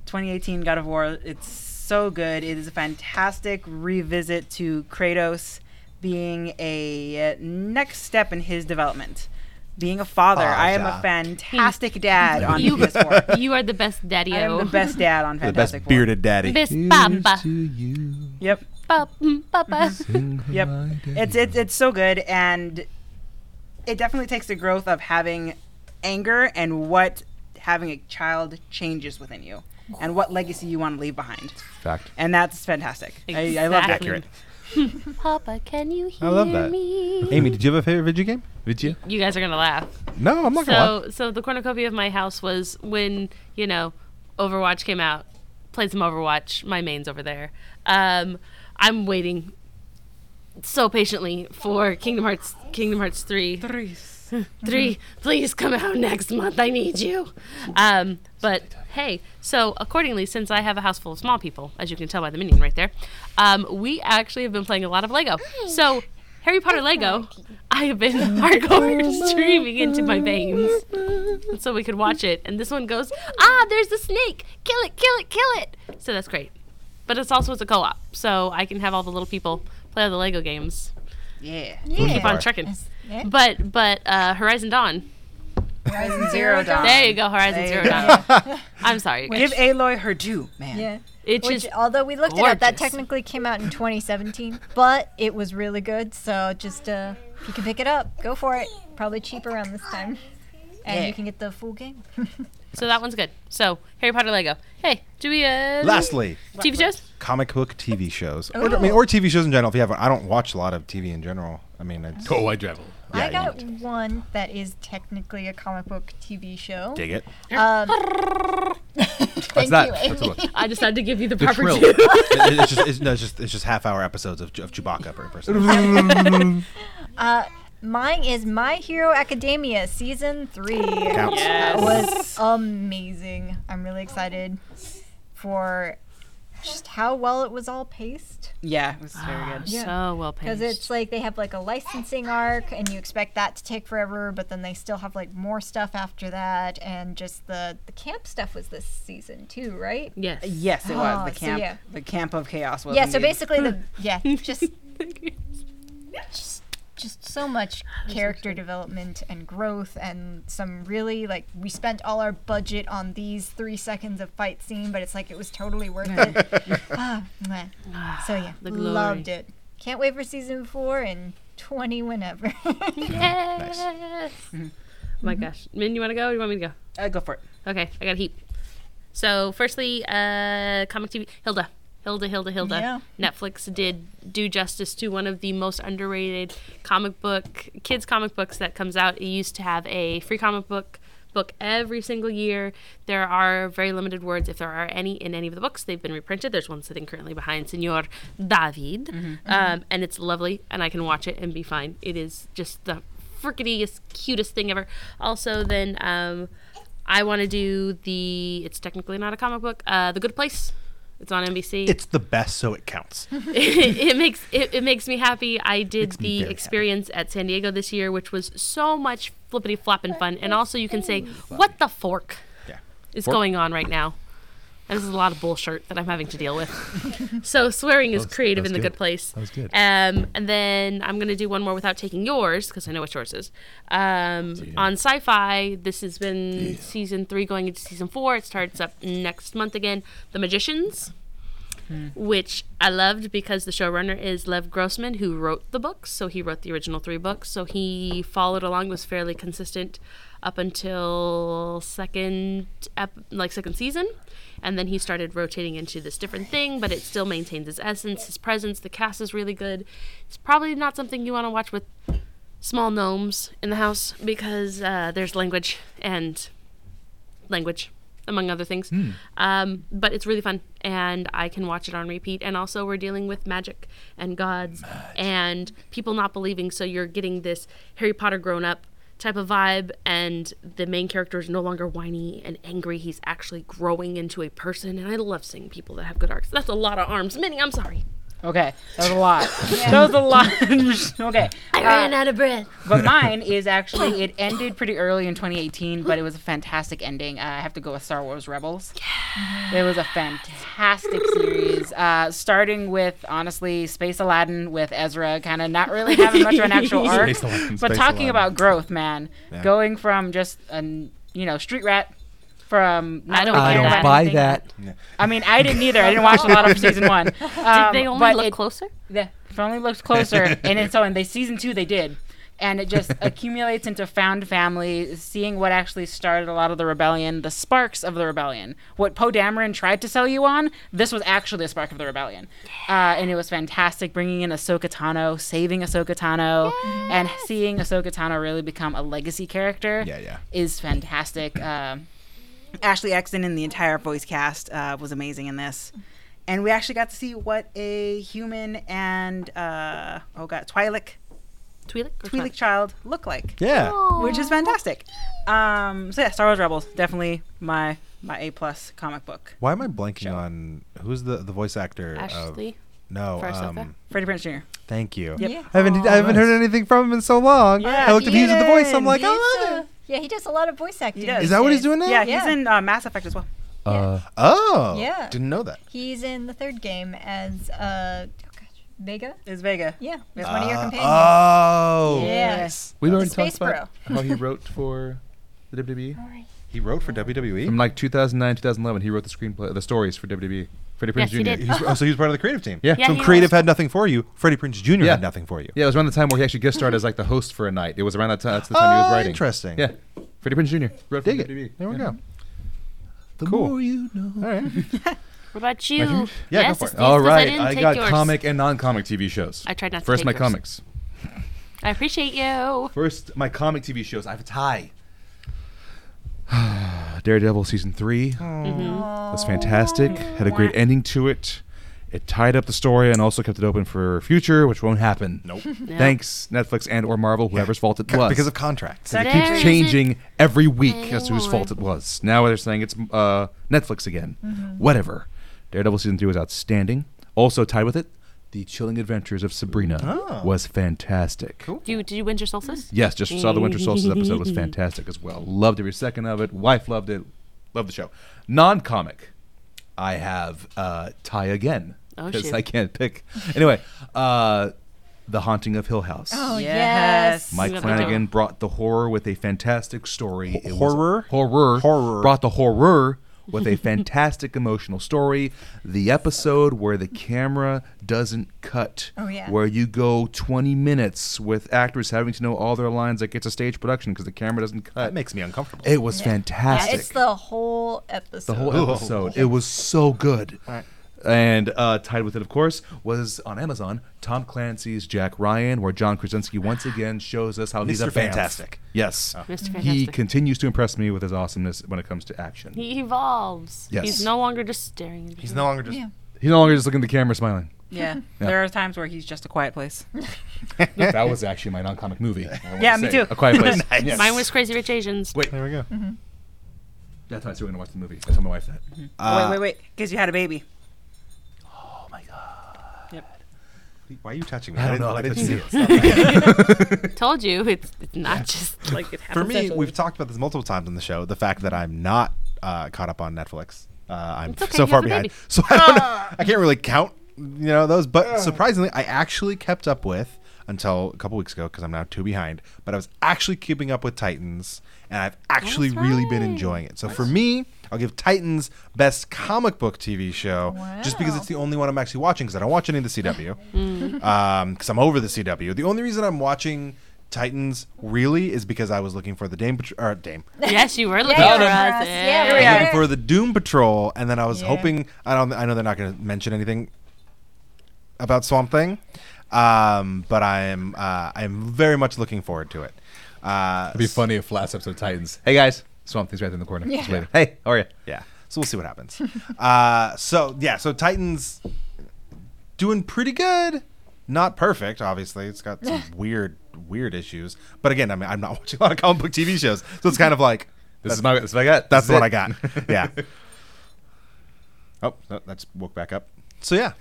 2018 God of War. It's so good. It is a fantastic revisit to Kratos being a next step in his development. Being a father. I am a fantastic dad on
You-
PS4.
You are the best daddy.
I am the best dad on
The best
Fantastic Four.
bearded daddy.
Best papa.
to you.
Yep.
Papa. papa.
Yep. It's it's it's so good and it definitely takes the growth of having anger and what having a child changes within you and what legacy you want to leave behind.
Fact.
And that's fantastic. I, I love that.
Exactly. Papa, can you hear
I love that.
me?
Amy, did you have a favorite video game?
Did you?
You guys are gonna laugh.
No, I'm not gonna. lie.
So, so the cornucopia of my house was when you know Overwatch came out. Played some Overwatch. My main's over there. Um, I'm waiting so patiently for Kingdom Hearts. Kingdom Hearts three. Three, please come out next month. I need you. Um, but hey, so accordingly, since I have a house full of small people, as you can tell by the minion right there, um, we actually have been playing a lot of Lego. So Harry Potter Lego, I have been hardcore streaming into my veins, so we could watch it. And this one goes, ah, there's the snake! Kill it! Kill it! Kill it! So that's great. But it's also it's a co-op, so I can have all the little people play all the Lego games.
Yeah.
Yeah.
Keep on trucking.
Yeah.
But but uh, Horizon Dawn.
Horizon Zero Dawn.
There you go, Horizon
There
Zero
you
Dawn. I'm sorry,
Give
guys.
Aloy her due, man.
Yeah.
It's
Which,
just
although we looked it up, that
gorgeous.
technically came out in 2017, but it was really good. So just uh, if you can pick it up, go for it. Probably cheap around this time, and
Yeah.
you can get the full game.
so that one's good. So Harry Potter Lego. Hey, do we uh
Lastly,
TV shows?
comic book TV shows. Or, I mean, or TV shows in general. If you have, I don't watch a lot of TV in general. I mean, it's,
Oh, I travel.
I got one that is technically a comic book TV show.
dig it.
What's
Thank
that?
you,
What's the
Amy.
one?
I decided to give you the
The
proper
Trill.
cue.
It- it's just, it's, no, it's just, it's just half hour episodes of, Che- of Chewbacca per person.
Mine is My Hero Academia season three.
Counts.
That was amazing. I'm really excited for just how well it was all paced.
Yeah, it was
Ah.
very good.
So well paced.
Because it's like they have like a licensing arc, and you expect that to take forever, but then they still have like more stuff after that, and just the the camp stuff was this season too, right?
yes.
Yes, it
Oh,
was. The
so
camp
yeah.
the camp of chaos was
yeah. So
indeed.
basically, the yeah, just just just so much character development and growth, and some really like we spent all our budget on these three seconds of fight scene, but it's like it was totally worth it. Ah, mwah. so yeah,
The glory.
loved it. Can't wait for season four and. 20 whenever.
yes. Oh my gosh, Min, you want to go? or You want me to go?
uh, go for it.
Okay, I got a heap. So, firstly, uh, comic TV, Hilda. Hilda, Hilda, Hilda. Netflix did do justice to one of the most underrated comic book, kids' comic books that comes out. It used to have a free comic book book every single year. There are very limited words, if there are any, in any of the books. They've been reprinted. There's one sitting currently behind Senor David. Um, and it's lovely, and I can watch it and be fine. It is just the frickityest, cutest thing ever. Also, then. Um, I want to do the. It's technically not a comic book. Uh, the Good Place. It's on NBC.
It's the best, so it counts.
it, makes it, it makes me happy. I did
me
the
very happy.
experience at San Diego this year, which was so much flippity flopping fun. And also, you can say, "What the fork
Yeah.
is going on right now?" And this is a lot of bullshit that I'm having to deal with. so swearing is
That was-
creative
that was
in the
good.
good place.
That was good.
Um, and then I'm gonna do one more without taking yours because I know what yours is. Um, On Sci-Fi, this has been season three going into season four. It starts up next month again. The Magicians, which I loved because the showrunner is Lev Grossman, who wrote the books. So he wrote the original three books. So he followed along, was fairly consistent up until second, ep- like second season, and then he started rotating into this different thing. But it still maintains his essence, his presence. The cast is really good. It's probably not something you want to watch with small gnomes in the house because uh, there's language and language, among other things.
Hmm.
Um, but it's really fun, and I can watch it on repeat. And also, we're dealing with magic and gods and people not believing, so you're getting this Harry Potter grown up type of vibe. And the main character is no longer whiny and angry; he's actually growing into a person. And I love seeing people that have good arcs. That's a lot of arms, Minnie. I'm sorry.
Okay, that was a lot. That was a lot. okay, uh,
I ran out of breath.
but mine is actually it ended pretty early in 2018, but it was a fantastic ending. Uh, I have to go with Star Wars Rebels. It was a fantastic series, uh, starting with honestly Space Aladdin with Ezra, kind of not really having much of an actual arc,
Space Aladdin,
but
Space
talking
Aladdin.
about growth, man. Going from just an you know street rat from not
I don't
really
buy
I
caring
that.
don't
about
buy
anything.
that.
I mean, I didn't either. I didn't watch a lot of season one. Um,
Did they only
but
look
it-
closer?
yeah, if it only looks closer, and then so and they season two they did, and it just accumulates into found family, seeing what actually started a lot of the rebellion, the sparks of the rebellion. What Poe Dameron tried to sell you on, this was actually a spark of the rebellion, uh, and it was fantastic. Bringing in Ahsoka Tano, saving Ahsoka Tano, and seeing Ahsoka Tano really become a legacy character.
Yeah, yeah.
is fantastic. Um Ashley Exton and the entire voice cast uh, was amazing in this. And we actually got to see what a human and uh, oh god, Twi'lek,
Twi'lek? or
Twi'lek child look like,
Yeah.
which is fantastic. Um, so yeah, Star Wars Rebels definitely my my A plus comic book.
Why am I blanking on who's the the voice actor?
Uh,
Ashley.
Of, no.
for Ahsoka?
Um,
Freddie Prinze Jr.
thank you.
Yep. Yeah.
I haven't I haven't heard anything from him in so long.
Yeah,
I looked at
he
he's in the voice. I'm
is.
like,
He's,
oh,
Yeah, he does a lot of voice acting.
does.
is
these
that what he's
days.
doing now?
Yeah, he's
Yeah.
in uh, Mass Effect as well.
Uh,
Oh.
Yeah.
Didn't know that.
He's in the third game as uh, oh gosh, Vega.
Is Vega?
Yeah, as one of your
Uh,
companions.
oh.
Yeah.
Yes.
we
The
already
Space
talked about how he wrote for the WWE.
He wrote for E? WWE.
From like 2009, 2011, he wrote the screenplay, the stories for WWE. Freddie Prinze
Yes, he
Jr.
did.
He's- oh, so he was part of the creative team.
Yeah.
Yeah,
so
he
creative
was.
had nothing for you. Freddie Prince Jr.
Yeah.
had nothing for you.
Yeah, it was around the time where he actually guest starred as like the host for a night. It was around that time. That's the time he was
Oh,
writing.
interesting.
Yeah, Freddie Prinze Jr. Wrote for
Dig it.
WWE.
There we
Yeah.
go.
The
Cool.
more you know.
All right.
What about you?
Yeah, go
yes,
for
it's
it.
these
All
ones. I
right,
didn't
I,
take
got
yours.
comic and non-comic TV shows.
I tried not to
First,
take
my
yours.
comics.
I appreciate you.
First, my comic TV shows. I have a tie. Daredevil season 3 was fantastic. Had a great ending to it. It tied up the story and also kept it open for future, which won't happen. Nope. Thanks Netflix and or Marvel, whoever's fault it was.
Because of contracts.
it
There is
keeps
a-
changing every week as to whose fault
Anymore.
it was. Now they're saying it's uh, Netflix again. Whatever. Daredevil season three was outstanding. Also tied with it, The Chilling Adventures of Sabrina was fantastic. Oh. Cool.
Do you, did you win your solstice?
Yes, just saw the Winter Solstice episode was fantastic as well. Loved every second of it. Wife loved it. Loved the show. Non-comic, I have uh, tie again
Oh,
because
shoot.
I can't pick. Anyway, uh, The Haunting of Hill House.
Oh,
Yes.
yes.
Mike
Yeah,
Flanagan brought the horror with a fantastic story. It was-
horror?
horror,
Horror.
Brought the horror with a fantastic emotional story. The episode where the camera doesn't cut.
Oh, yeah.
Where you go 20 minutes with actors having to know all their lines like it's a stage production because the camera doesn't cut.
That makes me uncomfortable.
it was
Yeah,
fantastic.
it's the whole episode.
The whole episode. It was so good. And uh, tied with it, of course, was on Amazon Tom Clancy's Jack Ryan, where John Krasinski once again shows us how he's a
Mr. Fantastic.
vamp. Yes,
Mr.
he
Fantastic.
continues to impress me with his awesomeness when it comes to action.
He evolves.
Yes.
He's no longer just staring. At
He's
you.
no longer just.
Yeah.
He's no longer just looking at the camera smiling.
Yeah. There are times where he's just a quiet place.
that was actually my non-comic movie. I wanna
Yeah, me
say.
too.
A Quiet Place. Yes.
Mine was Crazy Rich Asians.
Wait.
There we go.
That's how I started to watch the movie. I told my wife that.
wait, wait, wait, because you had a baby.
Why are you touching me?
I don't know. I like
didn't
to
see
see
it.
it.
Told you, it's, it's not just like it
For
happens.
me, we've talked about this multiple times on the show. The fact that I'm not uh, caught up on Netflix. Uh, I'm
It's okay,
so
you
far
have a
behind.
baby. Ah.
So I don't know. I can't really count, you know, those. But surprisingly, I actually kept up with until a couple weeks ago because I'm now two behind. But I was actually keeping up with Titans, and I've actually
Oh, That's
really been
right.
enjoying it. So for me, I'll give Titans best comic book TV show just because
Wow.
it's the only one I'm actually watching because I don't watch any of the CW because I'm over the CW. The only reason I'm watching Titans really is because I was looking for the Dame Patrol. Or Dame.
Yes, you were looking
Yeah,
for
yeah.
us.
Yes, yeah,
Yeah.
we
I was
are.
looking for the Doom Patrol, and then I was
Yeah.
hoping. I don't. I know they're not going to mention anything about Swamp Thing, um, but I am. Uh, I am very much looking forward to it. Uh,
It'd be funny if last episode of Titans. Hey guys, Swamp Thing's right there in the corner. Just waving. Hey, how are you?
Yeah. So we'll see what happens. uh, so yeah, so Titans doing pretty good. Not perfect, obviously. It's got some weird, weird issues. But again, I mean, I'm not watching a lot of comic book TV shows, so it's kind of like
This is my. This is what I got.
that's
This is
what
it.
I got. Yeah. oh, that- that's woke back up. So yeah.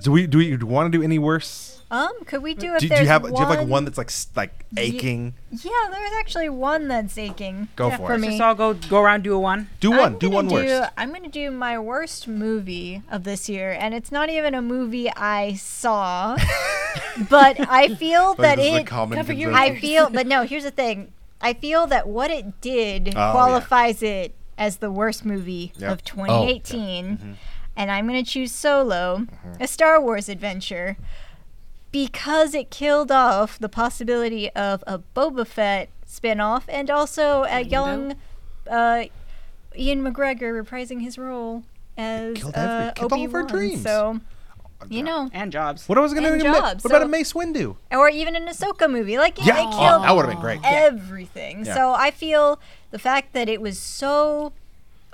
do we do we want to do any worse?
Um, could we do if
Do, do
there's
you have
one?
do you have like one that's like s- like aching?
Yeah, there's actually one that's aching.
Go
yeah,
for
for
it.
me.
So I'll go go around do a one.
Do
I'm
one. Do
gonna
one worst.
I'm gonna do my worst movie of this year, and it's not even a movie I saw, but I feel that
this is a
it.
common
Cover your
consensus.
I feel, but no. Here's the thing. I feel that what it did
Oh, yeah.
qualifies it as the worst movie
Yep. Oh, Mm-hmm.
of 2018, and I'm gonna choose Solo, a Star Wars adventure, because it killed off the possibility of a Boba Fett spinoff, and also a young. Uh, Ian McGregor reprising his role as
killed every-
uh,
killed all
Obi
of our
Wan.
dreams. Oh,
So, you know,
And jobs.
What I was gonna
And
do? What
jobs,
about a
so-
Mace Windu?
or even an Ahsoka movie. Like it,
Yeah,
it
oh,
killed
that would have been great.
everything.
Yeah.
So I feel the fact that it was so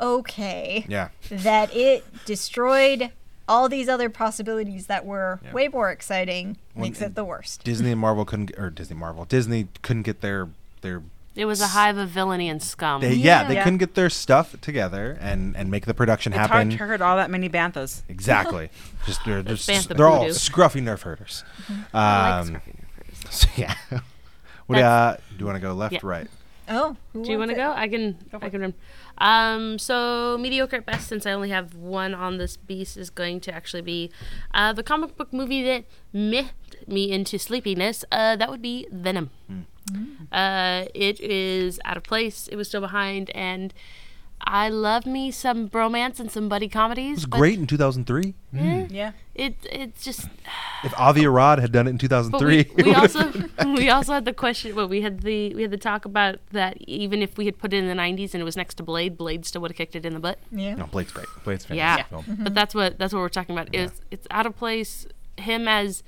okay
Yeah.
that it destroyed all these other possibilities that were way more exciting makes
and-
it the worst.
Disney and Marvel couldn't, get- or Disney Marvel, Disney couldn't get their their
It was a hive of villainy and scum.
they, yeah,
Yeah.
they
Yeah.
couldn't get their stuff together and and make the production
It's hard
happen.
to hurt all that many banthas.
Exactly. just they're they're,
banned
s-
the
they're all
voodoo. Mm-hmm.
scruffy nerf herders.
I like
Um,
Scorpion Reapers.
so yeah. What do you, uh, do you want to go left,
Yeah.
right?
Oh, who
Do you want
wants
to
it?
go? I can. I can run. Um, so mediocre at best, since I only have one on this beast, is going to actually be uh, the comic book movie that miffed me into sleepiness. Uh, that would be Venom. Uh, it is out of place. It was still behind, and I love me some bromance and some buddy comedies.
It was
but
great in 2003.
Yeah.
It it's just
If Avi Arad had done it in 2003,
But we,
it
we
would've-
also we also had the question. Well, we had the we had the talk about that. Even if we had put it in the '90s and it was next to Blade, Blade still would have kicked it in the butt.
Yeah.
no, Blake's great.
Blade's fantastic
Yeah,
film.
but that's what that's what we're talking about. Is it's out of place? Him as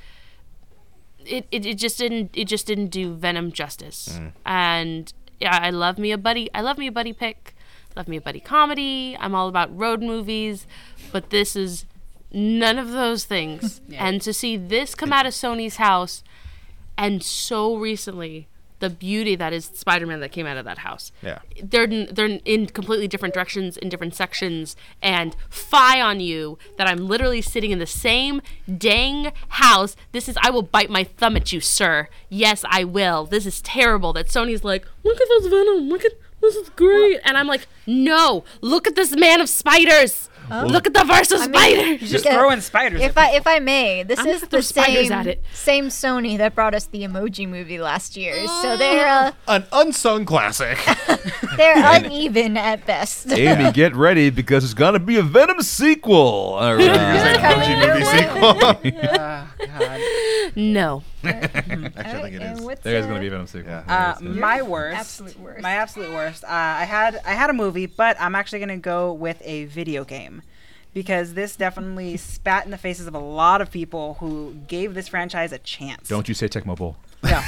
it, it it just didn't it just didn't do Venom justice. And yeah, I love me a buddy. I love me a buddy pick. Love me a buddy comedy. I'm all about road movies, but this is none of those things. And to see this come out of Sony's house, and so recently. The beauty that is Spider-Man that came out of that house
Yeah.
they're n- they're n- in completely different directions in different sections and fie on you that I'm literally sitting in the same dang house. This is I will bite my thumb at you, sir. Yes, I will. This is terrible that Sony's like, "Look at this Venom. Look at this is great." And I'm like, "No. Look at this man of spiders. Look at the verse of spiders."
Just
Yeah.
throwing spiders.
If I if I may, this
I'm
is
gonna throw
the
spiders
same
at it.
same Sony that brought us the Emoji Movie last year,
Mm.
so they're uh,
An unsung classic.
they're uneven at best.
Amy, get ready because it's gonna be a Venom sequel. All right.
No.
Actually, I think it
And
is.
what's,
There is
uh,
gonna be a Venom sequel.
Yeah.
uh, my worst,
Absolute worst.
my absolute worst. Uh, I had I had a movie, but I'm actually gonna go with a video game because this definitely spat in the faces of a lot of people who gave this franchise a chance.
Don't you say Tecmo Bowl.
No,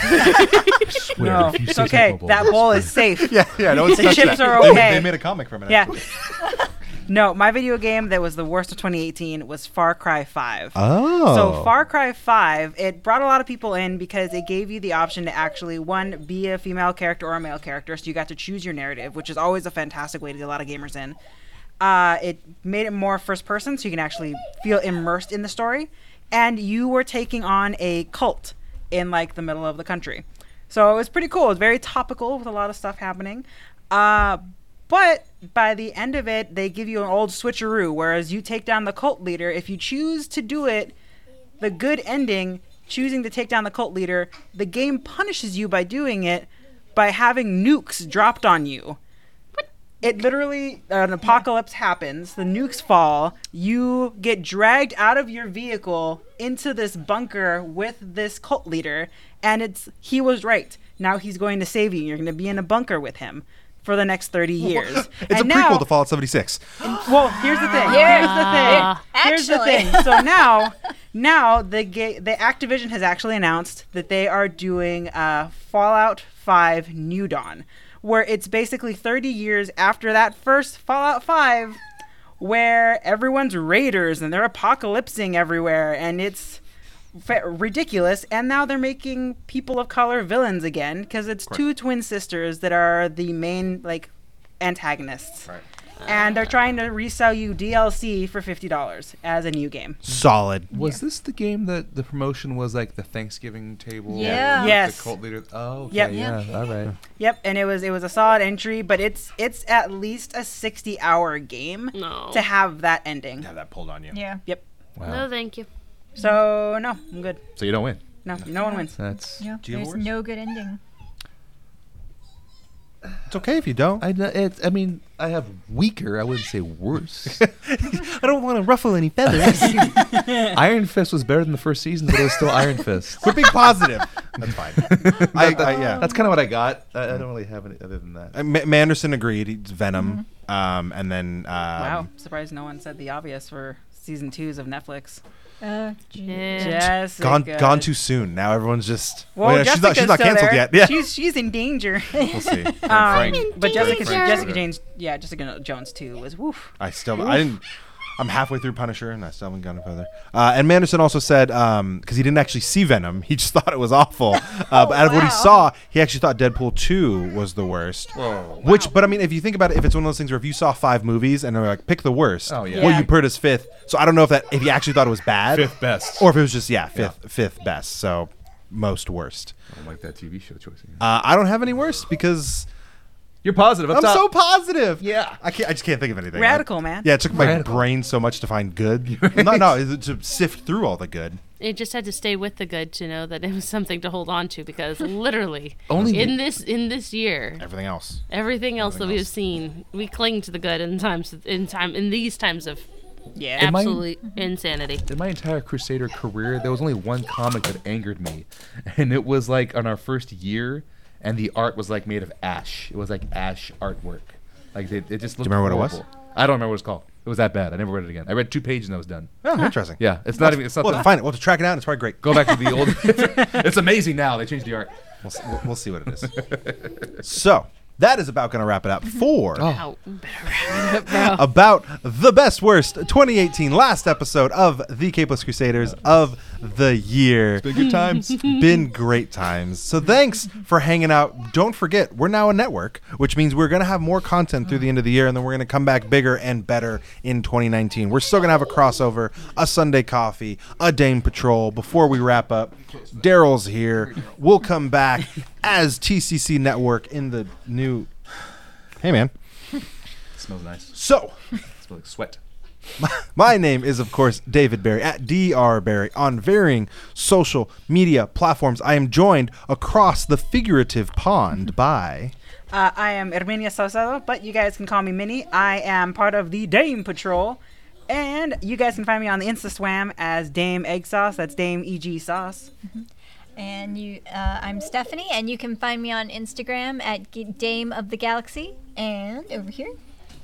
Swear,
no,
if you
it's
say
okay.
Tecmo Bowl.
That bowl is safe.
yeah, yeah, no one's
The
touched
chips
that.
are
They- They,
okay.
made a comic from it.
Yeah.
actually.
No, my video game that was the worst of 2018 was Far Cry 5.
Oh.
So Far Cry 5, it brought a lot of people in because it gave you the option to actually one be a female character or a male character, so you got to choose your narrative, which is always a fantastic way to get a lot of gamers in. Uh, it made it more first person, so you can actually feel immersed in the story, and you were taking on a cult in like the middle of the country. So it was pretty cool. It was very topical with a lot of stuff happening. Uh, but by the end of it, they give you an old switcheroo, whereas you take down the cult leader. If you choose to do it, the good ending, choosing to take down the cult leader, the game punishes you by doing it by having nukes dropped on you. It literally, uh, an apocalypse happens, the nukes fall, you get dragged out of your vehicle into this bunker with this cult leader, and it's he was right. Now he's going to save you. You're going to be in a bunker with him for the next 30 years.
it's a
And
prequel
now-
to Fallout 76.
well, here's the thing. Here's the thing.
Actually.
Here's the thing. So now, now the ga- the Activision has actually announced that they are doing uh, Fallout 5 New Dawn, where it's basically 30 years after that first Fallout 5, where everyone's raiders and they're apocalypsing everywhere, and it's fa- ridiculous and now they're making people of color villains again because it's two twin sisters that are the main like antagonists and they're trying to resell you DLC for fifty dollars as a new game.
Solid.
Was this the game that the promotion was like the Thanksgiving table?
Yeah.
with
Yes.
The cult leader. Oh, okay,
Yep.
yeah. All right.
Yep, and it was it was a solid entry, but it's it's at least a sixty hour game
No.
to have that ending.
Have that pulled on you.
Yeah.
Yep.
No, thank you.
So no, I'm good.
So you don't win.
No, no one wins.
That's.
Yeah.
you have
There's
worse?
no good ending.
It's okay if you don't. I,
I, kn- it's, I mean, I have weaker. I wouldn't say worse.
don't want to ruffle any feathers.
Iron Fist was better than the first season, but it was still Iron Fist.
We're being positive. That's fine. I, I, yeah.
That's kind of what I got. I, I don't really have any other than that.
Uh, Ma- Manderson agreed. It's Venom. Um, and then um,
Wow, surprised no one said the obvious for season twos of Netflix.
Uh, gee.
Jessica.
gone gone too soon. Now everyone's just
Well,
Wait, no, she's not
Jessica's
she's not
still
canceled
there.
yet. Yeah,
she's she's in danger. Um,
we'll see.
Frank,
but Jessica
danger.
Jessica James, yeah, Jessica Jones too was woof.
I still I didn't. I'm halfway through Punisher and I still haven't gotten further. Uh, and Manderson also said because he didn't actually see Venom, he just thought it was awful. Uh, but out of what he saw, he actually thought Deadpool two was the worst. Which, but I mean, if you think about it, if it's one of those things where if you saw five movies and they're like pick the worst,
Oh, yeah.
well
Yeah.
you put it as fifth. So I don't know if that if he actually thought it was bad,
Fifth best.
or if it was just yeah fifth fifth best. So most worst.
I don't like that TV show choice.
Uh, I don't have any worst because
You're positive.
I'm so positive.
Yeah.
I can't. I just can't think of anything.
Radical, man.
Yeah, it took my
Radical.
brain so much to find good. no, no, it- to sift through all the good.
It just had to stay with the good to know that it was something to hold on to because literally
Only
in
the-
this in this year,
Everything else.
everything else that we have seen, we cling to the good in times in time in these times of
Yeah,
Am I-
absolute insanity.
in my entire Crusader career, there was only one comic that angered me, and it was like on our first year, and the art was like made of ash. It was like ash artwork. Like they, it just. Looked Do
remember what it was?
I don't remember what it was called. It was that bad. I never read it again. I read two pages and I was done.
Oh, interesting.
Yeah, it's not even. It's not.
We'll
that-
have to find it. We'll have to track it out. It's probably great.
Go back to the old. it's amazing now. They changed the art.
We'll, s- we'll- we'll see what it is. so that is about going to wrap it up for
Oh.
Ow. Better wrap it up, bro.
about the best worst 2018 last episode of the Capeless Crusaders of the year.
good times.
been great times. So thanks for hanging out. Don't forget, we're now a network, which means we're going to have more content through the end of the year and then we're going to come back bigger and better in 2019. We're still going to have a crossover, a Sunday coffee, a Dame Patrol before we wrap up. Daryl's here. We'll come back as TCC Network in the new Hey man.
smells nice.
So,
smells like sweat.
my name is, of course, David Barry at DR Barry on varying social media platforms. I am joined across the figurative pond by.
uh, I am Erminia Salcedo, but you guys can call me Minnie. I am part of the Dame Patrol, and you guys can find me on the Insta Swam as Dame Egg Sauce. That's Dame Eg Sauce.
And you, uh, I'm Stephanie, and you can find me on Instagram at G- Dame of the Galaxy. And over here,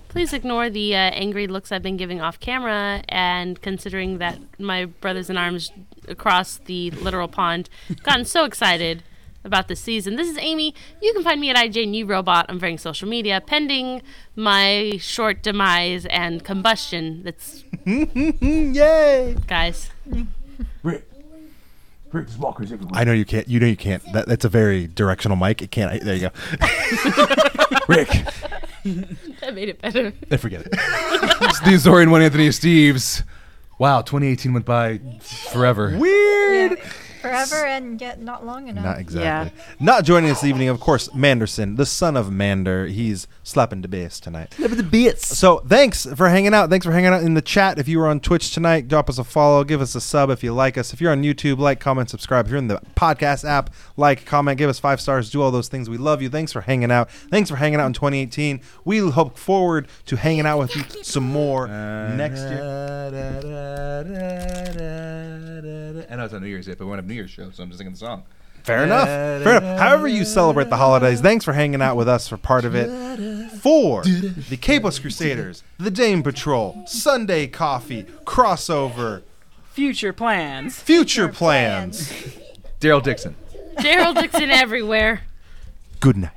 Please ignore the uh, angry looks I've been giving off camera, and considering that my brothers in arms across the literal pond gotten so excited about this season. This is Amy. You can find me at IJNewRobot on varying social media, pending my short demise and combustion. That's
Yay!
guys.
Rick. Rick's walkers everywhere.
I know you can't. You know you can't. That, that's a very directional mic. It can't. I, there you go.
Rick.
That made it better.
I forget it.
It's the Azorian one, Anthony Steves. Wow, 2018 went by forever.
Weird.
forever and yet not long enough.
Not exactly. Not joining us this evening, of course, Manderson, the son of Mander. He's slapping the bass tonight.
the bits.
So thanks for hanging out. Thanks for hanging out in the chat. If you were on Twitch tonight, drop us a follow, give us a sub if you like us. If you're on YouTube, like, comment, subscribe. If you're in the podcast app, like, comment, give us five stars, do all those things. We love you. Thanks for hanging out. Thanks for hanging out in 2018. We look forward to hanging out with you some more next year.
I know it's not New Year's Day, but we're on a New Year's show, so I'm just singing the song.
Fair enough. Fair enough. However you celebrate the holidays, thanks for hanging out with us for part of it. For the Capeless Crusaders, the Dame Patrol, Sunday Coffee, Crossover,
Future plans.
Future Plans.
Daryl Dixon.
Daryl Dixon everywhere.
Good night.